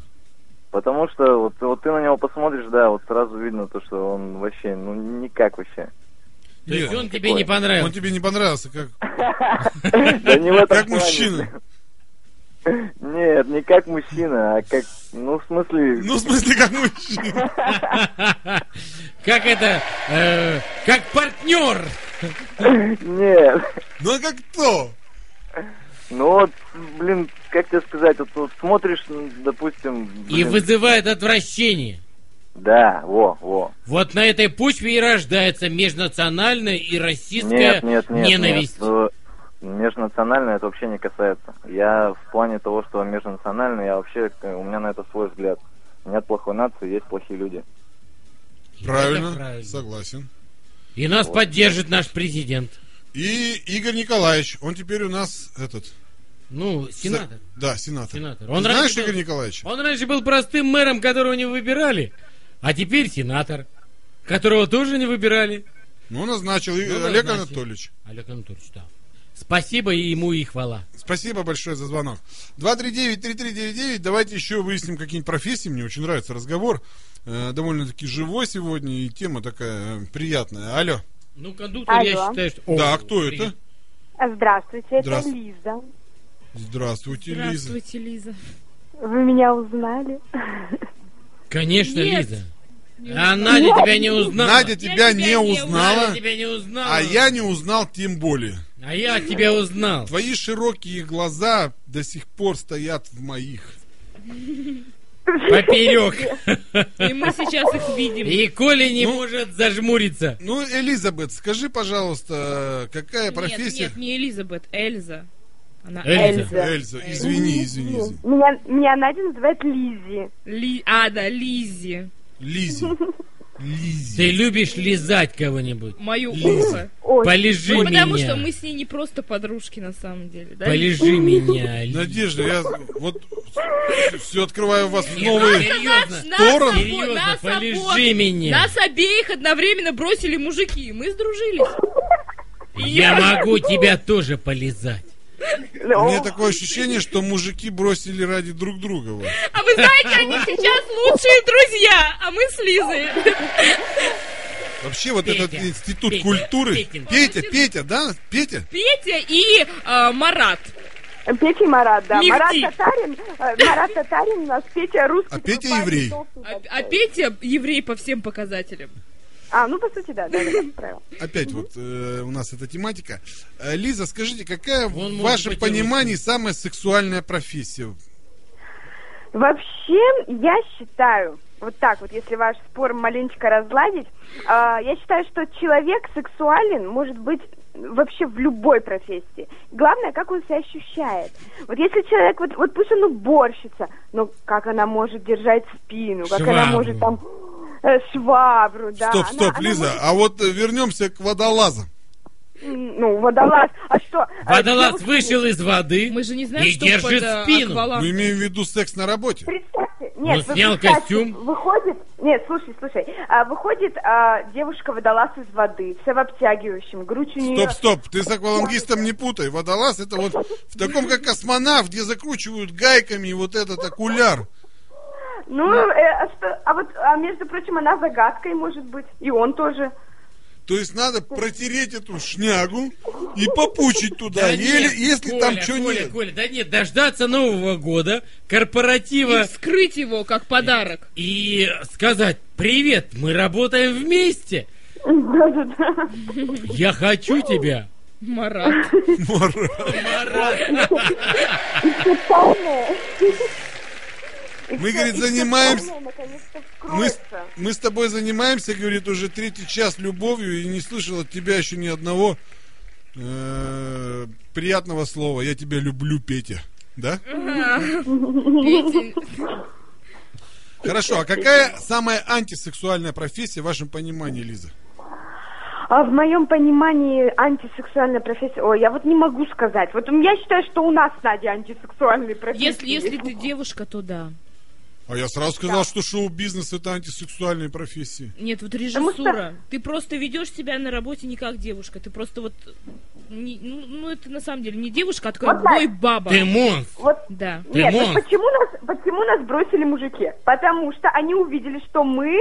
Speaker 5: Потому что вот, вот ты на него посмотришь, да, вот сразу видно то, что он вообще, ну никак вообще.
Speaker 1: То есть
Speaker 2: Нет,
Speaker 1: он тебе не
Speaker 2: он
Speaker 1: понравился.
Speaker 2: тебе не понравился, как,
Speaker 5: Да не в этом
Speaker 2: как
Speaker 5: плане.
Speaker 2: мужчина.
Speaker 5: Нет, не как мужчина, а как Ну, в смысле,
Speaker 2: Ну, в смысле, как мужчина.
Speaker 1: Как это? э, Как партнер.
Speaker 5: нет.
Speaker 2: Ну, а как кто?
Speaker 5: Ну вот, блин, как тебе сказать, вот, тут смотришь, ну, допустим...
Speaker 1: И
Speaker 5: блин,
Speaker 1: вызывает отвращение.
Speaker 5: Да, во, во.
Speaker 1: Вот на этой почве и рождается межнациональная и расистская
Speaker 5: Нет, нет, нет.
Speaker 1: ненависть.
Speaker 5: нет. Э, Межнациональное это вообще не касается. Я в плане того, что межнациональное, я вообще, э, у меня на это свой взгляд. Нет плохой нации, есть плохие люди.
Speaker 1: И это
Speaker 2: Правильно, согласен.
Speaker 1: И нас поддержит наш президент.
Speaker 2: И Игорь Николаевич, он теперь у нас этот...
Speaker 1: Ну, сенатор.
Speaker 2: С- Да, сенатор.
Speaker 1: Сенатор.
Speaker 2: Ты
Speaker 1: Он
Speaker 2: знаешь
Speaker 1: раньше был-
Speaker 2: Игорь Николаевич?
Speaker 1: Он раньше был простым мэром, которого не выбирали, а теперь сенатор, которого тоже не выбирали.
Speaker 2: Ну, назначил И-
Speaker 1: Ну,
Speaker 2: Олег
Speaker 1: назначил.
Speaker 2: Анатольевич.
Speaker 1: Олег Анатольевич, да. Спасибо и ему и хвала.
Speaker 2: Спасибо большое за звонок. 239-3399. Давайте еще выясним какие-нибудь профессии. Мне очень нравится разговор. Э, довольно-таки живой сегодня. И тема такая э, приятная. Алло.
Speaker 1: Ну, кондуктор, я
Speaker 7: Алло.
Speaker 1: считаю, что...
Speaker 2: да,
Speaker 1: О,
Speaker 2: а кто
Speaker 1: привет.
Speaker 2: это?
Speaker 7: Здравствуйте, это
Speaker 2: Здравствуйте.
Speaker 7: Лиза.
Speaker 2: Здравствуйте, Лиза.
Speaker 6: Здравствуйте, Лиза.
Speaker 7: Вы меня узнали?
Speaker 1: Конечно,
Speaker 6: Нет.
Speaker 1: Лиза. А Надя тебя не узнала.
Speaker 2: Надя тебя
Speaker 6: тебя
Speaker 2: не
Speaker 6: не
Speaker 2: узнала,
Speaker 1: Надя тебя не узнала.
Speaker 2: а я не узнал тем более.
Speaker 1: А я тебя узнал.
Speaker 2: Твои широкие глаза до сих пор стоят в моих.
Speaker 1: Поперек.
Speaker 6: И мы сейчас их видим.
Speaker 1: И Коля не
Speaker 2: Ну.
Speaker 1: может зажмуриться.
Speaker 2: Ну, Элизабет, скажи, пожалуйста, какая профессия?
Speaker 6: Нет, нет, не Элизабет, Эльза. Она
Speaker 1: Эльза.
Speaker 7: Эльза.
Speaker 2: Эльза, извини, извини, извини.
Speaker 7: Меня, меня Надя называет Лизи.
Speaker 6: Ли... А, да, Лизи.
Speaker 2: Лизи. Лизи.
Speaker 1: Ты любишь лизать кого-нибудь?
Speaker 6: Мою ухо.
Speaker 7: Ой,
Speaker 1: Полежи
Speaker 6: Ну,
Speaker 1: меня.
Speaker 6: потому что мы с ней не просто подружки на самом деле, да?
Speaker 1: Полежи меня, Лиза.
Speaker 2: Надежда, я вот все открываю у вас в
Speaker 1: Нет,
Speaker 2: новые...
Speaker 1: Серьезно.
Speaker 6: Нас
Speaker 2: Торрент?
Speaker 6: обо-
Speaker 1: Серьезно,
Speaker 6: нас
Speaker 1: полежи
Speaker 6: обоих-
Speaker 1: меня.
Speaker 6: Нас обеих одновременно бросили мужики, мы сдружились.
Speaker 1: Я могу тебя тоже полизать. ну,
Speaker 2: У меня такое ощущение, что мужики бросили ради друг друга. вот.
Speaker 6: А вы знаете, они сейчас лучшие друзья, а мы с Лизой.
Speaker 2: Вообще вот
Speaker 1: Петя,
Speaker 2: этот институт
Speaker 1: Петя,
Speaker 2: культуры...
Speaker 1: Петин.
Speaker 2: Петя, Петя, да? Петя?
Speaker 6: Петя и э, Марат.
Speaker 7: Петя и Марат, да.
Speaker 6: Мирти.
Speaker 7: Марат Татарин, э, Марат Татарин у нас, Петя русский.
Speaker 2: А Петя
Speaker 7: тупая,
Speaker 2: еврей.
Speaker 6: А,
Speaker 7: толстый, большой.
Speaker 6: а Петя еврей по всем показателям.
Speaker 7: А, ну, по сути, да, да, да, я поправила.
Speaker 2: Опять вот э, у нас эта тематика. Э, Лиза, скажите, какая
Speaker 1: Он
Speaker 2: в
Speaker 1: может
Speaker 2: вашем
Speaker 1: быть
Speaker 2: понимании самая сексуальная профессия?
Speaker 7: Вообще, я считаю, вот так вот, если ваш спор маленечко разладить, а, я считаю, что человек сексуален может быть вообще в любой профессии. Главное, как он себя ощущает. Вот если человек, вот, вот пусть он уборщица, но как она может держать спину, как она
Speaker 1: Швабру.
Speaker 7: может там э, швабру, да.
Speaker 2: стоп,
Speaker 7: она-
Speaker 2: стоп,
Speaker 7: она
Speaker 2: Лиза,
Speaker 7: может,
Speaker 2: а вот э, вернемся к водолазам.
Speaker 7: м, ну, водолаз, а что? э,
Speaker 1: Водолаз
Speaker 7: девушки-
Speaker 1: вышел из воды.
Speaker 6: Мы же не знаем,
Speaker 1: И
Speaker 6: что
Speaker 1: держит
Speaker 6: под э,
Speaker 1: спину.
Speaker 6: аквалангом.
Speaker 2: Мы имеем в виду секс на работе.
Speaker 7: Представьте,
Speaker 2: Ну,
Speaker 7: нет,
Speaker 1: Он
Speaker 7: вы
Speaker 1: снял
Speaker 7: представьте,
Speaker 1: костюм.
Speaker 7: Выходит, нет, слушай, слушай, а, выходит а, девушка водолаз из воды, вся в обтягивающем, грудь у нее.
Speaker 2: Стоп, стоп, ты с аквалангистом не путай. Водолаз это вот в таком как космонавт, где закручивают гайками вот этот окуляр.
Speaker 7: Ну, э, а, что- а вот, а, между прочим, она загадкой может быть, и он тоже.
Speaker 2: То есть надо протереть эту шнягу и попучить туда,
Speaker 1: Да
Speaker 2: еле-
Speaker 1: нет,
Speaker 2: если
Speaker 1: Коля,
Speaker 2: там что
Speaker 1: Коля,
Speaker 2: нет.
Speaker 1: Коля, да нет, дождаться Нового года,
Speaker 6: И
Speaker 1: корпоратива
Speaker 6: вскрыть его как подарок.
Speaker 1: и сказать «Привет, мы работаем вместе,
Speaker 7: Да-да-да.
Speaker 1: я хочу тебя».
Speaker 6: Марат.
Speaker 7: Тотальное. И
Speaker 2: Мы,
Speaker 7: всё,
Speaker 2: говорит,
Speaker 7: и всё
Speaker 2: занимаемся-
Speaker 7: тотальное наконец-то
Speaker 2: Мы, с-
Speaker 7: вскроется.
Speaker 2: мы с тобой занимаемся, говорит, уже третий час любовью и не слышал от тебя еще ни одного э, приятного слова. Я тебя люблю, Петя. Да?
Speaker 6: Петя.
Speaker 2: Хорошо, а какая самая антисексуальная профессия в вашем понимании, Лиза?
Speaker 7: А в моем понимании антисексуальная профессия... Ой, я вот не могу сказать. Вот я считаю, что у нас, Надя, антисексуальные профессии.
Speaker 6: Если, если ты девушка, то да.
Speaker 2: А я сразу сказал, что шоу-бизнес это антисексуальные профессии.
Speaker 6: Нет, вот
Speaker 7: Потому что-
Speaker 6: режиссура. Ты просто ведешь себя на работе не как девушка. Ты просто вот... не- ну, ну, это на самом деле не девушка, а такая
Speaker 7: Вот так.
Speaker 6: бой баба.
Speaker 1: Ты монстр.
Speaker 7: Вот
Speaker 6: Да.
Speaker 1: Ты
Speaker 7: Нет,
Speaker 1: монстр.
Speaker 7: вот почему нас, почему нас бросили мужики? Потому что они увидели, что мы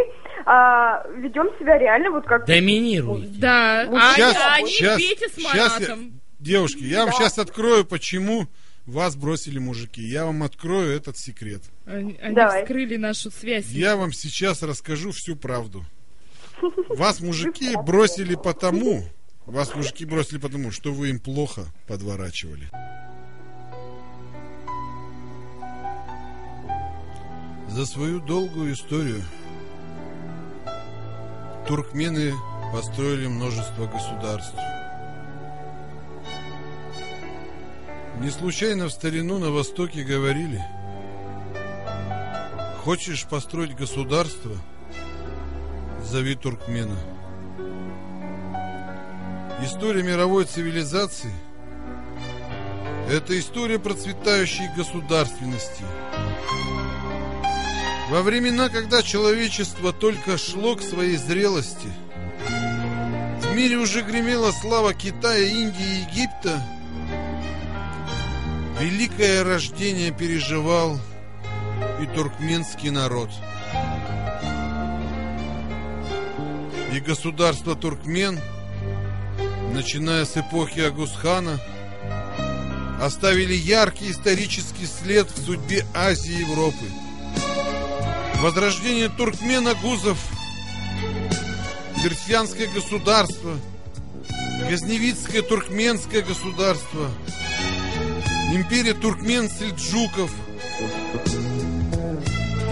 Speaker 7: а, ведем себя реально вот как...
Speaker 1: Доминируете.
Speaker 6: Да. А
Speaker 2: Щас-
Speaker 6: они- а они
Speaker 2: щас-
Speaker 6: Петя с
Speaker 2: щас я-
Speaker 6: Маратом.
Speaker 2: девушки, я вам сейчас открою, почему вас бросили мужики. Я вам открою этот секрет.
Speaker 3: Они, они
Speaker 7: Давай.
Speaker 3: вскрыли нашу связь.
Speaker 2: Я вам сейчас расскажу всю правду. Вас мужики бросили потому, вас мужики бросили потому, что вы им плохо подворачивали. За свою долгую историю туркмены построили множество государств. Не случайно в старину на Востоке говорили – Хочешь построить государство? Зови туркмена. История мировой цивилизации – это история процветающей государственности. Во времена, когда человечество только шло к своей зрелости, в мире уже гремела слава Китая, Индии и Египта, великое рождение переживал – и туркменский народ. И государство туркмен, начиная с эпохи Агусхана, оставили яркий исторический след в судьбе Азии и Европы. Возрождение туркмен-агузов, персианское государство, Газневицкое туркменское государство, империя туркмен-сельджуков –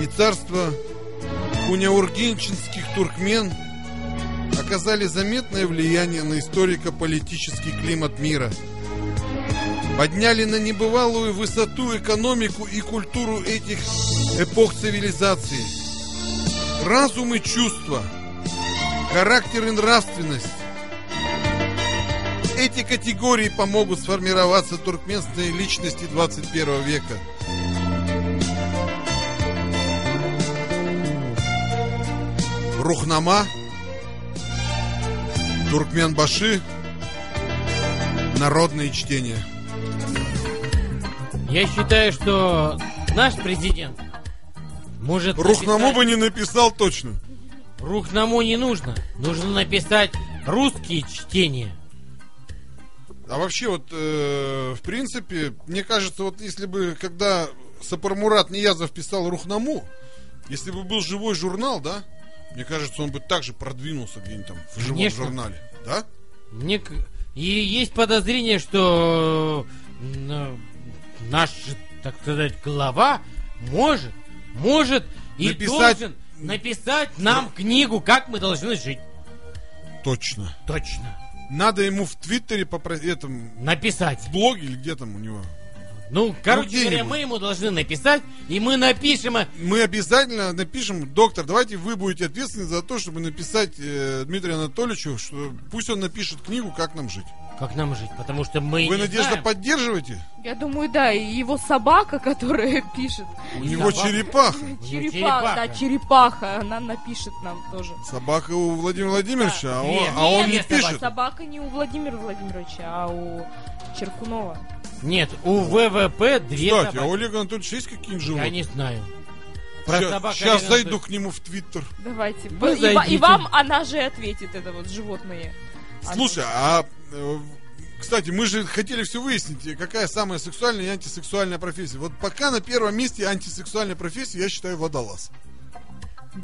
Speaker 2: и царство куняургинчинских туркмен оказали заметное влияние на историко-политический климат мира. Подняли на небывалую высоту экономику и культуру этих эпох цивилизации. Разум и чувства, характер и нравственность. Эти категории помогут сформироваться туркменской личности 21 века. Рухнама, Туркменбаши, народные чтения.
Speaker 1: Я считаю, что наш президент может...
Speaker 2: Рухнаму
Speaker 1: написать-
Speaker 2: бы не написал точно.
Speaker 1: Рухнаму не нужно. Нужно написать русские чтения.
Speaker 2: А вообще вот, э, в принципе, мне кажется, вот если бы, когда Сапармурат Ниязов писал Рухнаму, если бы был живой журнал, да, мне кажется, он бы также продвинулся где-нибудь там в живом
Speaker 1: Конечно.
Speaker 2: журнале, да?
Speaker 1: Мне к- и есть подозрение, что м, э, наш, так сказать, глава может, может и
Speaker 2: Написать-
Speaker 1: должен написать нам книгу, как мы должны жить.
Speaker 2: Точно.
Speaker 1: Точно.
Speaker 2: Надо ему в Твиттере попросить, этом,
Speaker 1: Написать.
Speaker 2: в блоге или где там у него.
Speaker 1: Ну, короче
Speaker 2: где-нибудь.
Speaker 1: говоря, мы ему должны написать, и мы напишем. э,
Speaker 2: Мы обязательно напишем, доктор, давайте вы будете ответственны за то, чтобы написать э, Дмитрию Анатольевичу, что пусть он напишет книгу «Как нам жить».
Speaker 1: Как нам жить, потому что мы
Speaker 2: Вы,
Speaker 1: не
Speaker 2: Надежда,
Speaker 1: знаем.
Speaker 2: поддерживаете?
Speaker 3: Я думаю, да, и его собака, которая пишет.
Speaker 2: У него
Speaker 1: собака.
Speaker 2: черепаха.
Speaker 1: Её
Speaker 3: Ну, Черепаха, да,
Speaker 1: черепаха.
Speaker 3: черепаха, она напишет нам тоже.
Speaker 2: Собака у Владимира Владимировича, а он,
Speaker 1: Нет,
Speaker 2: а он
Speaker 1: нет,
Speaker 2: не
Speaker 1: нет,
Speaker 2: пишет.
Speaker 3: Собака не у Владимира Владимировича, а у Черкунова.
Speaker 1: Нет, у ВВП две
Speaker 2: Кстати, а
Speaker 1: собаки.
Speaker 2: у Олега Анатольевича есть какие-нибудь
Speaker 1: Я
Speaker 2: животные?
Speaker 1: не знаю. Про собак
Speaker 2: Сейчас,
Speaker 1: Олега
Speaker 2: зайду к нему в Твиттер.
Speaker 3: Давайте.
Speaker 2: Ну,
Speaker 1: Вы
Speaker 3: И, ва- и
Speaker 1: зайдите.
Speaker 3: вам она же ответит, это вот животные. Она-
Speaker 2: Слушай, а... э, Кстати, мы же хотели все выяснить, какая самая сексуальная и антисексуальная профессия. Вот пока на первом месте антисексуальная профессия, я считаю, водолаз.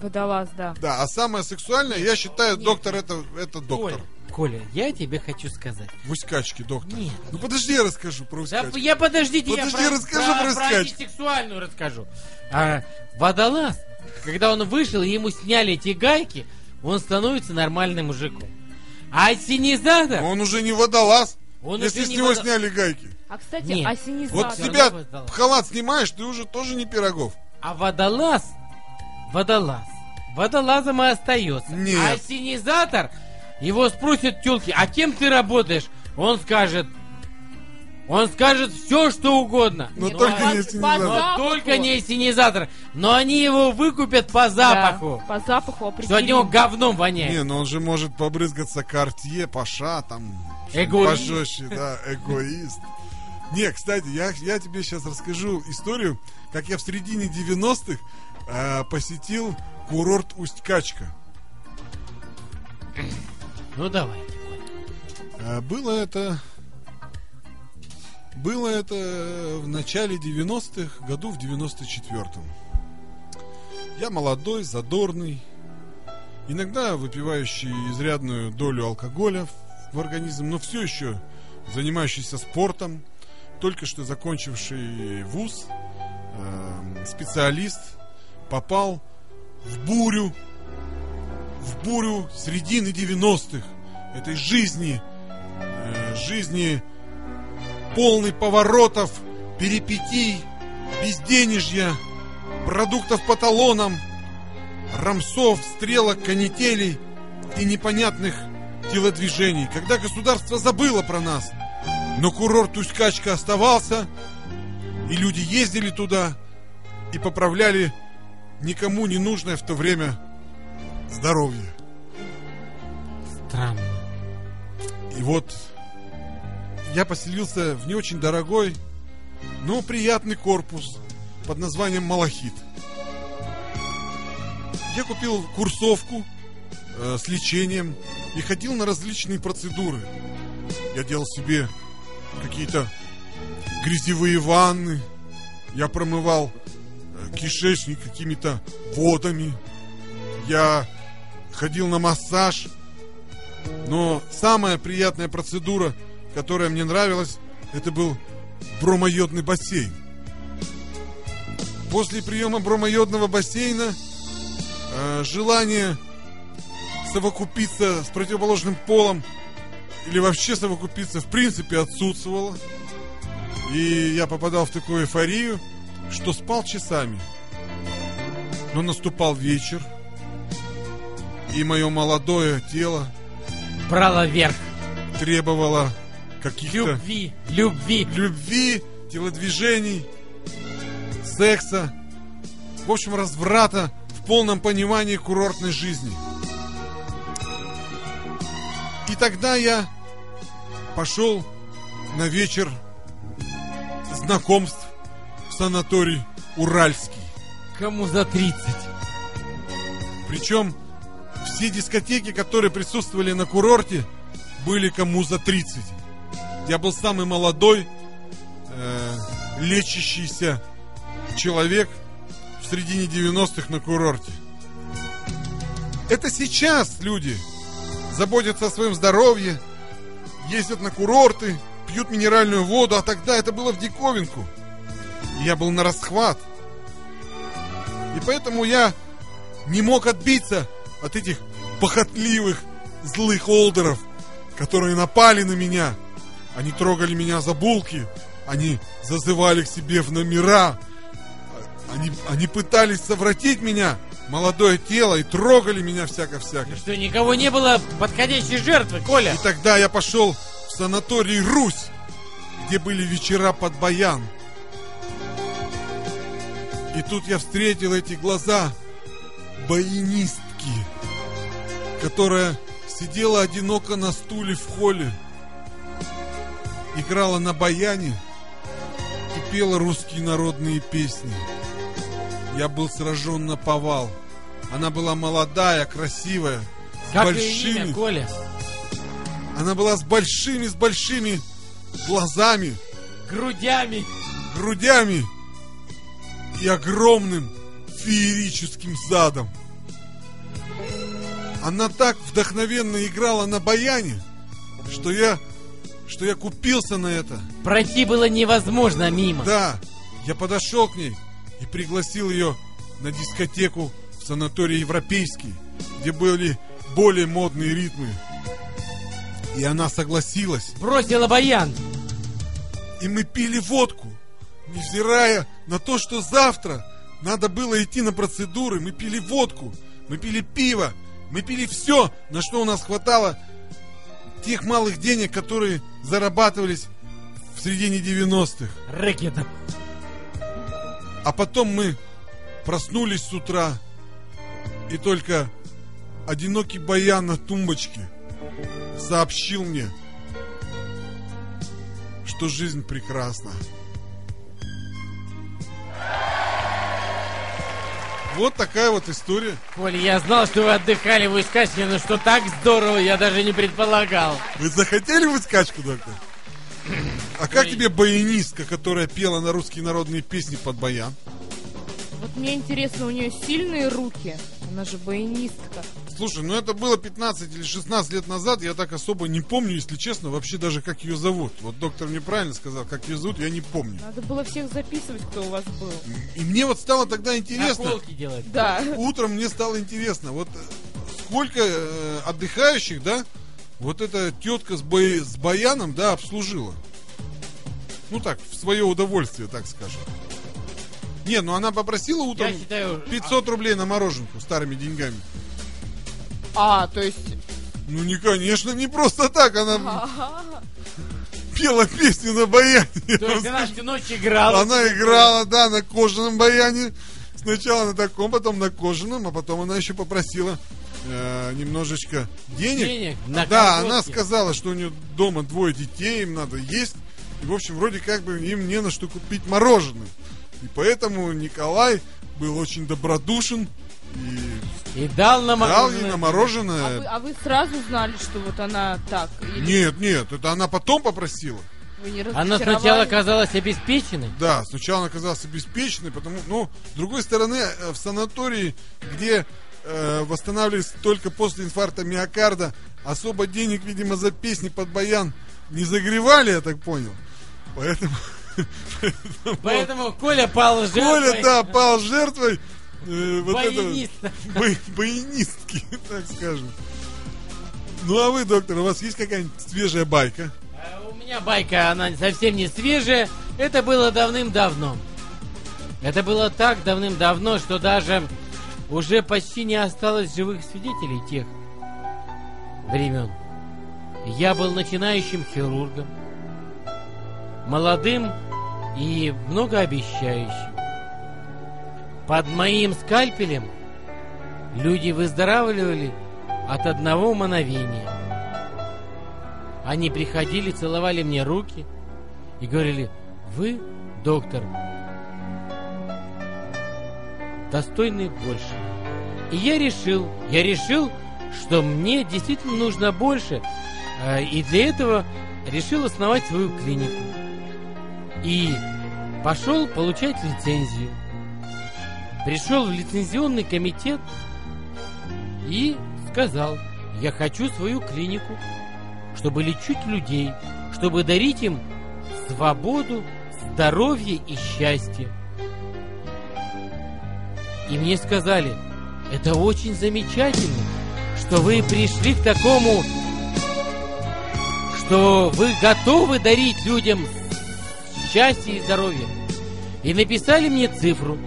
Speaker 3: Водолаз, да.
Speaker 2: Да, а самая сексуальная, я считаю,
Speaker 1: нет.
Speaker 2: доктор это, это доктор.
Speaker 1: Коля, Коля, я тебе хочу сказать.
Speaker 2: Выскачки, доктор.
Speaker 1: Нет.
Speaker 2: Ну подожди, я расскажу про
Speaker 1: Да,
Speaker 2: выскачки.
Speaker 1: я подождите,
Speaker 2: Подожди,
Speaker 1: я про,
Speaker 2: расскажу про
Speaker 1: про
Speaker 2: скачку.
Speaker 1: антисексуальную расскажу. А, водолаз, когда он вышел и ему сняли эти гайки, он становится нормальным мужиком. А синизатор,
Speaker 2: Он уже не водолаз,
Speaker 1: он
Speaker 2: если
Speaker 1: уже
Speaker 2: с
Speaker 1: не
Speaker 2: него
Speaker 1: водо-
Speaker 2: сняли гайки.
Speaker 3: А кстати,
Speaker 1: Нет.
Speaker 3: осенизатор.
Speaker 2: Вот с
Speaker 1: да,
Speaker 2: тебя
Speaker 1: да, да.
Speaker 2: халат снимаешь, ты уже тоже не пирогов.
Speaker 1: А водолаз, водолаз, водолазом и остается.
Speaker 2: Нет.
Speaker 1: А синизатор, его спросят тёлки, а кем ты работаешь? Он скажет, он скажет все, что угодно.
Speaker 2: Но
Speaker 1: Ну,
Speaker 2: только
Speaker 1: а-
Speaker 2: не
Speaker 3: по-
Speaker 1: Но
Speaker 2: синизатор.
Speaker 3: запаху.
Speaker 1: только не синизатор. Но они его выкупят по
Speaker 3: Да,
Speaker 1: запаху.
Speaker 3: по запаху
Speaker 1: Что Ну, от
Speaker 3: определим.
Speaker 1: него говном воняет.
Speaker 2: Не, но он же может побрызгаться картье, паша, там...
Speaker 1: Эгоист.
Speaker 2: пожестче, да, эгоист. Не, кстати, я, я тебе сейчас расскажу историю, как я в середине 90-х э, посетил курорт Усть-Качка.
Speaker 1: Ну давай.
Speaker 2: А, Э, Было это Было это в начале 90-х, году в 94-м. Я молодой, задорный, иногда выпивающий изрядную долю алкоголя в- в организм, но все еще занимающийся спортом, только что закончивший вуз, эм, специалист, попал в бурю, в бурю середины 90-х, этой жизни, э, жизни полной поворотов, перипетий, безденежья, продуктов по талонам, рамсов, стрелок, канителей и непонятных телодвижений, когда государство забыло про нас. Но курорт Тускачка оставался, и люди ездили туда и поправляли никому не нужное в то время здоровье.
Speaker 1: Странно.
Speaker 2: И вот я поселился в не очень дорогой, но приятный корпус под названием «Малахит». Я купил курсовку э, с лечением и ходил на различные процедуры. Я делал себе какие-то грязевые ванны, я промывал э, кишечник какими-то водами, я ходил на массаж, но самая приятная процедура, которая мне нравилась, это был бромоедный бассейн. После приема бромоедного бассейна э, желание совокупиться с противоположным полом или вообще совокупиться в принципе отсутствовало. И я попадал в такую эйфорию, что спал часами. Но наступал вечер, и мое молодое тело
Speaker 1: Брала вверх.
Speaker 2: требовала каких-то
Speaker 1: Любви, любви.
Speaker 2: любви, телодвижений, секса, в общем, разврата в полном понимании курортной жизни. И тогда я пошел на вечер знакомств в санаторий Уральский.
Speaker 1: Кому за 30?
Speaker 2: Причем все дискотеки, которые присутствовали на курорте, были кому за 30. Я был самый молодой, э, лечащийся человек в середине 90-х на курорте. Это сейчас люди заботятся о своем здоровье, ездят на курорты, пьют минеральную воду, а тогда это было в диковинку. Я был на расхват. И поэтому я не мог отбиться от этих похотливых злых олдеров, которые напали на меня. Они трогали меня за булки, они зазывали к себе в номера, а- они, они пытались совратить меня, молодое тело, и трогали меня всяко-всяко.
Speaker 1: Что, никого не было подходящей жертвы, Коля?
Speaker 2: И тогда я пошел в санаторий Русь, где были вечера под баян. И тут я встретил эти глаза баянистки, которая сидела одиноко на стуле в холле, играла на баяне и пела русские народные песни. Я был сражен на повал. Она была молодая, красивая, с
Speaker 1: Как
Speaker 2: большими,
Speaker 1: ее имя, Коля?
Speaker 2: она была с большими, с большими глазами,
Speaker 1: Грудями.
Speaker 2: грудями и огромным феерическим задом. Она так вдохновенно играла на баяне, что я, что я купился на это.
Speaker 1: Пройти было невозможно мимо.
Speaker 2: Да, я подошел к ней и пригласил ее на дискотеку в санаторий Европейский, где были более модные ритмы. И она согласилась.
Speaker 1: Бросила баян.
Speaker 2: И мы пили водку, невзирая на то, что завтра надо было идти на процедуры. Мы пили водку, мы пили пиво, мы пили все, на что у нас хватало тех малых денег, которые зарабатывались в середине 90-х.
Speaker 1: Рэкетом.
Speaker 2: А потом мы проснулись с утра, и только одинокий баян на тумбочке сообщил мне, что жизнь прекрасна. Вот такая вот история.
Speaker 1: Коля, я знал, что вы «Ну, отдыхали в Искачне, но что так здорово, я даже не предполагал.
Speaker 2: Вы захотели вы скачку, доктор? А как
Speaker 1: Ой.
Speaker 2: тебе баянистка, которая пела на русские народные песни под баян?
Speaker 3: Вот мне интересно, у нее сильные руки. Она же баянистка.
Speaker 2: Слушай, ну это было 15 или 16 лет назад, я так особо не помню, если честно, вообще даже как ее зовут. Вот доктор мне правильно сказал, как ее зовут, я не помню.
Speaker 3: Надо было всех записывать, кто у вас был.
Speaker 2: И мне вот стало тогда интересно,
Speaker 1: Наколки делать.
Speaker 3: Да.
Speaker 2: утром мне стало интересно, вот э, сколько э, отдыхающих, да, вот эта тетка с, бай- с баяном, да, обслужила. Ну так, в свое удовольствие, так скажем. Не, ну она попросила утром
Speaker 1: Я считаю...
Speaker 2: 500 рублей на мороженку старыми деньгами.
Speaker 3: А, то есть...
Speaker 2: Ну, не, конечно, не просто так она
Speaker 3: Ага.
Speaker 2: пела песню на баяне.
Speaker 1: а, То есть она всю ночь играла.
Speaker 2: Она играла, да, на кожаном баяне. Сначала на таком, потом на кожаном, а потом она еще попросила э, немножечко денег.
Speaker 1: Денег на
Speaker 2: Да,
Speaker 1: колготки.
Speaker 2: она сказала, что у нее дома двое детей, им надо есть. И, в общем, вроде как бы им не на что купить мороженое. И поэтому Николай был очень добродушен и
Speaker 1: И дал нам
Speaker 2: дал ей на
Speaker 3: А вы,
Speaker 2: мороженое.
Speaker 3: а вы сразу знали, что вот она так? Или
Speaker 2: Нет, нет, это она потом попросила.
Speaker 3: Вы не
Speaker 1: Она сначала
Speaker 3: разочаровались?
Speaker 1: казалась обеспеченной.
Speaker 2: Да, сначала он оказался беспечный, потому, ну, с другой стороны, э, в санатории, где э, восстанавливались только после инфаркта миокарда, особо денег, видимо, за песни под баян не загревали, я так понял. Поэтому
Speaker 1: Поэтому Коля пал жертвой.
Speaker 2: Коля, да, пал жертвой э, вот
Speaker 1: баяниста.
Speaker 2: этого бай- баянистки, так скажем. Ну а вы, доктор, у вас есть какая-нибудь свежая байка?
Speaker 1: А У меня байка, она совсем не свежая. Это было давным-давно. Это было так давным-давно, что даже уже почти не осталось живых свидетелей тех времен. Я был начинающим хирургом, молодым и многообещающим. Под моим скальпелем люди выздоравливали от одного мановения – они приходили, целовали мне руки и говорили, вы, доктор, достойны больше. И я решил, я решил, что мне действительно нужно больше. э, И для этого решил основать свою клинику. И пошел получать лицензию. Пришел в лицензионный комитет и сказал, я хочу свою клинику чтобы лечить людей, чтобы дарить им свободу, здоровье и счастье. И мне сказали, это очень замечательно, что вы пришли к такому, что вы готовы дарить людям счастье и здоровье. И написали мне цифру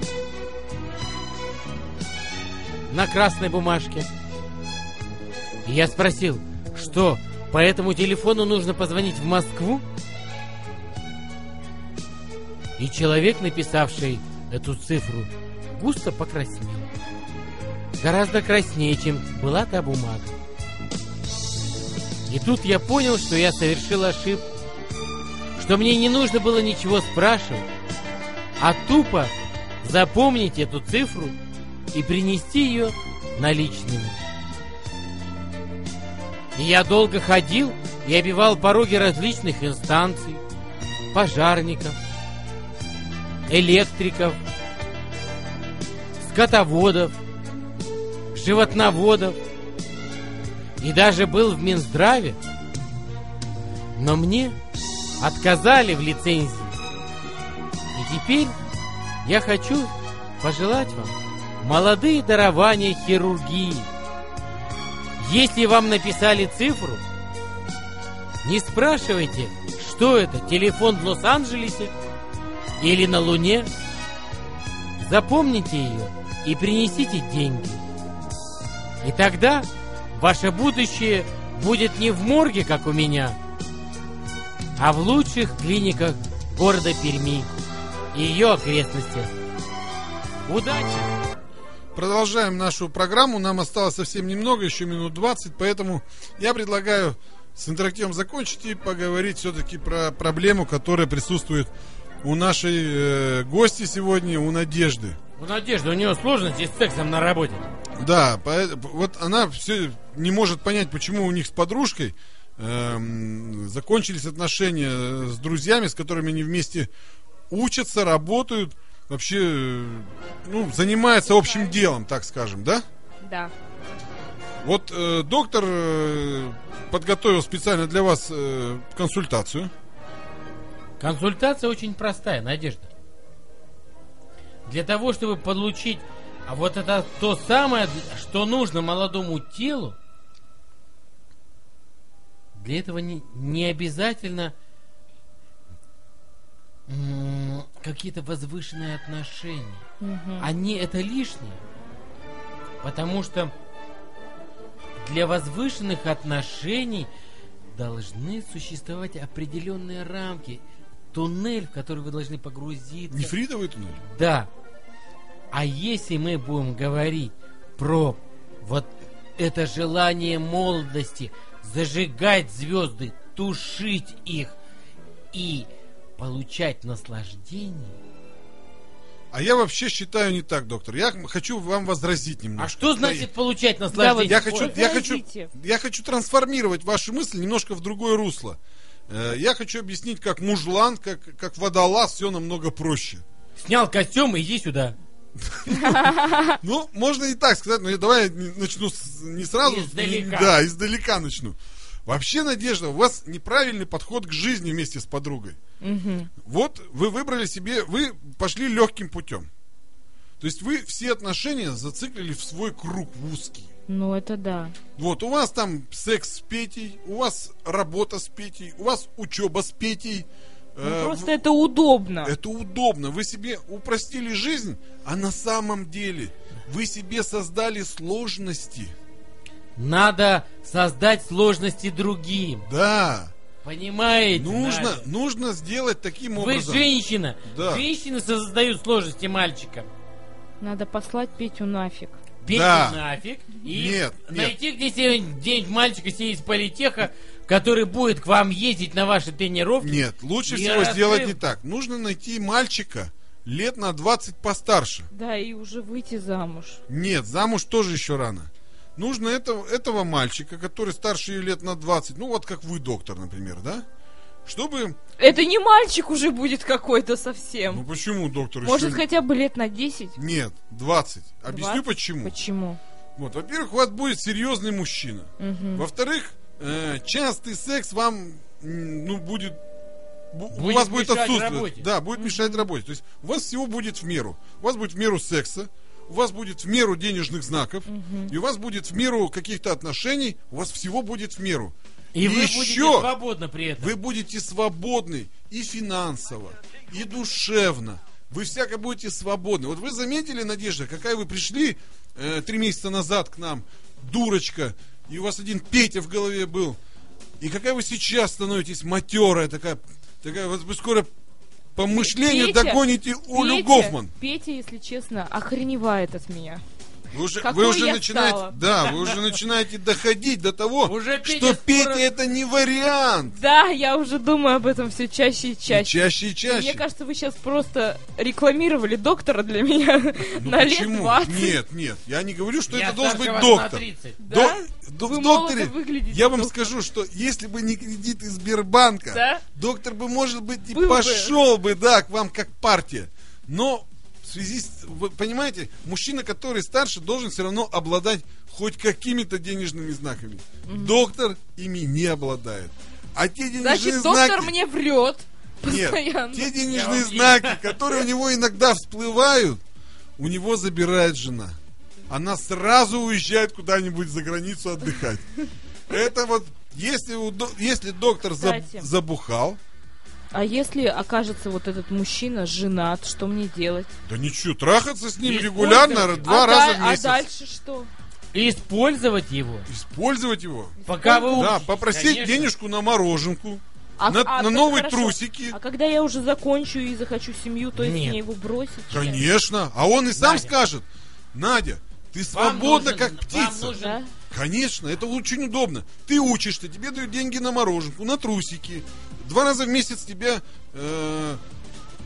Speaker 1: на красной бумажке. И я спросил, что по этому телефону нужно позвонить в Москву? И человек, написавший эту цифру, густо покраснел. Гораздо краснее, чем была та бумага. И тут я понял, что я совершил ошибку. Что мне не нужно было ничего спрашивать, а тупо запомнить эту цифру и принести ее наличными. И я долго ходил и обивал пороги различных инстанций, пожарников, электриков, скотоводов, животноводов и даже был в Минздраве. Но мне отказали в лицензии. И теперь я хочу пожелать вам молодые дарования хирургии. Если вам написали цифру, не спрашивайте, что это, телефон в Лос-Анджелесе или на Луне. Запомните ее и принесите деньги. И тогда ваше будущее будет не в морге, как у меня, а в лучших клиниках города Перми и ее окрестностях. Удачи!
Speaker 2: Продолжаем нашу программу. Нам осталось совсем немного, еще минут 20, поэтому я предлагаю с интерактивом закончить и поговорить все-таки про проблему, которая присутствует у нашей э, гости сегодня, у Надежды.
Speaker 1: У Надежды, Ну, у нее сложности с сексом на работе.
Speaker 2: Да, пое- вот она все не может понять, почему у них с подружкой эм, закончились отношения э, с друзьями, с которыми они вместе учатся, работают, вообще, э, ну, занимаются общим делом, так скажем, да?
Speaker 3: Да.
Speaker 2: Вот э, доктор э, подготовил специально для вас э, консультацию.
Speaker 1: Консультация очень простая, Надежда. Для того, чтобы получить а вот это то самое, что нужно молодому телу, для этого не, не обязательно м, какие-то возвышенные отношения. Они это лишнее. Потому что для возвышенных отношений должны существовать определенные рамки. Туннель, в который вы должны погрузиться.
Speaker 2: Нефритовый туннель?
Speaker 1: Да. А если мы будем говорить про вот это желание молодости, зажигать звезды, тушить их и получать наслаждение.
Speaker 2: А я вообще считаю не так, доктор. Я хочу вам возразить немножко.
Speaker 1: А что значит получать
Speaker 6: вот
Speaker 1: наслаждение?
Speaker 2: Я хочу, А я, хочу,
Speaker 6: Возразите.
Speaker 2: я хочу трансформировать ваши мысли немножко в другое русло. Э, Я хочу объяснить, как мужлан, как, как водолаз, все намного проще.
Speaker 1: Снял костюм и иди сюда.
Speaker 2: Ну, можно и так сказать, но я, давай я не- начну с- не сразу.
Speaker 1: Издалека.
Speaker 2: Да, издалека начну. Вообще, Надежда, у вас неправильный подход к жизни вместе с подругой. Вот вы выбрали себе, вы пошли легким путем. То есть вы все отношения зациклили в свой круг, в узкий.
Speaker 6: Ну, это да.
Speaker 2: Вот, у вас там секс с Петей, у вас работа с Петей, у вас учеба с Петей.
Speaker 1: Ну,
Speaker 2: Э,
Speaker 3: Просто это удобно.
Speaker 2: это удобно. Вы себе упростили жизнь, а на самом деле вы себе создали сложности.
Speaker 1: Надо создать сложности другим.
Speaker 2: Да.
Speaker 1: Понимаете?
Speaker 2: Нужно,
Speaker 1: Надя?
Speaker 2: нужно сделать таким
Speaker 1: Вы
Speaker 2: образом.
Speaker 1: женщина.
Speaker 2: Да.
Speaker 1: Женщины создают сложности мальчикам.
Speaker 6: Надо послать Петю нафиг.
Speaker 1: Бейте
Speaker 2: Да.
Speaker 1: нафиг и
Speaker 2: Нет, нет.
Speaker 1: найти где-нибудь мальчика себе из политеха, который будет к вам ездить на ваши тренировки.
Speaker 2: Нет, лучше
Speaker 1: Не
Speaker 2: всего сделать
Speaker 1: раскрыл.
Speaker 2: не так. Нужно найти мальчика лет на 20 постарше.
Speaker 3: Да, и уже выйти замуж.
Speaker 2: Нет, замуж тоже еще рано. Нужно этого, этого мальчика, который старше ее лет на 20, ну вот как вы, доктор, например, да? Чтобы...
Speaker 3: Это не мальчик уже будет какой-то совсем.
Speaker 2: Ну почему, доктор, еще
Speaker 6: Может,
Speaker 2: не-
Speaker 6: хотя бы лет на 10?
Speaker 2: Нет, 20. Объясню
Speaker 3: 20?
Speaker 2: почему.
Speaker 6: Почему?
Speaker 2: Вот, во-первых, у вас будет серьезный мужчина. Во-вторых, э, частый секс вам, м, ну, будет... бу- у
Speaker 1: Будет
Speaker 2: вас будет
Speaker 1: мешать
Speaker 2: отсутствовать.
Speaker 1: работе.
Speaker 2: Да, будет мешать работе. То есть у вас всего будет в меру. У вас будет в меру секса, у вас будет в меру денежных знаков, и у вас будет в меру каких-то отношений, у вас всего будет в меру.
Speaker 1: И вы будете
Speaker 2: Еще
Speaker 1: свободны при этом.
Speaker 2: вы будете свободны и финансово, и душевно. Вы всяко будете свободны. Вот вы заметили, Надежда, какая вы пришли э, три месяца назад к нам, дурочка, и у вас один Петя в голове был. И какая вы сейчас становитесь матерая такая, такая вот вы скоро по мышлению
Speaker 3: Петя,
Speaker 2: догоните Олю
Speaker 3: Петя-
Speaker 2: Гофман.
Speaker 3: Петя, если честно, охреневает от меня.
Speaker 2: Вы уже,
Speaker 3: какой
Speaker 2: вы уже
Speaker 3: я
Speaker 2: начинаете,
Speaker 3: стала.
Speaker 2: да, вы уже начинаете доходить до того,
Speaker 1: Уже Петя
Speaker 2: что
Speaker 1: скоро-
Speaker 2: Петя это не вариант.
Speaker 3: Да, я уже думаю об этом все чаще и
Speaker 2: И
Speaker 3: чаще.
Speaker 2: чаще и чаще.
Speaker 3: Мне кажется, вы сейчас просто рекламировали доктора для меня
Speaker 2: Ну
Speaker 3: на лет
Speaker 2: почему?
Speaker 3: 20.
Speaker 2: Нет, нет, я не говорю, что
Speaker 1: Я
Speaker 2: это должен
Speaker 1: старше
Speaker 2: быть
Speaker 1: вас на
Speaker 2: доктор.
Speaker 1: 30.
Speaker 3: Да?
Speaker 2: Док- до-
Speaker 3: Вы
Speaker 2: в
Speaker 3: молодо
Speaker 2: докторе
Speaker 3: выглядите,
Speaker 2: я вам
Speaker 3: доктор.
Speaker 2: скажу, что если бы не кредит из Сбербанка,
Speaker 3: Да?
Speaker 2: доктор бы, может быть, и
Speaker 3: Был бы.
Speaker 2: пошел бы, да, к вам как партия. Но в связи с... Вы понимаете, мужчина, который старше, должен все равно обладать хоть какими-то денежными знаками. Доктор ими не обладает. А те денежные
Speaker 3: Значит,
Speaker 2: знаки...
Speaker 3: доктор мне врет
Speaker 2: Нет,
Speaker 3: постоянно.
Speaker 2: те
Speaker 1: Я
Speaker 2: денежные
Speaker 1: вам-
Speaker 2: знаки, которые у него иногда всплывают, у него забирает жена. Она сразу уезжает куда-нибудь за границу отдыхать. Это вот, если, у до- если доктор заб-
Speaker 6: Кстати.
Speaker 2: забухал,
Speaker 6: А если окажется вот этот мужчина женат, что мне делать?
Speaker 2: да ничего, трахаться с ним
Speaker 1: Использовать.
Speaker 2: регулярно два
Speaker 3: а,
Speaker 2: раза
Speaker 3: да-
Speaker 2: в
Speaker 3: а
Speaker 2: месяц.
Speaker 3: дальше что?
Speaker 1: Использовать его,
Speaker 2: Использовать его.
Speaker 1: пока вы
Speaker 2: Да,
Speaker 1: учитесь,
Speaker 2: попросить
Speaker 1: конечно.
Speaker 2: денежку на мороженку,
Speaker 6: А-
Speaker 2: на,
Speaker 6: а,
Speaker 2: на
Speaker 6: так
Speaker 2: новые
Speaker 6: хорошо.
Speaker 2: трусики.
Speaker 6: А когда я уже закончу и захочу семью, то есть
Speaker 1: Нет.
Speaker 6: мне его бросить? что ли?
Speaker 2: Конечно. А он и сам
Speaker 1: Надя.
Speaker 2: скажет, Надя, ты
Speaker 1: Вам
Speaker 2: свободна,
Speaker 1: нужен-
Speaker 2: как
Speaker 1: вам
Speaker 2: птица.
Speaker 1: нужен
Speaker 6: Да?
Speaker 2: Конечно, это очень удобно. Ты учишься, тебе дают деньги на мороженку, на трусики. Два раза в месяц тебя э,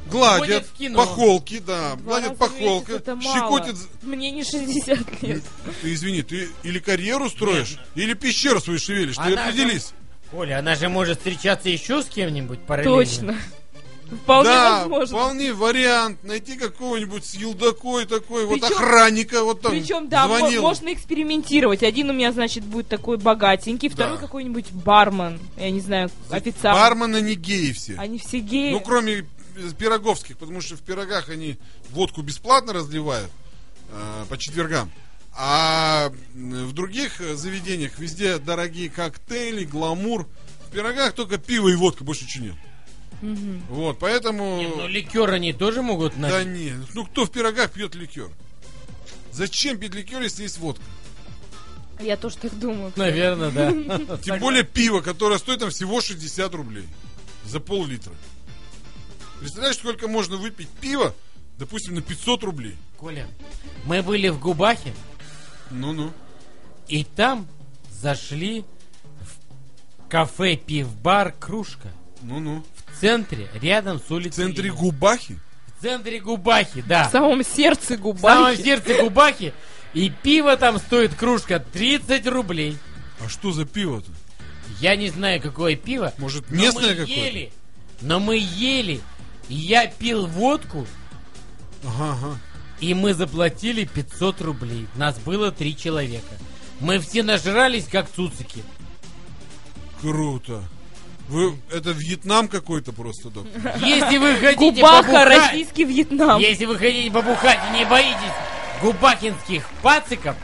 Speaker 1: Водят
Speaker 2: гладят
Speaker 1: в кино.
Speaker 2: по холке, да,
Speaker 3: Два
Speaker 2: гладят
Speaker 3: раза
Speaker 2: по
Speaker 3: в месяц
Speaker 2: холке,
Speaker 3: это мало.
Speaker 2: щекотят.
Speaker 3: Мне не 60 лет.
Speaker 2: Ты извини, ты или карьеру строишь, или пещеру свою шевелишь, ты
Speaker 1: Она же-
Speaker 2: определись.
Speaker 1: Оля, она же может встречаться еще с кем-нибудь параллельно.
Speaker 3: Точно. Вполне
Speaker 2: да,
Speaker 3: возможно.
Speaker 2: вполне вариант найти какого-нибудь с елдакой такой, вот
Speaker 3: Причем-
Speaker 2: охранника, вот там
Speaker 3: Причем, да, мо-
Speaker 2: звонил.
Speaker 3: можно экспериментировать. Один у меня, значит, будет такой богатенький, второй
Speaker 2: Да.
Speaker 3: какой-нибудь бармен. Я не знаю, официант.
Speaker 2: Бармены не геи все.
Speaker 3: Они все геи.
Speaker 2: Ну, кроме э, пироговских, потому что в пирогах они водку бесплатно разливают э, по четвергам. А м, в других э, заведениях везде дорогие коктейли, гламур. В пирогах только пиво и водка, больше ничего нет.
Speaker 3: Мгм.
Speaker 2: Вот, поэтому...
Speaker 1: Не, ну ликер они тоже могут на...
Speaker 2: Да не, ну кто в пирогах пьет ликер? Зачем пить ликер, если есть водка?
Speaker 3: Я тоже так думаю.
Speaker 1: Наверное, да.
Speaker 2: Тем более пиво, которое стоит там всего 60 рублей за пол-литра. Представляешь, сколько можно выпить пива, допустим, на 500 рублей?
Speaker 1: Коля, мы были в Губахе,
Speaker 2: Ну-ну.
Speaker 1: и там зашли в кафе пивбар «Кружка»
Speaker 2: Ну-ну.
Speaker 1: в центре, рядом с
Speaker 2: В
Speaker 1: улицей.
Speaker 2: центре
Speaker 1: Ленина.
Speaker 2: Губахи?
Speaker 1: В центре Губахи, да.
Speaker 3: В самом сердце
Speaker 1: В самом
Speaker 3: губами.
Speaker 1: сердце Губахи. И пиво там стоит кружка 30 рублей.
Speaker 2: А что за пиво-то?
Speaker 1: Я не знаю, какое пиво.
Speaker 2: Может,
Speaker 1: но
Speaker 2: местное
Speaker 1: мы
Speaker 2: какое-то?
Speaker 1: Ели, но мы ели. И я пил водку,
Speaker 2: Ага, ага.
Speaker 1: и мы заплатили 500 рублей. Нас было три человека. Мы все нажрались, как цуцики.
Speaker 2: Круто. Вы, это Вьетнам какой-то просто, доктор.
Speaker 1: Если вы хотите
Speaker 3: Губаха,
Speaker 1: побухать,
Speaker 3: российский Вьетнам.
Speaker 1: если вы хотите побухать и не боитесь губахинских пациков,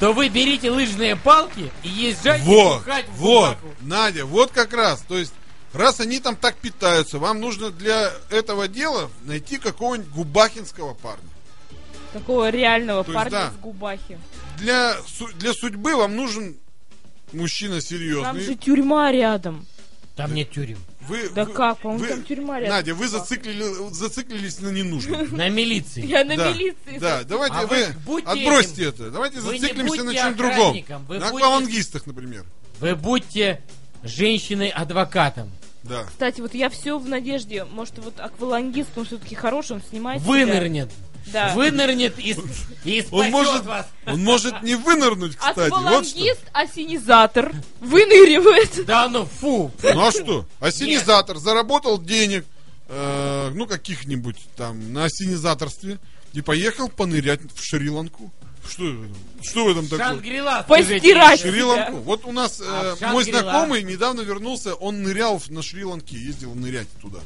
Speaker 1: то вы берите лыжные палки и езжайте
Speaker 2: Вот,
Speaker 1: бухать в
Speaker 2: вот,
Speaker 1: Губаху.
Speaker 2: Надя, вот как раз. То есть, раз они там так питаются, вам нужно для этого дела найти какого-нибудь губахинского парня.
Speaker 3: Такого реального
Speaker 2: То есть,
Speaker 3: парня
Speaker 2: да.
Speaker 3: с губахи.
Speaker 2: Для, су- для судьбы вам нужен мужчина
Speaker 3: Там
Speaker 2: серьезный.
Speaker 3: же тюрьма рядом.
Speaker 1: Там нет тюрем.
Speaker 2: Вы,
Speaker 3: Да
Speaker 2: вы-
Speaker 3: как, по-моему,
Speaker 2: вы-
Speaker 3: там тюрьма рядом.
Speaker 2: Надя, вы зациклили, зациклились на ненужном.
Speaker 1: На милиции.
Speaker 3: Я на
Speaker 2: Да,
Speaker 3: милиции.
Speaker 2: Да, давайте
Speaker 1: А
Speaker 2: вы,
Speaker 1: вы будьте
Speaker 2: отбросьте это. Давайте
Speaker 1: Вы не
Speaker 2: зациклимся на
Speaker 1: будьте
Speaker 2: чем другом.
Speaker 1: охранником, вы
Speaker 2: На
Speaker 1: будьте-
Speaker 2: аквалангистах, например.
Speaker 1: Вы будьте женщиной-адвокатом.
Speaker 2: Да.
Speaker 3: Кстати, вот я все в надежде. Может, вот аквалангист, он все-таки хороший, он снимает. себя.
Speaker 1: Вынырнет.
Speaker 3: Да.
Speaker 1: Вынырнет и, с- и спасет
Speaker 2: Он может,
Speaker 1: вас.
Speaker 2: он может не вынырнуть, кстати. Вот что.
Speaker 3: Аквалангист, осенизатор. Выныривает.
Speaker 1: Да ну фу.
Speaker 2: Ну а что? Осенизатор заработал денег, э, ну каких-нибудь там, на осенизаторстве. И поехал понырять в Шри-Ланку. Что, что в этом такое?
Speaker 1: Шангрила. скажите.
Speaker 3: Постирать
Speaker 2: Шри-Ланку.
Speaker 3: себя.
Speaker 2: Вот у нас э,
Speaker 1: А в
Speaker 2: мой
Speaker 1: Шангри-Ла?
Speaker 2: знакомый недавно вернулся, он нырял в- на Шри-Ланке, ездил нырять туда.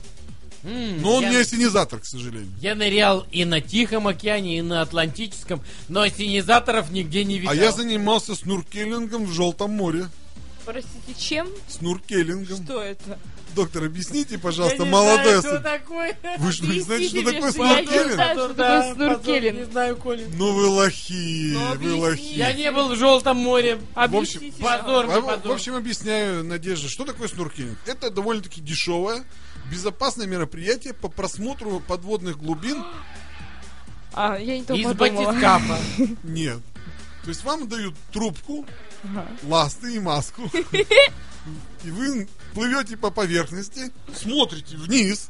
Speaker 1: М,
Speaker 2: Но он
Speaker 1: я,
Speaker 2: не осенизатор, к сожалению.
Speaker 1: я нырял и на Тихом океане, и на Атлантическом, но синизаторов нигде не видел.
Speaker 2: А я занимался снуркелингом в Желтом море.
Speaker 3: Простите, чем?
Speaker 2: Снуркелингом.
Speaker 3: Что это?
Speaker 2: Доктор, объясните,
Speaker 1: Я
Speaker 2: пожалуйста,
Speaker 1: не
Speaker 2: молодой
Speaker 1: знаю, что такое.
Speaker 2: Вы же не знаете, что такое
Speaker 3: что я не
Speaker 2: снуркелинг?
Speaker 3: знаю, что
Speaker 1: Да,
Speaker 3: такое снуркелинг.
Speaker 1: потом, Не знаю, Коля.
Speaker 2: Ну вы лохи,
Speaker 3: Ну,
Speaker 2: вы
Speaker 3: объясните.
Speaker 1: Я
Speaker 2: лохи.
Speaker 1: не был в Желтом море.
Speaker 2: общем,
Speaker 3: Объясните.
Speaker 1: Позор,
Speaker 2: А,
Speaker 1: не
Speaker 2: В в
Speaker 1: позор.
Speaker 2: общем, объясняю, Надежда, что такое снуркелинг? Это довольно-таки дешевое, безопасное мероприятие по просмотру подводных глубин.
Speaker 3: А, я не то
Speaker 1: Из
Speaker 3: подумала.
Speaker 1: батискафа.
Speaker 2: Нет. То есть вам дают трубку,
Speaker 3: Ага.
Speaker 2: ласты и маску. И вы плывете по поверхности, смотрите вниз,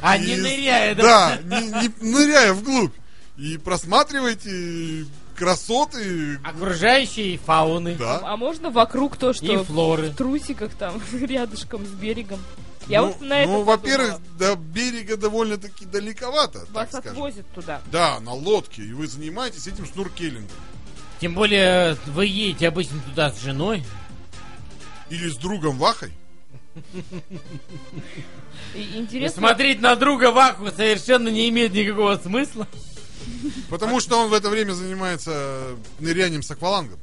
Speaker 1: А не
Speaker 2: Из-
Speaker 1: ныряя, да?
Speaker 2: Да, не, не ныряя вглубь. И просматриваете красоты.
Speaker 1: Окружающие фауны.
Speaker 2: Да.
Speaker 3: А можно вокруг то, что
Speaker 1: И флоры.
Speaker 3: в трусиках там, рядышком с берегом? Я
Speaker 2: ну,
Speaker 3: вот на это
Speaker 2: ну,
Speaker 3: подумала.
Speaker 2: во-первых, до берега довольно-таки далековато, так
Speaker 3: Вас
Speaker 2: скажем.
Speaker 3: отвозят туда.
Speaker 2: Да, на лодке, и вы занимаетесь этим снуркелингом.
Speaker 1: Тем более, вы едете обычно туда с женой.
Speaker 2: Или с другом Вахой.
Speaker 3: И
Speaker 1: И
Speaker 3: интересно,
Speaker 1: смотреть на друга Ваху совершенно не имеет никакого смысла.
Speaker 2: Потому что он в это время занимается нырянием с аквалангом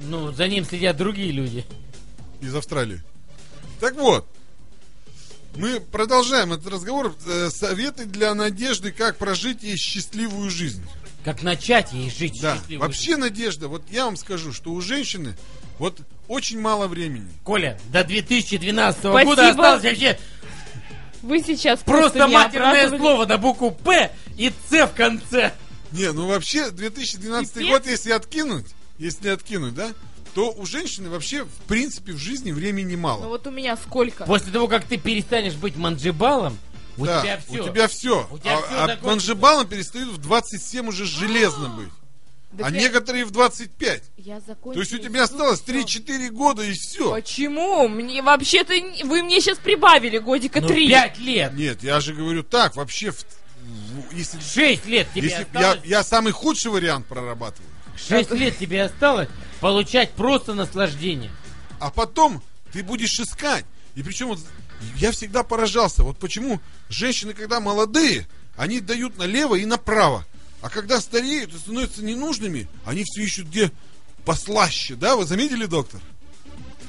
Speaker 1: Ну, за ним следят другие люди.
Speaker 2: из Австралии. Так вот, мы продолжаем этот разговор. Э, Советы для Надежды, как прожить ей счастливую жизнь.
Speaker 1: Как начать ей жить
Speaker 2: Да,
Speaker 1: счастливой
Speaker 2: вообще, Надежда, вот я вам скажу, что у женщины вот очень мало времени.
Speaker 1: жизнью. Коля, до 2012
Speaker 3: Спасибо.
Speaker 1: года осталось вообще
Speaker 3: вы сейчас
Speaker 1: просто
Speaker 3: просто меня
Speaker 1: матерное
Speaker 3: обрадовали.
Speaker 1: слово на букву «П» и «Ц» в конце.
Speaker 2: Не, ну вообще 2012
Speaker 3: Пипец.
Speaker 2: год, если откинуть, если откинуть, да, то у женщины вообще в принципе в жизни времени мало.
Speaker 3: Ну вот у меня сколько?
Speaker 1: После того, как ты перестанешь быть манджибалом, Ну, у
Speaker 2: Да,
Speaker 1: тебя все.
Speaker 2: У тебя все.
Speaker 1: У тебя всё
Speaker 2: а
Speaker 1: закончится.
Speaker 2: манжебалом перестают в 27 уже железно быть.
Speaker 3: Да
Speaker 2: а
Speaker 3: бля,
Speaker 2: некоторые в 25.
Speaker 3: Я закончила.
Speaker 2: То есть у тебя осталось 3-4 года и все.
Speaker 3: Почему? Мне вообще-то... не- Вы мне сейчас прибавили годика
Speaker 1: Ну,
Speaker 3: три.
Speaker 1: пять лет.
Speaker 2: Нет, я же говорю так, вообще, в- в- если,
Speaker 1: Шесть лет тебе
Speaker 2: если б я,
Speaker 1: осталось.
Speaker 2: я самый худший вариант прорабатываю.
Speaker 1: Шесть лет тебе осталось получать просто наслаждение.
Speaker 2: А потом ты будешь искать. И причем вот я всегда поражался, вот почему женщины, когда молодые, они дают налево и направо. А когда стареют и становятся ненужными, они все ищут где послаще, да? Вы заметили, доктор?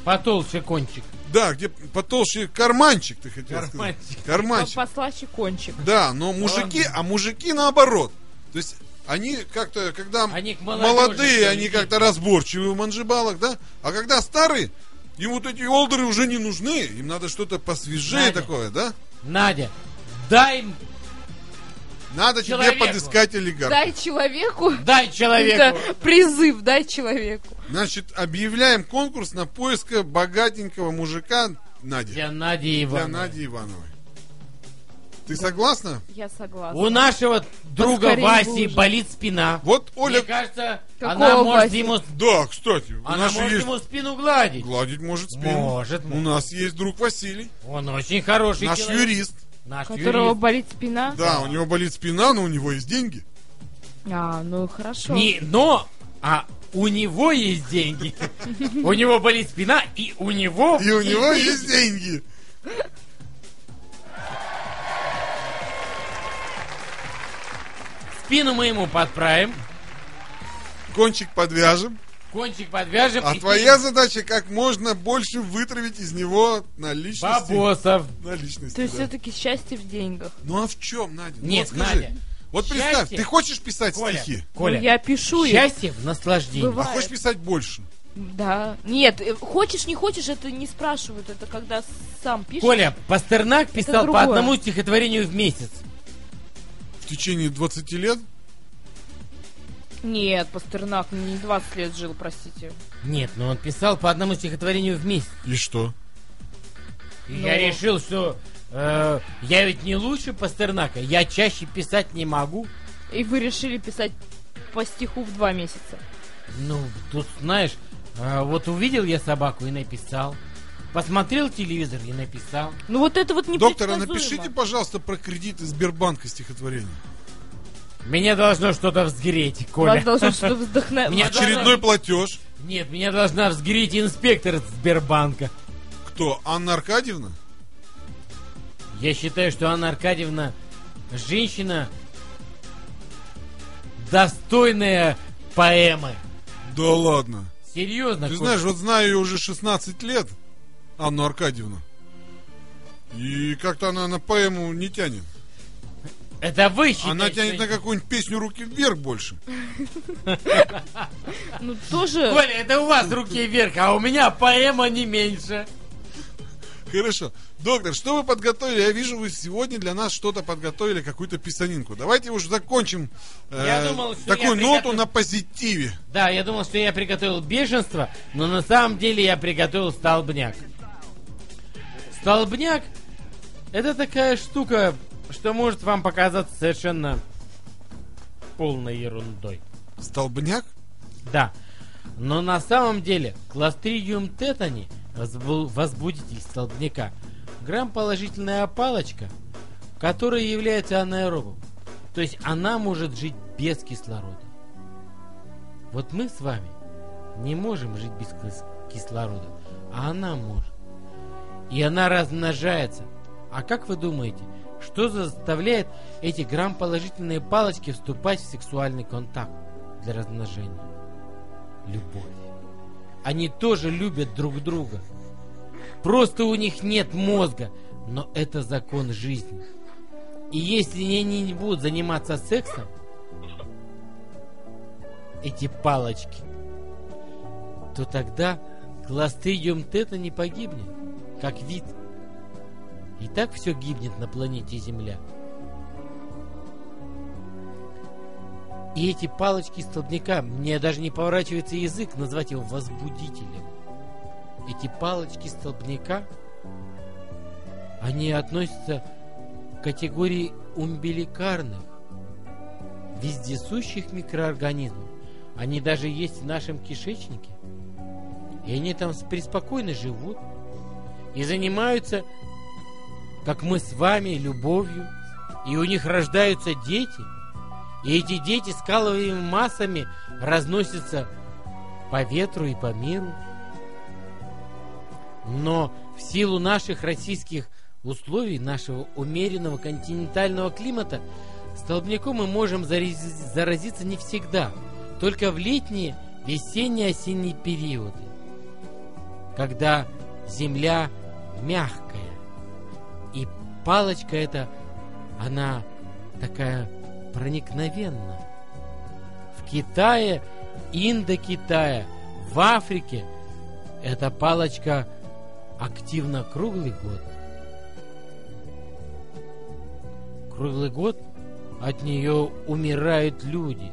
Speaker 1: Потолще кончик.
Speaker 2: Да, где потолще карманчик, ты хотел
Speaker 1: Карманчик.
Speaker 2: сказать. Карманчик.
Speaker 3: Послаще кончик.
Speaker 2: Да, но мужики, а мужики наоборот. То есть они как-то, когда
Speaker 1: Они к молодежи
Speaker 2: молодые,
Speaker 1: всё
Speaker 2: они
Speaker 1: идут.
Speaker 2: как-то разборчивы в манжибалах, да? А когда старые, им вот эти олдеры уже не нужны. Им надо что-то посвежее
Speaker 1: Надя.
Speaker 2: такое, да?
Speaker 1: Надя, дай,
Speaker 2: Надо
Speaker 1: Человеку.
Speaker 2: тебе подыскать олигарха.
Speaker 3: Дай человеку...
Speaker 1: дай человеку.
Speaker 3: Это призыв, дай человеку.
Speaker 2: Значит, объявляем конкурс на поиск богатенького мужика Нади.
Speaker 1: Для Нади
Speaker 2: Для
Speaker 1: Ивановны.
Speaker 2: Нади Ивановой. Ты согласна?
Speaker 3: Я согласна.
Speaker 1: У нашего друга
Speaker 3: Поскорее
Speaker 1: Васи
Speaker 3: бы уже.
Speaker 1: болит спина.
Speaker 2: Вот Оля...
Speaker 1: Мне кажется,
Speaker 3: Какого
Speaker 1: она может
Speaker 3: Васи?
Speaker 1: ему...
Speaker 2: Да, кстати, у
Speaker 1: Она
Speaker 2: нас же
Speaker 1: может
Speaker 2: есть...
Speaker 1: ему спину гладить.
Speaker 2: Гладить может спину.
Speaker 1: Может,
Speaker 2: У нас есть друг Василий.
Speaker 1: Он очень хороший
Speaker 2: Наш
Speaker 1: человек.
Speaker 2: юрист.
Speaker 1: Наш
Speaker 3: Которого
Speaker 1: юрист.
Speaker 3: болит спина?
Speaker 2: Да, у него болит спина, но у него есть деньги.
Speaker 3: А, ну хорошо.
Speaker 1: Не, но, а у него есть деньги. У него болит спина, и у него...
Speaker 2: И у него есть деньги.
Speaker 1: Спину мы ему подправим,
Speaker 2: Кончик подвяжем.
Speaker 1: кончик подвяжем.
Speaker 2: А
Speaker 1: и
Speaker 2: твоя задача как можно больше вытравить из него наличности.
Speaker 1: Бабосов.
Speaker 2: Наличности,
Speaker 3: То есть
Speaker 2: да.
Speaker 3: все-таки счастье в деньгах.
Speaker 2: Ну а в чем, Надя? Ну,
Speaker 1: Нет,
Speaker 2: вот скажи.
Speaker 1: Надя,
Speaker 2: Вот представь,
Speaker 1: счастье-
Speaker 2: ты хочешь писать
Speaker 1: Коля,
Speaker 2: стихи?
Speaker 1: Коля,
Speaker 3: Ну, я пишу их.
Speaker 1: счастье в наслаждении.
Speaker 2: А
Speaker 3: Бывает.
Speaker 2: хочешь писать больше?
Speaker 3: Да. Нет, э, хочешь, не хочешь, это не спрашивают. Это когда сам пишешь.
Speaker 1: Коля, Пастернак писал по
Speaker 3: другое.
Speaker 1: одному стихотворению в месяц.
Speaker 2: В течение 20 лет?
Speaker 3: Нет, Пастернак ну, не 20 лет жил, простите.
Speaker 1: Нет, но он писал по одному стихотворению в месяц.
Speaker 2: И что?
Speaker 1: И
Speaker 3: Ну.
Speaker 1: Я решил, что э, я ведь не лучше Пастернака, я чаще писать не могу.
Speaker 3: И вы решили писать по стиху в два месяца.
Speaker 1: Ну, тут, знаешь, э, вот увидел я собаку и написал. Посмотрел телевизор и написал.
Speaker 3: Ну вот это вот не
Speaker 2: Доктор, а напишите, пожалуйста, про кредиты Сбербанка стихотворение.
Speaker 1: Меня должно что-то взгреть,
Speaker 3: Вас
Speaker 1: Коля.
Speaker 3: должно что-то вздохновить.
Speaker 1: Меня
Speaker 2: Очередной платеж.
Speaker 1: Нет, меня должна взгреть инспектор Сбербанка.
Speaker 2: Кто? Анна Аркадьевна?
Speaker 1: Я считаю, что Анна Аркадьевна женщина достойная поэмы.
Speaker 2: Да ладно.
Speaker 1: Серьезно,
Speaker 2: Ты
Speaker 1: Коля.
Speaker 2: знаешь, вот знаю ее уже 16 лет, Анну Аркадьевну. И как-то она на поэму не тянет.
Speaker 1: это вы считаете.
Speaker 2: Она тянет
Speaker 1: что-
Speaker 2: на какую-нибудь песню «Руки вверх» больше.
Speaker 3: Ну тоже...
Speaker 1: Коля, это у вас руки вверх, а у меня поэма не меньше.
Speaker 2: Хорошо. Доктор, что вы подготовили? Я вижу, вы сегодня для нас что-то подготовили, какую-то писанинку. Давайте уж закончим э,
Speaker 1: Я думал, что
Speaker 2: такую
Speaker 1: я
Speaker 2: ноту
Speaker 1: приготов-
Speaker 2: на позитиве.
Speaker 1: Да, я думал, что я приготовил бешенство, но на самом деле я приготовил столбняк. Столбняк это такая штука, что может вам показаться совершенно полной ерундой.
Speaker 2: Столбняк?
Speaker 1: Да. Но на самом деле кластридиум тетани, возбу- возбудитель столбняка, грамм-положительная палочка, которая является анаэробом. То есть она может жить без кислорода. Вот мы с вами не можем жить без кис- кислорода, а она может. И она размножается. А как вы думаете, что заставляет эти грамм-положительные палочки вступать в сексуальный контакт для размножения? любовь. Они тоже любят друг друга. Просто у них нет мозга, но это закон жизни. И если они не будут заниматься сексом, эти палочки, то тогда кластридиум тета не погибнет, как вид. И так все гибнет на планете Земля. И эти палочки из столбняка, мне даже не поворачивается язык назвать его возбудителем. Эти палочки из столбняка, они относятся к категории умбиликарных, вездесущих микроорганизмов. Они даже есть в нашем кишечнике. И они там с- преспокойно живут и занимаются, как мы с вами, любовью. И у них рождаются дети. И эти дети скаловыми массами разносятся по ветру и по миру. Но в силу наших российских условий, нашего умеренного континентального климата, столбняком мы можем зарез- заразиться не всегда, только в летние, весенние, осенние периоды, когда земля мягкая, и палочка эта, она такая проникновенна. В Китае, Индокитае, в Африке эта палочка активна круглый год. Круглый год от нее умирают люди.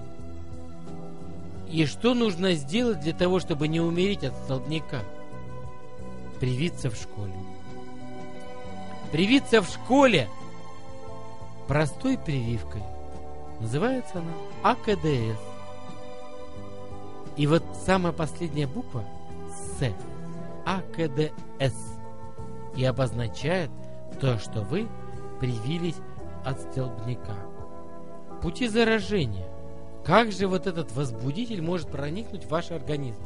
Speaker 1: И что нужно сделать для того, чтобы не умереть от столбняка? Привиться в школе. Привиться в школе простой прививкой. Называется она АКДС. И вот самая последняя буква С. АКДС. И обозначает то, что вы привились от столбняка. Пути заражения. Как же вот этот возбудитель может проникнуть в ваш организм?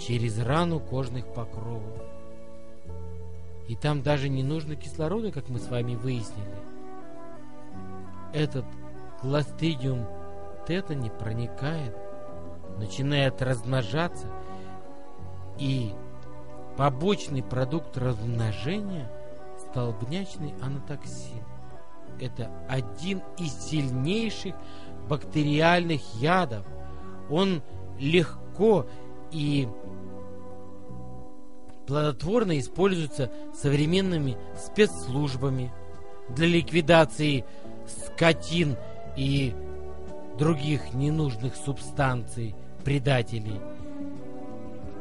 Speaker 1: Через рану кожных покровов. И там даже не нужно кислорода, как мы с вами выяснили. Этот кластридиум тетани проникает, начинает размножаться, и побочный продукт размножения – столбнячный анатоксин. Это один из сильнейших бактериальных ядов. Он легко и плодотворно используется современными спецслужбами для ликвидации скотин и других ненужных субстанций, предателей.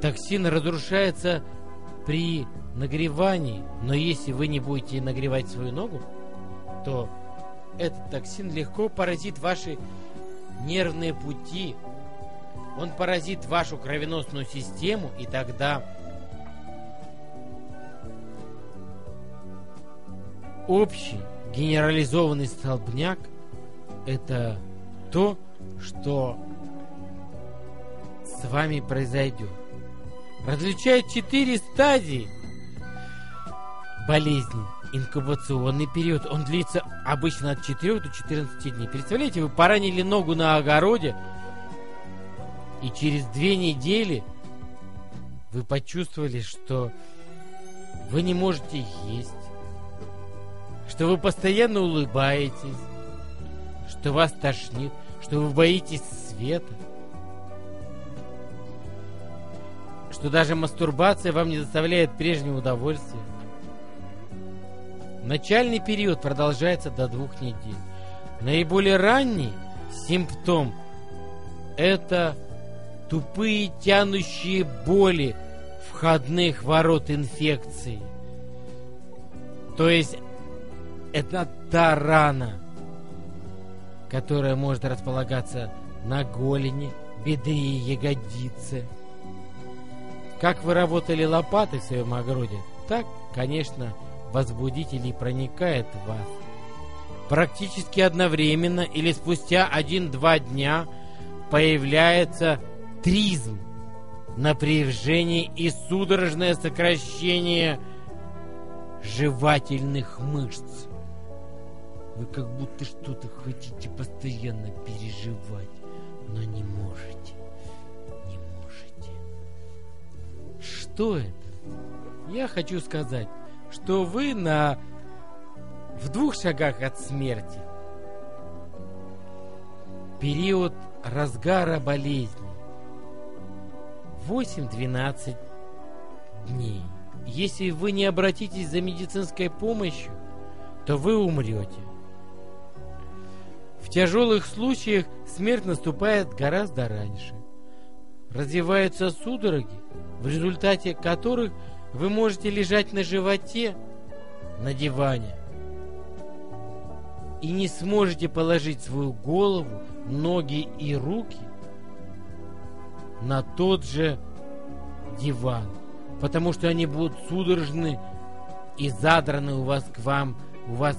Speaker 1: Токсин разрушается при нагревании, но если вы не будете нагревать свою ногу, то этот токсин легко поразит ваши нервные пути, он поразит вашу кровеносную систему, и тогда общий генерализованный столбняк – это то, что с вами произойдет. Различают четыре стадии болезни. Инкубационный период, он длится обычно от 4 до 14 дней. Представляете, вы поранили ногу на огороде, и через две недели вы почувствовали, что вы не можете есть, что вы постоянно улыбаетесь, что вас тошнит, что вы боитесь света, что даже мастурбация вам не доставляет прежнего удовольствия. Начальный период продолжается до двух недель. Наиболее ранний симптом – это тупые тянущие боли входных ворот инфекции. То есть это та рана, которая может располагаться на голени, бедре и ягодице. Как вы работали лопатой в своем огороде, так, конечно, возбудитель и проникает в вас. Практически одновременно или спустя 1-2 дня появляется тризм, напряжение и судорожное сокращение жевательных мышц. Вы как будто что-то хотите постоянно переживать, но не можете. Не можете. Что это? Я хочу сказать, что вы на... в двух шагах от смерти. Период разгара болезни. 8-12 дней. Если вы не обратитесь за медицинской помощью, то вы умрете. В тяжелых случаях смерть наступает гораздо раньше. Развиваются судороги, в результате которых вы можете лежать на животе, на диване, и не сможете положить свою голову, ноги и руки на тот же диван, потому что они будут судорожны и задраны у вас к вам, у вас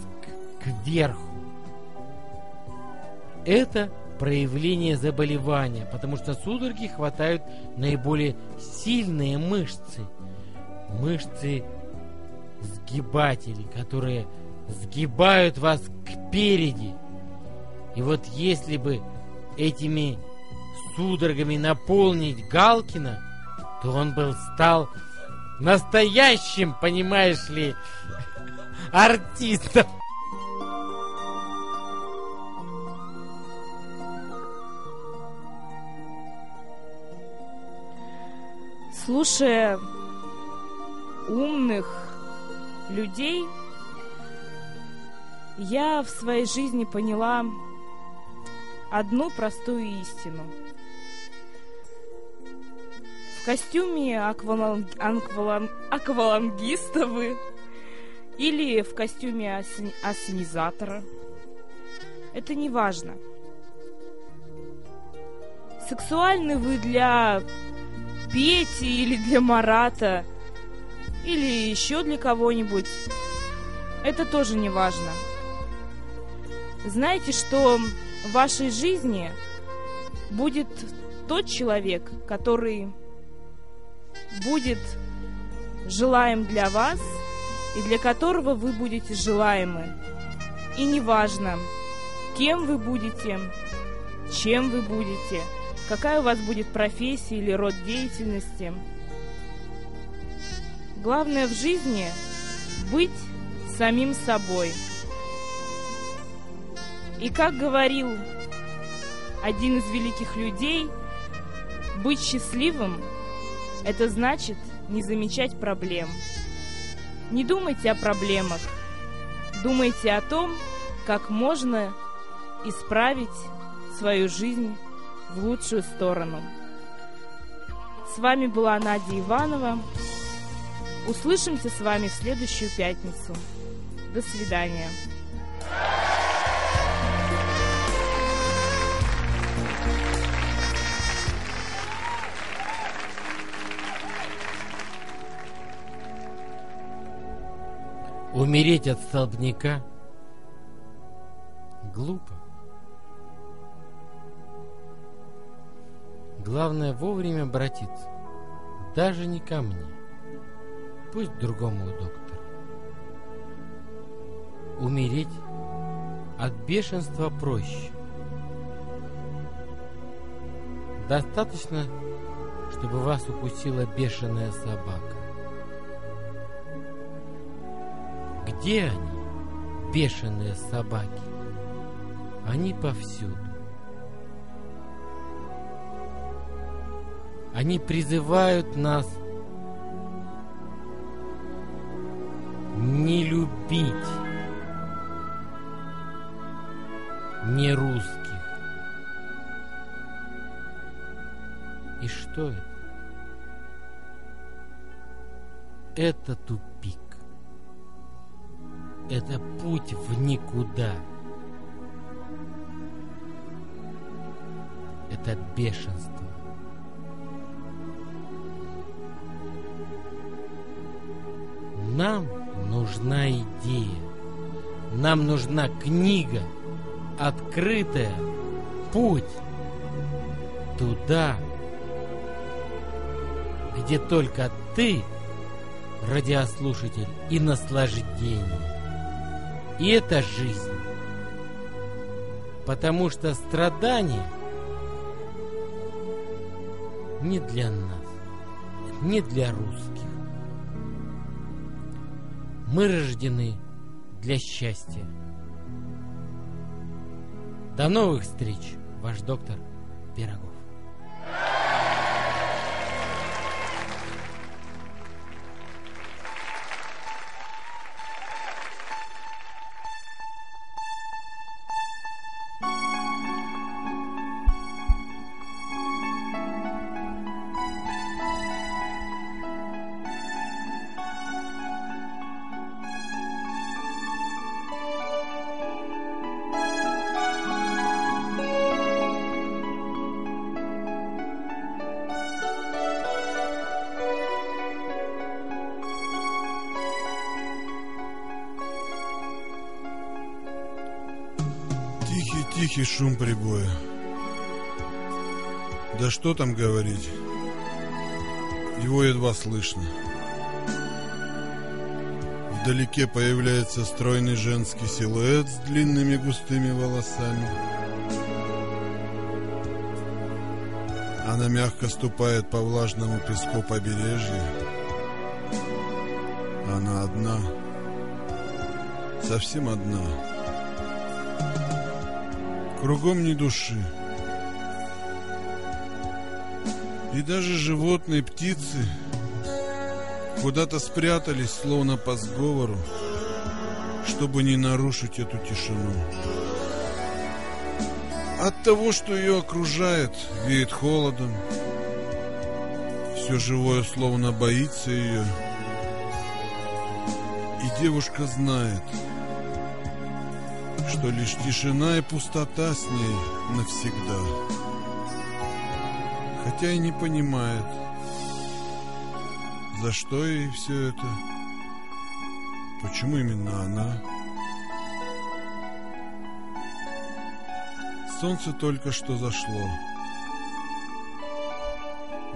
Speaker 1: к- кверху. Это проявление заболевания, потому что судороги хватают наиболее сильные мышцы, мышцы сгибателей, которые сгибают вас кпереди. И вот если бы этими судорогами наполнить Галкина, то он был стал настоящим, понимаешь ли, артистом.
Speaker 3: слушая умных людей, я в своей жизни поняла одну простую истину. В костюме акваланг... аквалан- аквалангиста вы или в костюме осен- осенизатора. Это не важно. Сексуальны вы для Пети или для Марата, или еще для кого-нибудь. Это тоже не важно. Знайте, что в вашей жизни будет тот человек, который будет желаем для вас и для которого вы будете желаемы. И неважно, кем вы будете, чем вы будете – какая у вас будет профессия или род деятельности. Главное в жизни быть самим собой. И как говорил один из великих людей, быть счастливым – это значит не замечать проблем. Не думайте о проблемах, думайте о том, как можно исправить свою жизнь в лучшую сторону. С вами была Надя Иванова. Услышимся с вами в следующую пятницу. До свидания.
Speaker 1: Умереть от столбняка глупо. Главное вовремя обратиться, даже не ко мне, пусть к другому доктору. Умереть от бешенства проще. Достаточно, чтобы вас укусила бешеная собака. Где они, бешеные собаки? Они повсюду. Они призывают нас не любить не русских. И что это? Это тупик. Это путь в никуда. Это бешенство. Нам нужна идея. Нам нужна книга, открытая, путь туда, где только ты, радиослушатель, и наслаждение. И это жизнь. Потому что страдание не для нас, не для русских. Мы рождены для счастья. До новых встреч, ваш доктор Пирогов.
Speaker 2: Тихий-тихий шум прибоя. Да что там говорить? Его едва слышно. Вдалеке появляется стройный женский силуэт с длинными густыми волосами. Она мягко ступает по влажному песку побережья. Она одна. Совсем одна. Кругом ни души. И даже животные, птицы куда-то спрятались, словно по сговору, чтобы не нарушить эту тишину. От того, что ее окружает, веет холодом. Все живое словно боится ее. И девушка знает, что лишь тишина и пустота с ней навсегда. Хотя и не понимает, за что ей все это, почему именно она. Солнце только что зашло.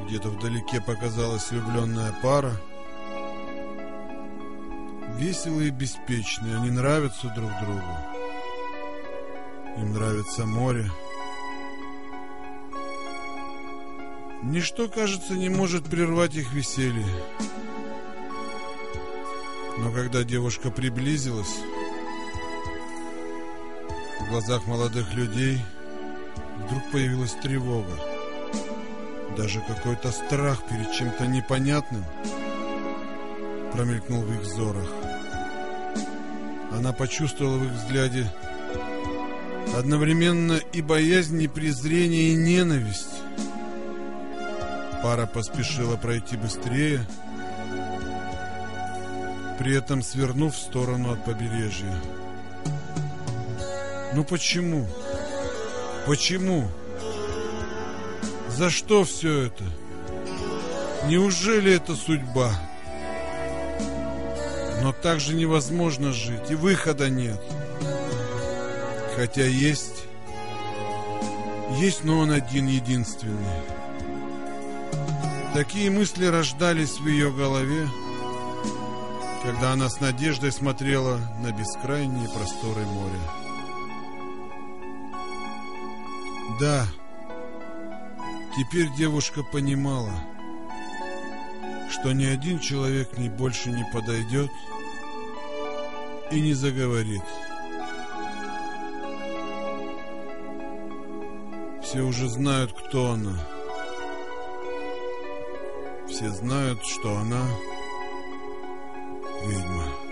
Speaker 2: Где-то вдалеке показалась влюбленная пара. Веселые и беспечные, они нравятся друг другу. Им нравится море. Ничто, кажется, не может прервать их веселье. Но когда девушка приблизилась, в глазах молодых людей вдруг появилась тревога. Даже какой-то страх перед чем-то непонятным промелькнул в их взорах. Она почувствовала в их взгляде одновременно и боязнь, и презрение, и ненависть. Пара поспешила пройти быстрее, при этом свернув в сторону от побережья. Ну почему? Почему? За что все это? Неужели это судьба? Но так же невозможно жить, и выхода нет. Хотя есть, есть, но он один единственный. Такие мысли рождались в ее голове, когда она с надеждой смотрела на бескрайние просторы моря. Да, теперь девушка понимала, что ни один человек к ней больше не подойдет и не заговорит. Все уже знают, кто она. Все знают, что она ведьма.